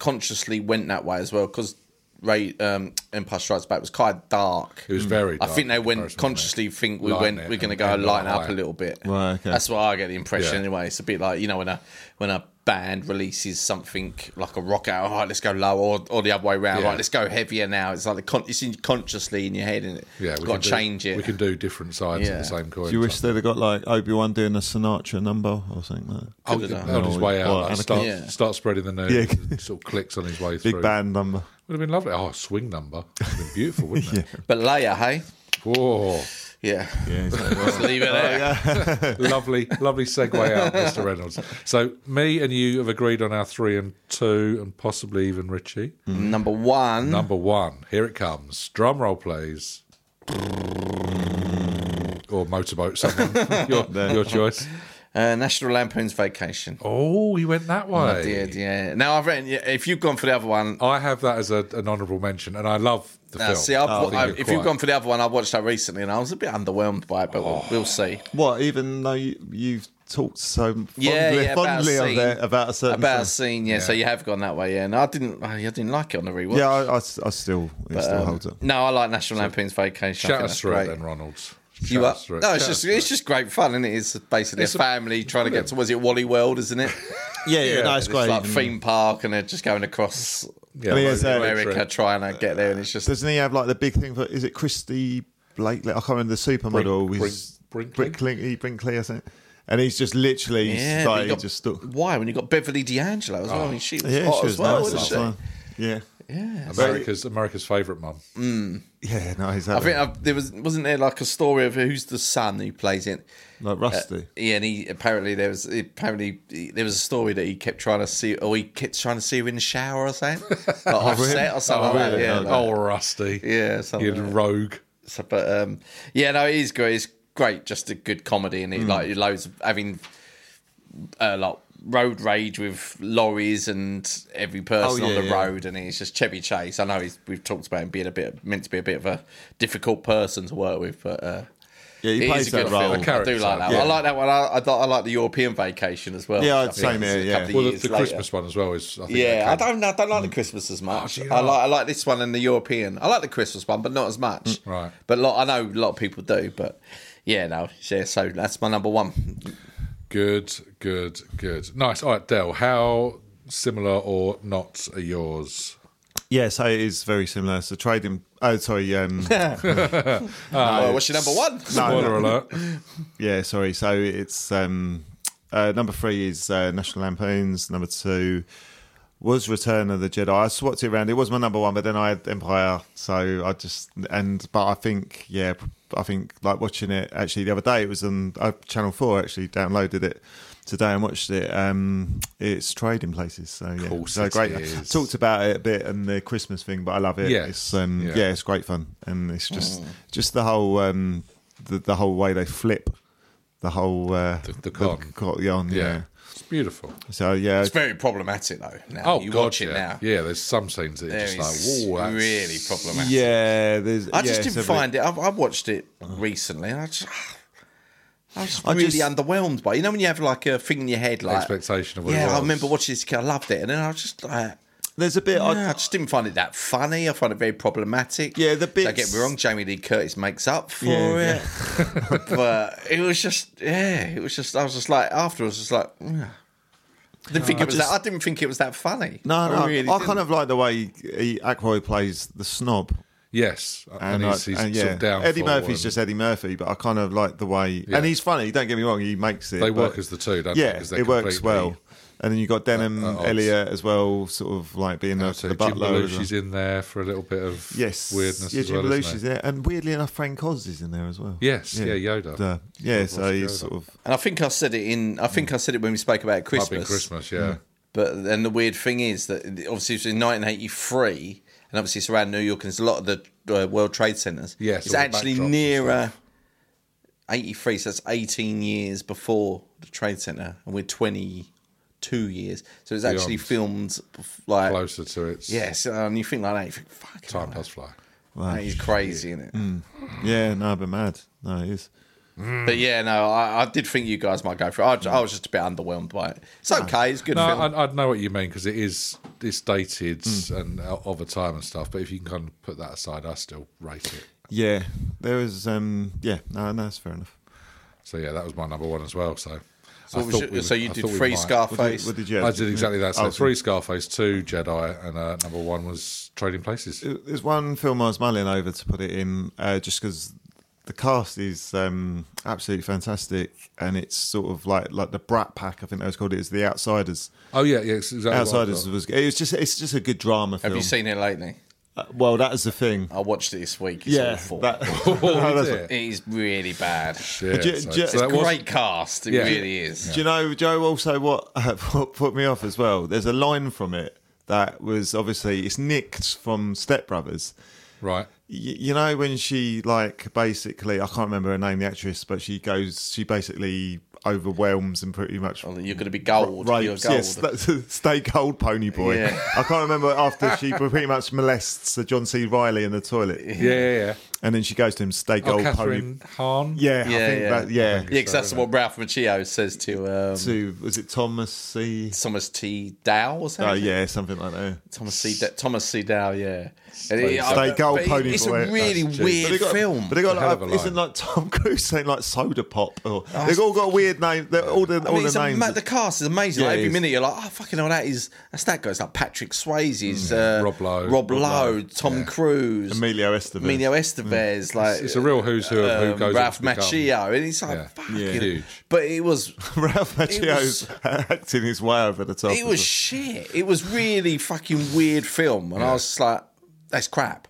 S1: consciously went that way as well because Ray um, Empire Strikes Back was quite dark.
S2: it was very.
S1: I
S2: dark
S1: think they went
S2: comparison, wasn't it?
S1: consciously think we
S2: Lighten it
S1: went we're going to
S2: and-
S1: go
S2: and
S1: lighten
S2: light
S1: up a
S2: it.
S1: little bit.
S3: Right, okay.
S1: That's what I get the impression
S2: Yeah.
S1: anyway. It's a bit like you know when a when a band releases something like a rock out. All right, let's go low, or, or the other way around.
S2: Yeah.
S1: Right, let's go heavier now. It's like the con- it's in consciously in your head, and it
S2: Yeah,
S1: it's
S2: we
S1: got
S2: can
S1: to
S2: do-
S1: change it.
S2: We can do different sides of
S1: Yeah.
S2: the same coin.
S3: Do you wish they'd have got like Obi Wan doing a Sinatra number or something like that?
S2: Oh,
S1: Could've done.
S2: on his way out,
S3: Or
S2: like,
S3: Anakin.
S2: start,
S1: Yeah.
S2: start spreading the news.
S3: Yeah.
S2: and sort of clicks on his way
S3: Big
S2: through.
S3: band number.
S2: Would have been lovely. Oh, a swing number. Would have been beautiful, wouldn't it? Oh,
S1: But layer, hey,
S2: Whoa.
S1: yeah,
S3: Yeah,
S1: Just leave it there.
S2: lovely, lovely segue out, Mr. Reynolds. So, me and you have agreed on our three and two, and possibly even Richie.
S1: Number one,
S2: Number one, here it comes. Drum roll, please. Or motorboat, someone. your, your choice.
S1: uh, National Lampoon's Vacation.
S2: Oh, you went that way.
S1: I did, yeah. Now I've written. yeah, If you've gone for the other one,
S2: I have that as a, an honourable mention, and I love the
S1: Now,
S2: film.
S1: see, I've,
S2: Oh, I think
S1: I-
S2: you're
S1: if you've
S2: quite-
S1: gone for the other one, I watched that recently, and I was a bit underwhelmed by it, but
S2: Oh.
S1: we'll, we'll see.
S3: What? Even though you, you've talked so fondly,
S1: Yeah, yeah, about a
S3: fondly of
S1: scene.
S3: that, about a certain.
S1: About a
S3: scene.
S1: scene, yeah, So you have gone that way, yeah. And I didn't, I, I didn't like it on the rewatch.
S3: yeah, I, I, I still, it still
S1: um,
S3: holds up.
S1: No, I like National Lampoon's Vacation. I
S2: Shout
S1: think
S2: us
S1: that's
S2: through
S1: great.
S2: it then, Ronalds. Shout
S1: You
S2: us
S1: up?
S2: through it.
S1: No, it's
S2: Shout us
S1: just
S2: through it.
S1: it's just great fun, and it? It's basically a family trying to get to was it Wally World, isn't it?
S3: Yeah, yeah, no, it's
S1: It's
S3: great.
S1: like theme park, and they're just going across
S2: Yeah,
S3: I mean, it's, uh,
S2: road
S1: America
S2: trip.
S1: trying to get there, and it's just
S3: Doesn't he have like the big thing for? Is it Christy Blakely? I can't remember the supermodel.
S2: Brink-
S3: he's-
S2: Brink-
S3: Brinkley, Brinkley, I think. And he's just literally,
S1: yeah. but
S3: like,
S1: you got-
S3: just stuck.
S1: Why when you got Beverly D'Angelo as well? I mean, she was
S3: Yeah,
S1: hot
S3: she was
S1: as well,
S3: nice.
S1: wasn't
S3: last
S1: she?
S3: time. Yeah,
S1: Yeah,
S2: America's America's favourite mum.
S1: Oh,
S3: yeah, no,
S1: I
S3: exactly.
S1: think i there was wasn't there like a story of who's the son who plays it.
S3: like Rusty.
S1: Yeah, and he apparently there was apparently there was a story that he kept trying to see, or he kept trying to see her in the shower or something, like offset or something. like that. Yeah, like-
S2: oh, Rusty.
S1: yeah, something.
S2: You
S1: like that.
S2: rogue.
S1: So, but um, yeah, no, he's great. It's great, just a good comedy, and it
S3: Mm.
S1: like loads of having uh, like road rage with lorries and every person
S3: Oh, yeah,
S1: on the
S3: yeah.
S1: road, and it's just Chevy Chase. I know he's, we've talked about him being a bit meant to be a bit of a difficult person to work with, but. Uh,
S3: Yeah, he
S1: it
S3: plays
S1: is a
S3: that
S1: good
S3: role.
S1: film. I do like that.
S3: Yeah.
S1: I like that one. I, I, thought- I like the European Vacation as well.
S3: Yeah,
S1: which I
S3: same
S1: think is
S3: here,
S1: a
S3: yeah.
S1: couple of
S2: Well, the,
S1: years
S2: the
S1: later.
S2: Christmas one as well is. I think
S1: Yeah,
S2: that
S1: I
S2: came-
S1: don't. I don't like the Christmas as much.
S2: Mm. Oh, do you
S1: I
S2: not?
S1: like. I like this one and the European. I like the Christmas one, but not as much.
S2: Mm, right.
S1: But lot, I know a lot of people do. But yeah, no. Yeah, so that's my number one.
S2: Good, good, good. Nice. All right, Dell. How similar or not are yours?
S3: Yeah, so it is very similar. So trading. Oh, sorry. Um, no,
S1: Oh, what's your number one?
S2: Spoiler alert.
S3: yeah, sorry. So it's um, Uh, number three is uh, National Lampoons. Number two was Return of the Jedi. I swapped it around. It was my number one, but then I had Empire. So I just and but I think yeah, I think like watching it actually the other day. It was on uh, Channel Four. Actually downloaded it today and watched it. Um, it's trading places. So yeah,
S2: course
S3: so
S2: it
S3: great.
S2: is.
S3: Talked about it a bit and the Christmas thing, but I love it.
S2: Yes.
S3: It's um,
S2: Yeah. Mm.
S3: yeah. it's great fun and it's just just the whole um, the, the whole way they flip the whole uh,
S2: The- the con.
S3: co- yeah, on, yeah.
S2: It's beautiful.
S3: So yeah,
S1: It's very problematic though. Now
S2: Oh,
S1: you
S2: God,
S1: watch it
S2: yeah.
S1: now.
S2: Yeah, there's some scenes that are
S1: There
S2: just
S1: is
S2: like, whoa, that's
S1: really problematic.
S3: yeah. There's,
S1: I just
S3: yeah,
S1: didn't
S3: it's
S1: find it. I've, I've watched it recently. And I just, I was
S3: I
S1: really
S3: just-
S1: underwhelmed by. It. You know when you have like a thing in your head, like
S2: Expectation of what it
S1: yeah. I
S2: was.
S1: remember watching this. I loved it, and then I was just like.
S3: There's a bit.
S1: I, I just didn't find it that funny. I find it very problematic.
S3: Yeah, the
S1: Don't get
S3: bits-
S1: me wrong, Jamie Lee Curtis makes up for
S3: Yeah,
S1: it, but it was just yeah, it was just I was just like afterwards, just like yeah. didn't think it was that. I didn't think it was that funny.
S3: no, no. I,
S1: really didn't.
S3: kind of like the way he, Ackroyd plays the snob,
S2: Yes, and,
S3: I-
S2: he's, he's
S3: and,
S2: sort of down.
S3: Eddie
S2: for
S3: Murphy's
S2: it.
S3: just Eddie Murphy, but I kind of like the way, and he's funny. Don't get me wrong, he makes it.
S2: They work
S3: but-
S2: as the two, don't they?
S3: yeah,
S2: 'Cause they're
S3: it works
S2: completely-
S3: well. And then you got Denham
S2: at odds.
S3: Elliot as well, sort of like being the,
S2: So
S3: the
S2: Jim
S3: butler. as well.
S2: Belushi's in there for a little bit of
S3: Yes,
S2: weirdness.
S3: Yeah,
S2: as
S3: Jim
S2: well, isn't
S3: Belushi's
S2: he?
S3: in there, and weirdly enough, Frank Oz is in there as well.
S2: Yes, yeah, Yoda.
S3: Uh, yeah, so
S2: Yoda.
S3: he's sort of
S1: And I think I said it in. I think I said it when we spoke about
S2: Might be
S1: Christmas. Mm.
S2: Christmas, yeah.
S1: But then the weird thing is that obviously it's in 1983, and obviously it's around New York, and there's a lot of the uh, World Trade Centers.
S2: Yes,
S1: it's
S2: all the
S1: actually
S2: backdrops and
S1: nearer 83, so that's 18 years before the Trade Center, and we're 22 years. So it's actually filmed bef- like
S2: Closer to its
S1: yes, and you think like that, you think fuck,
S2: time does Mm. fly.
S1: that is crazy, isn't it?
S3: yeah, no, but mad. No, it is.
S1: But yeah, no, I, I did think you guys might go for it. I, I was just a bit underwhelmed by it. It's okay, it's a good
S2: No,
S1: film.
S2: I, I know what you mean because it is it's dated
S3: Hmm.
S2: and o- of a time and stuff. But if you can kind of put that aside, I still rate it.
S3: Yeah, there is. Um, yeah, no, no, that's fair enough.
S2: So yeah, that was my number one as well. So,
S1: So,
S2: I
S1: what was
S2: thought
S1: your-
S2: we-
S1: so you
S2: I
S1: did
S2: thought we
S1: free
S2: might.
S3: What
S1: Scarface.
S3: did, what did you?
S2: I did exactly that. So
S3: Oh,
S2: three Scarface, two Jedi, and uh, number one was Trading Places.
S3: There's one film I was mulling over to put it in, uh, just because the cast is um, absolutely fantastic, and it's sort of like like the Brat Pack. I think that was called. It is the Outsiders.
S2: Oh yeah, yeah, it's exactly. what I
S3: Outsiders
S2: thought.
S3: was. It was just. It's just a good drama film.
S1: Have you seen it lately?
S3: Uh, well, that is the thing.
S1: I watched it this week. It's
S3: yeah,
S1: awful.
S3: that- Oh,
S2: is
S3: that's
S2: it?
S3: what-
S1: it is really bad.
S2: Yeah,
S3: Ju-
S2: so-
S3: ju-
S2: so that was-
S1: Great cast, it
S2: Yeah.
S1: really is.
S3: Do you know, Joe? Also, what uh, what put me off as well? There's a line from it that was obviously it's nicked from Step Brothers.
S2: right.
S3: Y- you know when she like basically I can't remember her name, the actress, but she goes, she basally overwhelms and pretty much.
S1: Oh, You're going to be gold.
S3: Right,
S1: You're gold.
S3: yes, that's- stay cold, pony boy.
S1: Yeah.
S3: I can't remember after she pretty much molests the John C. Riley in the toilet,
S2: Yeah, yeah, yeah.
S3: and then she goes to him, stay
S2: Oh,
S3: cold, pony.
S2: Catherine Hahn.
S3: Yeah, I
S1: Yeah,
S3: think
S1: yeah.
S3: that, yeah.
S1: yeah, because that's what Ralph Macchio says to um,
S3: To was it Thomas C?
S1: Thomas T. Dow or something.
S3: Oh yeah, something like that.
S1: Thomas C. Da- Thomas C. Dow. Yeah, and it-
S3: Stay
S1: I-
S3: gold,
S1: but it-
S3: pony
S1: It's
S3: boy.
S1: a really
S3: That's
S1: weird
S3: But they got-
S1: film.
S3: But they got
S2: A hell of a
S3: like, isn't
S2: line.
S3: like Tom Cruise saying like soda pop or they've all got a weird name. They're, all the
S1: Oh, I
S3: all
S1: mean, it's
S3: the names.
S1: ama- the cast is amazing.
S3: Yeah,
S1: like,
S3: it
S1: every
S3: is.
S1: minute you're like, oh fucking hell, that is that's that guy. It's like Patrick Swayze's,
S3: Mm.
S1: uh,
S2: Rob Lowe.
S1: Rob
S2: Rob
S1: Lowe, Tom Cruise,
S3: Emilio Estevez. Mm.
S1: Emilio Estevez. Like
S2: It's a real who's who of who
S1: um,
S2: goes.
S1: Ralph
S2: on to become-
S1: Macchio, and it's like
S2: Yeah.
S1: fucking
S2: Yeah. Huge.
S1: But it was
S3: Ralph Macchio's
S1: was-
S3: acting his way over the top.
S1: it was shit. It was really fucking weird film, and I was just like, that's crap.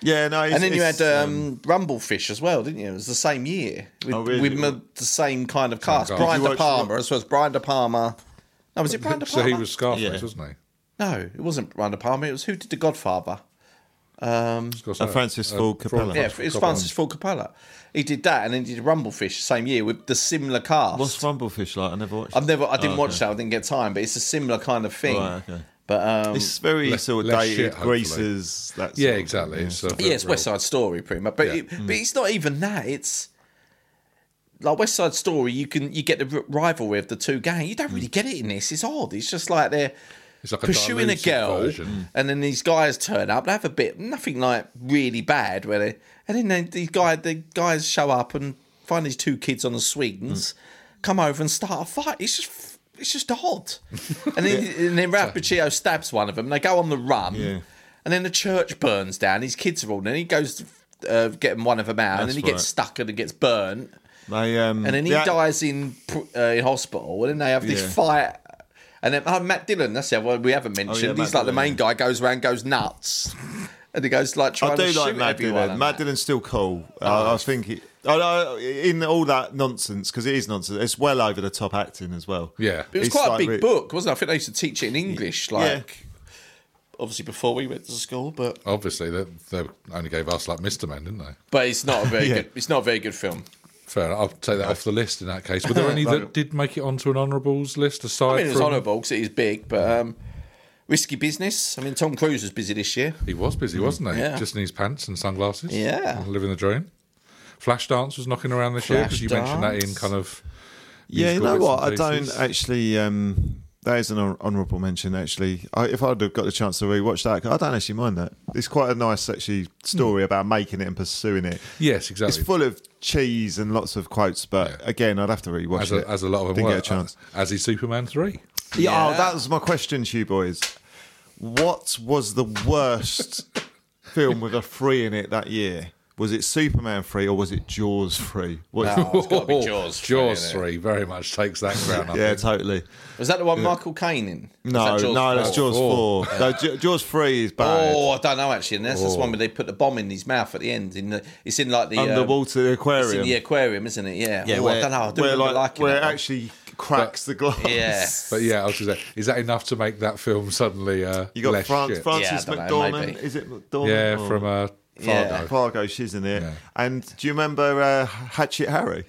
S3: yeah, no. It's,
S1: And then you
S3: it's,
S1: had um, Rumblefish as well, didn't you? It was the same year with,
S3: Oh, really?
S1: with m- the same kind of cast.
S2: cast.
S1: Brian
S3: Did you
S1: De
S3: watch
S1: Palma as well as Brian De Palma. No, was it Brian De
S2: So
S1: Palma?
S2: he was Scarface,
S3: Yeah.
S2: wasn't he?
S1: No, it wasn't Brian De Palma. It was who did The Godfather.
S2: Scorsese.
S3: Uh, Francis Ford Coppola.
S1: Yeah, it was Francis Ford Coppola. He did that, and then he did Rumblefish same year with the similar cast.
S3: what's Rumblefish like? I never watched.
S1: I've never, I didn't
S3: Oh,
S1: watch
S3: okay.
S1: that. I didn't get time, but it's a similar kind of thing.
S3: Right, okay.
S1: But um,
S3: It's very
S2: Less-
S3: sort of
S2: less
S3: dated
S2: shit, hopefully.
S3: greases. That's
S2: Yeah, exactly. It's uh, a
S1: yeah, it's
S2: real-
S1: West Side Story, pretty much. But
S2: Yeah. Mm.
S1: it, but it's not even that. It's like West Side Story. You can you get the r- rivalry of the two gangs. You don't really get it in this. It's odd. It's just like they're
S2: Mm. It's like a
S1: pursuing a
S2: diluted
S1: girl,
S2: version.
S1: Mm. and then these guys turn up. They have a bit nothing like really bad, where they and then they, these guy the guys show up and find these two kids on the swings,
S3: Mm.
S1: come over and start a fight. It's just. It's just odd, and then, and then Ralph Pacino stabs one of them. And they go on the run,
S3: Yeah.
S1: and then the church burns down. His kids are all. And he goes to uh, get one of them out, and
S3: That's
S1: then he
S3: right.
S1: gets stuck and it gets burnt.
S3: They um,
S1: and then he
S3: the-
S1: dies in pr- uh, in hospital, and then they have this
S3: Yeah. Oh,
S1: fight. And then oh, Matt Dillon, that's the other one we haven't mentioned.
S3: Matt
S1: He's like the
S3: Dillon,
S1: main guy,
S3: yeah.
S1: goes around, goes nuts, and he goes like trying
S3: I do
S1: to
S3: like
S1: shoot
S3: Matt
S1: everyone.
S3: Dillon.
S1: and
S3: Matt
S1: that.
S3: Dillon's still cool.
S2: Oh.
S3: I, I think he, I, I, in all that nonsense because it is nonsense. It's well over the top acting as well.
S2: Yeah.
S1: It was
S3: It's
S1: quite
S3: like
S1: a big
S3: re-
S1: book, wasn't it? I think they used to teach it in English, like obviously before we went to school, but
S2: Obviously, they, they only gave us like Mr. Man, didn't they?
S1: but it's not a very good. It's not a very good film.
S2: Fair enough. I'll take that off the list in that case. Were there any that did make it onto an honourables list aside
S1: I mean, it was
S2: from.
S1: honourable because it is big, but um, risky business. I mean, Tom Cruise was busy this year.
S2: He was busy, wasn't he?
S1: Yeah.
S2: Just in his pants and sunglasses.
S1: Yeah.
S2: Living the dream. Flashdance was knocking around this year because you mentioned that in
S1: Flashdance.
S2: kind of.
S3: Yeah, you
S2: musical
S3: know
S2: bits
S3: what? I
S2: and
S3: don't
S2: pieces.
S3: actually. Um, that is an hon- honourable mention. Actually, I, if I'd have got the chance to rewatch that, I don't actually mind that. It's quite a nice, actually, story about making it and pursuing it.
S2: Yes,
S3: It's
S2: exactly.
S3: full of cheese and lots of quotes, but again, I'd have to rewatch
S2: as,
S3: it.
S2: a, as a lot of them
S3: Didn't
S2: were.
S3: get a chance.
S2: As is Superman 3.
S3: Yeah. Oh, that was my question to you boys. What was the worst film with a three in it that year? Was it Superman three or was it Jaws three? What-
S1: Oh, it's got to be Jaws.
S2: Jaws
S1: three, isn't it?
S2: 3 very much takes that ground up.
S3: Yeah, totally.
S1: Was that the one Michael Caine in? Was
S3: No,
S1: that Jaws
S3: no, that's
S1: four?
S3: Jaws four. No, J- Jaws three is bad.
S1: Oh, I don't know actually. And that's this
S2: Oh.
S1: one where they put the bomb in his mouth at the end. In the, it's in like the um,
S3: Underwater aquarium.
S1: it's in the aquarium, isn't it? Yeah.
S3: yeah,
S1: Oh,
S3: where,
S1: I don't know. I do
S3: where,
S1: remember
S3: like,
S1: liking
S3: where it
S1: that one.
S3: actually cracks the glass.
S1: Yeah.
S2: But yeah, I was just saying, is that enough to make that film suddenly uh,
S3: You got
S2: less
S3: Fran- Oh.
S2: shit?
S3: Francis
S1: Yeah, I don't know,
S3: McDormand.
S1: maybe.
S3: Is it McDormand?
S2: yeah,
S3: or-
S2: from uh,
S1: Yeah.
S2: Fargo.
S3: Fargo, she's in it.
S2: Yeah.
S3: And do you remember uh, Hatchet Harry?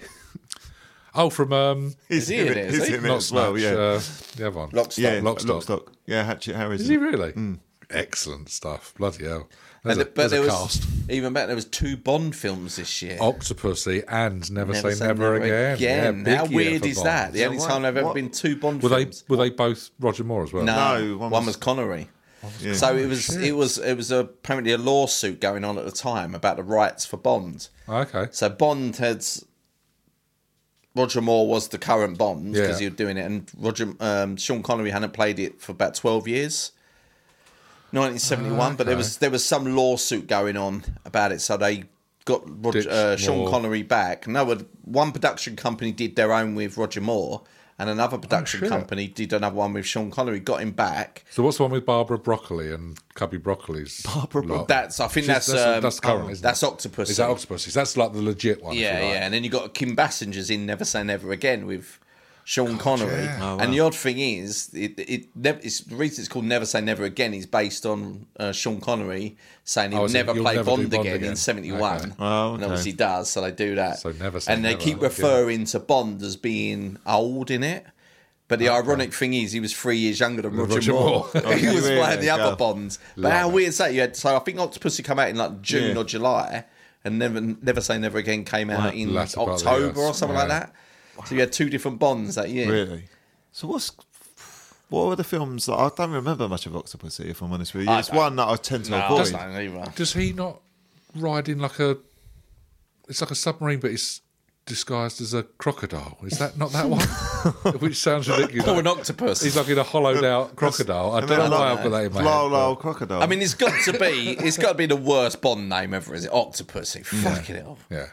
S2: Oh, from um,
S3: He's
S1: he in it, is
S3: He's
S1: he?
S3: in it
S2: not
S3: as
S2: Snatch,
S3: well. Yeah,
S2: uh, the other one.
S1: Lockstock.
S3: yeah, Mm.
S2: Lockstock.
S3: Lockstock. Yeah, Hatchet Harry's.
S2: Is
S3: in
S2: he
S3: it.
S2: really? Excellent stuff. Bloody hell. There's
S1: And
S2: a,
S1: the- but
S2: there's a
S1: there was
S2: cast.
S1: even better. There was two Bond films this year.
S2: Octopussy and Never, Say,
S1: Say
S2: Never, Again. Yeah, big
S1: How
S2: year
S1: weird
S2: for
S1: is
S2: Bond.
S1: that? The
S3: So
S1: only
S3: what-
S1: time I've ever
S3: what-
S1: been two Bond
S2: Were they
S1: films.
S2: were they both Roger Moore as well?
S1: No,
S3: No, one
S1: one, was
S3: was-
S1: Connery.
S3: Yeah.
S1: So it was it was it was apparently a lawsuit going on at the time about the rights for Bond.
S2: Oh, Okay.
S1: So Bond had Roger Moore was the current Bond because
S2: Yeah.
S1: he was doing it, and Roger um, Sean Connery hadn't played it for about twelve years. 1971,
S2: Ah,
S1: but there was there was some lawsuit going on about it, so they got
S2: Ditched
S1: Roger, uh, Sean
S2: Moore.
S1: Connery back. No, one- one production company did their own with Roger Moore, and another production
S2: Oh, shit.
S1: company did another one with Sean Connery. Got him back.
S2: So what's the one with Barbara Broccoli and Cubby Broccoli's? Barbara Broccoli.
S1: That's I think that's
S2: Oh, that's,
S1: um,
S2: current. isn't
S1: that's
S2: it?
S1: Octopus.
S2: Is that Octopussy? That's like the legit one. if
S1: Yeah,
S2: you like.
S1: yeah. And then you got Kim Bassinger's in Never Say Never Again with Sean Connery.
S2: yeah. Oh,
S1: And the odd thing is, it it never, it's, the reason it's called Never Say Never Again is based on uh, Sean Connery saying he'll
S2: Oh, so
S1: never
S2: you'll
S1: play
S2: never do
S1: Bond,
S2: Bond
S1: again,
S2: again.
S1: in '71.
S2: Okay.
S3: Oh,
S1: And
S3: okay.
S1: obviously he does, so they do that.
S2: So Never Say
S1: And they
S2: Never,
S1: keep
S2: yeah.
S1: referring to Bond as being old in it. But the ironic thing is, he was three years younger than Roger,
S2: Roger
S1: Moore.
S2: Moore. Oh,
S1: he was
S3: really?
S1: playing the other
S3: Yeah.
S1: Bond. But how weird is that? You had so I think Octopussy come out in like June
S3: Yeah.
S1: or July, and never never say never again came out in
S2: latter part of the
S1: October
S2: year.
S1: or something like
S2: Yeah.
S1: that. So you had two different bonds that year.
S3: Really? So what's what were the films that I don't remember much of Octopussy? If I'm honest with you,
S1: I
S3: it's
S1: don't-
S3: one that I tend to
S1: No, I
S3: avoid.
S1: Ah, don't know either.
S2: Does he not ride in like a? It's like a submarine, but it's disguised as a crocodile. Is that not that one? Which sounds ridiculous.
S1: Or an octopus.
S2: He's like in a hollowed out crocodile. I
S3: And
S2: don't
S3: then
S2: know
S3: I
S2: why I
S3: like-
S2: put that in my
S3: Lol,
S2: head.
S3: lol, crocodile.
S1: I mean, it's got to be it's got to be the worst Bond name ever, is it? Octopussy. Fucking it up.
S2: Yeah,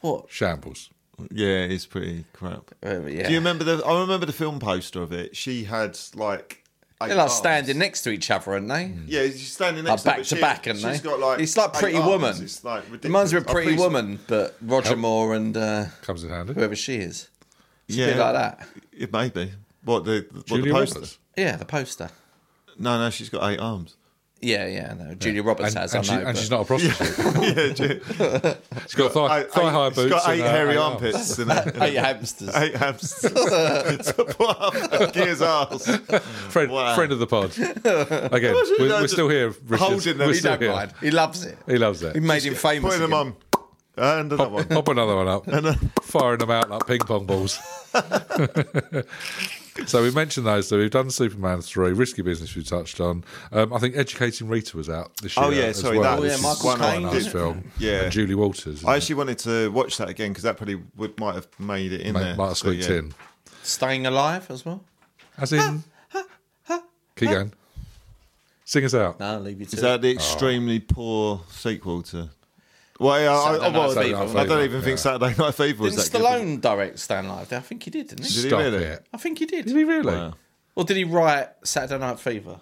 S1: What?
S2: shambles.
S3: yeah, it's pretty crap.
S1: Uh, yeah.
S3: Do you remember the? I remember the film poster of it. She had like. eight
S1: They're like
S3: arms.
S1: standing next to each other, aren't they?
S2: Mm.
S3: Yeah, she's standing
S1: Like
S3: next
S1: back
S3: to,
S1: to back,
S3: and
S1: and they.
S3: she's got like.
S1: it's like
S3: eight
S1: Pretty
S3: arms.
S1: Woman.
S3: It's like ridiculous.
S1: Reminds me of
S3: I
S1: Pretty
S3: please-
S1: Woman, but Roger Moore and uh,
S2: Comes in handy.
S1: whoever she is. It's
S3: Yeah,
S1: a bit like that.
S3: It may be. What the? What
S2: Julia
S3: the poster?
S2: Roberts.
S1: Yeah, the poster.
S3: No, no, she's got eight arms.
S1: Yeah, yeah, no. Julia Roberts
S2: And,
S1: has,
S2: and
S1: I
S2: she-
S1: know.
S2: and
S1: but-
S2: she's not a prostitute.
S3: yeah, Ju-
S2: She's got thigh,
S3: eight-
S2: thigh high
S3: eight-
S2: boots.
S3: She's got eight
S2: and, uh,
S3: hairy
S2: arms.
S3: armpits. and a-
S1: Eight hamsters.
S3: Eight hamsters to put up Gear's arse.
S2: Friend,
S3: Wow.
S2: friend of the pod. Again, we're,
S3: no,
S2: we're
S3: just
S2: still here, Richard.
S3: holding them.
S2: We're
S1: He
S2: still
S1: don't
S2: here.
S1: mind. He loves it.
S2: He loves it.
S1: He made him famous.
S3: Putting them
S1: again.
S3: on. And another one.
S2: Pop another one up. Firing them out like ping pong balls. so we mentioned those. So we've done Superman three, Risky Business. We touched on. Um, I think Educating Rita was out this year.
S3: Oh, yeah,
S2: as
S3: sorry,
S2: well,
S3: that
S2: which
S1: was-
S2: is
S1: Oh, yeah, Michael
S2: quite a
S1: Caine,
S2: nice
S1: wasn't it?
S2: film.
S3: Yeah.
S2: and Julie Walters.
S3: I
S2: isn't
S3: actually wanted to watch that again because that probably would might have made it in
S2: it?
S3: there.
S2: might, might have
S3: So,
S2: squeaked
S3: yeah.
S2: in.
S1: Staying alive as well.
S2: As in, keep going. Sing us out.
S1: No, I'll leave you to
S3: Is
S1: it.
S3: that the extremely poor sequel to? Well, yeah, I,
S1: Saturday
S3: I, well,
S1: Night Fever.
S3: I
S2: Saturday
S3: don't
S2: Night
S3: even
S2: Fever,
S3: think
S2: yeah.
S3: Saturday Night Fever was
S1: Didn't
S3: that good.
S1: Stallone direct Saturday Night Fever? I think he did, didn't he?
S3: Did he
S2: Stop
S3: really?
S2: it.
S1: I think he did.
S2: Did he really?
S3: Wow.
S1: Or did he write Saturday Night Fever?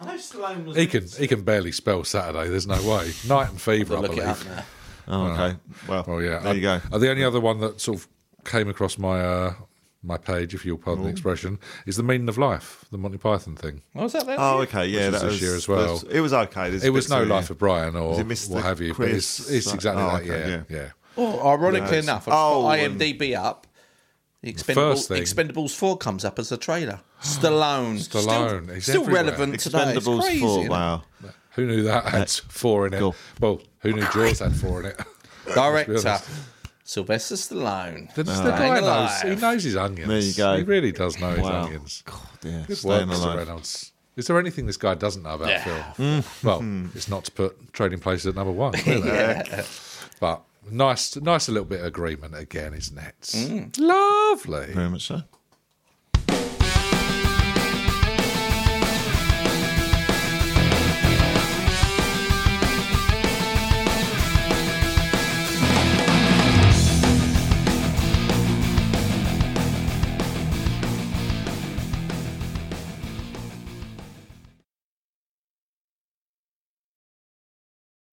S1: I know Stallone was.
S2: He can he can barely spell Saturday. There's no way. Night and Fever, I
S1: look
S2: believe.
S1: it up now.
S3: Oh, okay. Well,
S2: Oh yeah.
S3: there you
S2: Uh,
S3: go.
S2: uh, the only other one that sort of came across my uh, my page, if you'll pardon the expression, is the meaning of life, the Monty Python thing.
S1: Oh, was that that?
S3: Oh, okay. Yeah,
S2: Which was
S3: that
S2: this
S3: was
S2: year as well.
S3: that's- It was okay. There's
S2: It was
S3: bits
S2: no
S3: of it,
S2: Life of Brian or
S3: Was it
S2: what
S3: Mr.
S2: have you, but it's,
S3: Chris?
S2: it's exactly
S3: Oh,
S2: that.
S3: okay,
S2: yeah,
S3: yeah.
S2: yeah.
S1: Or, ironically
S3: Yes.
S1: enough, I've
S3: Oh,
S1: got
S3: and-
S1: IMDb up. The
S2: first
S1: Expendable,
S2: thing-
S1: Expendables 4 comes up as a trailer. Stallone.
S2: Stallone,
S1: Still,
S2: he's
S1: still
S2: everywhere.
S1: relevant today. It's
S3: Expendables
S1: crazy,
S3: 4.
S1: isn't it?
S3: Wow.
S2: Who knew that had four in it?
S3: Cool.
S2: Well, who knew Jaws had four in it?
S1: Director
S2: honest.
S1: Sylvester Stallone.
S2: The, the guy
S1: Staying
S2: knows. He
S1: alive.
S2: knows his onions.
S3: There you go.
S2: He really does know his
S3: Wow.
S2: onions.
S3: Yeah,
S2: Good work,
S3: staying
S2: Mr.
S3: alive.
S2: Reynolds. Is there anything this guy doesn't know about
S1: Yeah.
S2: film? well, it's not to put Trading Places at number one, really. But nice, nice a little bit of agreement again, isn't it? Lovely.
S3: Very much so.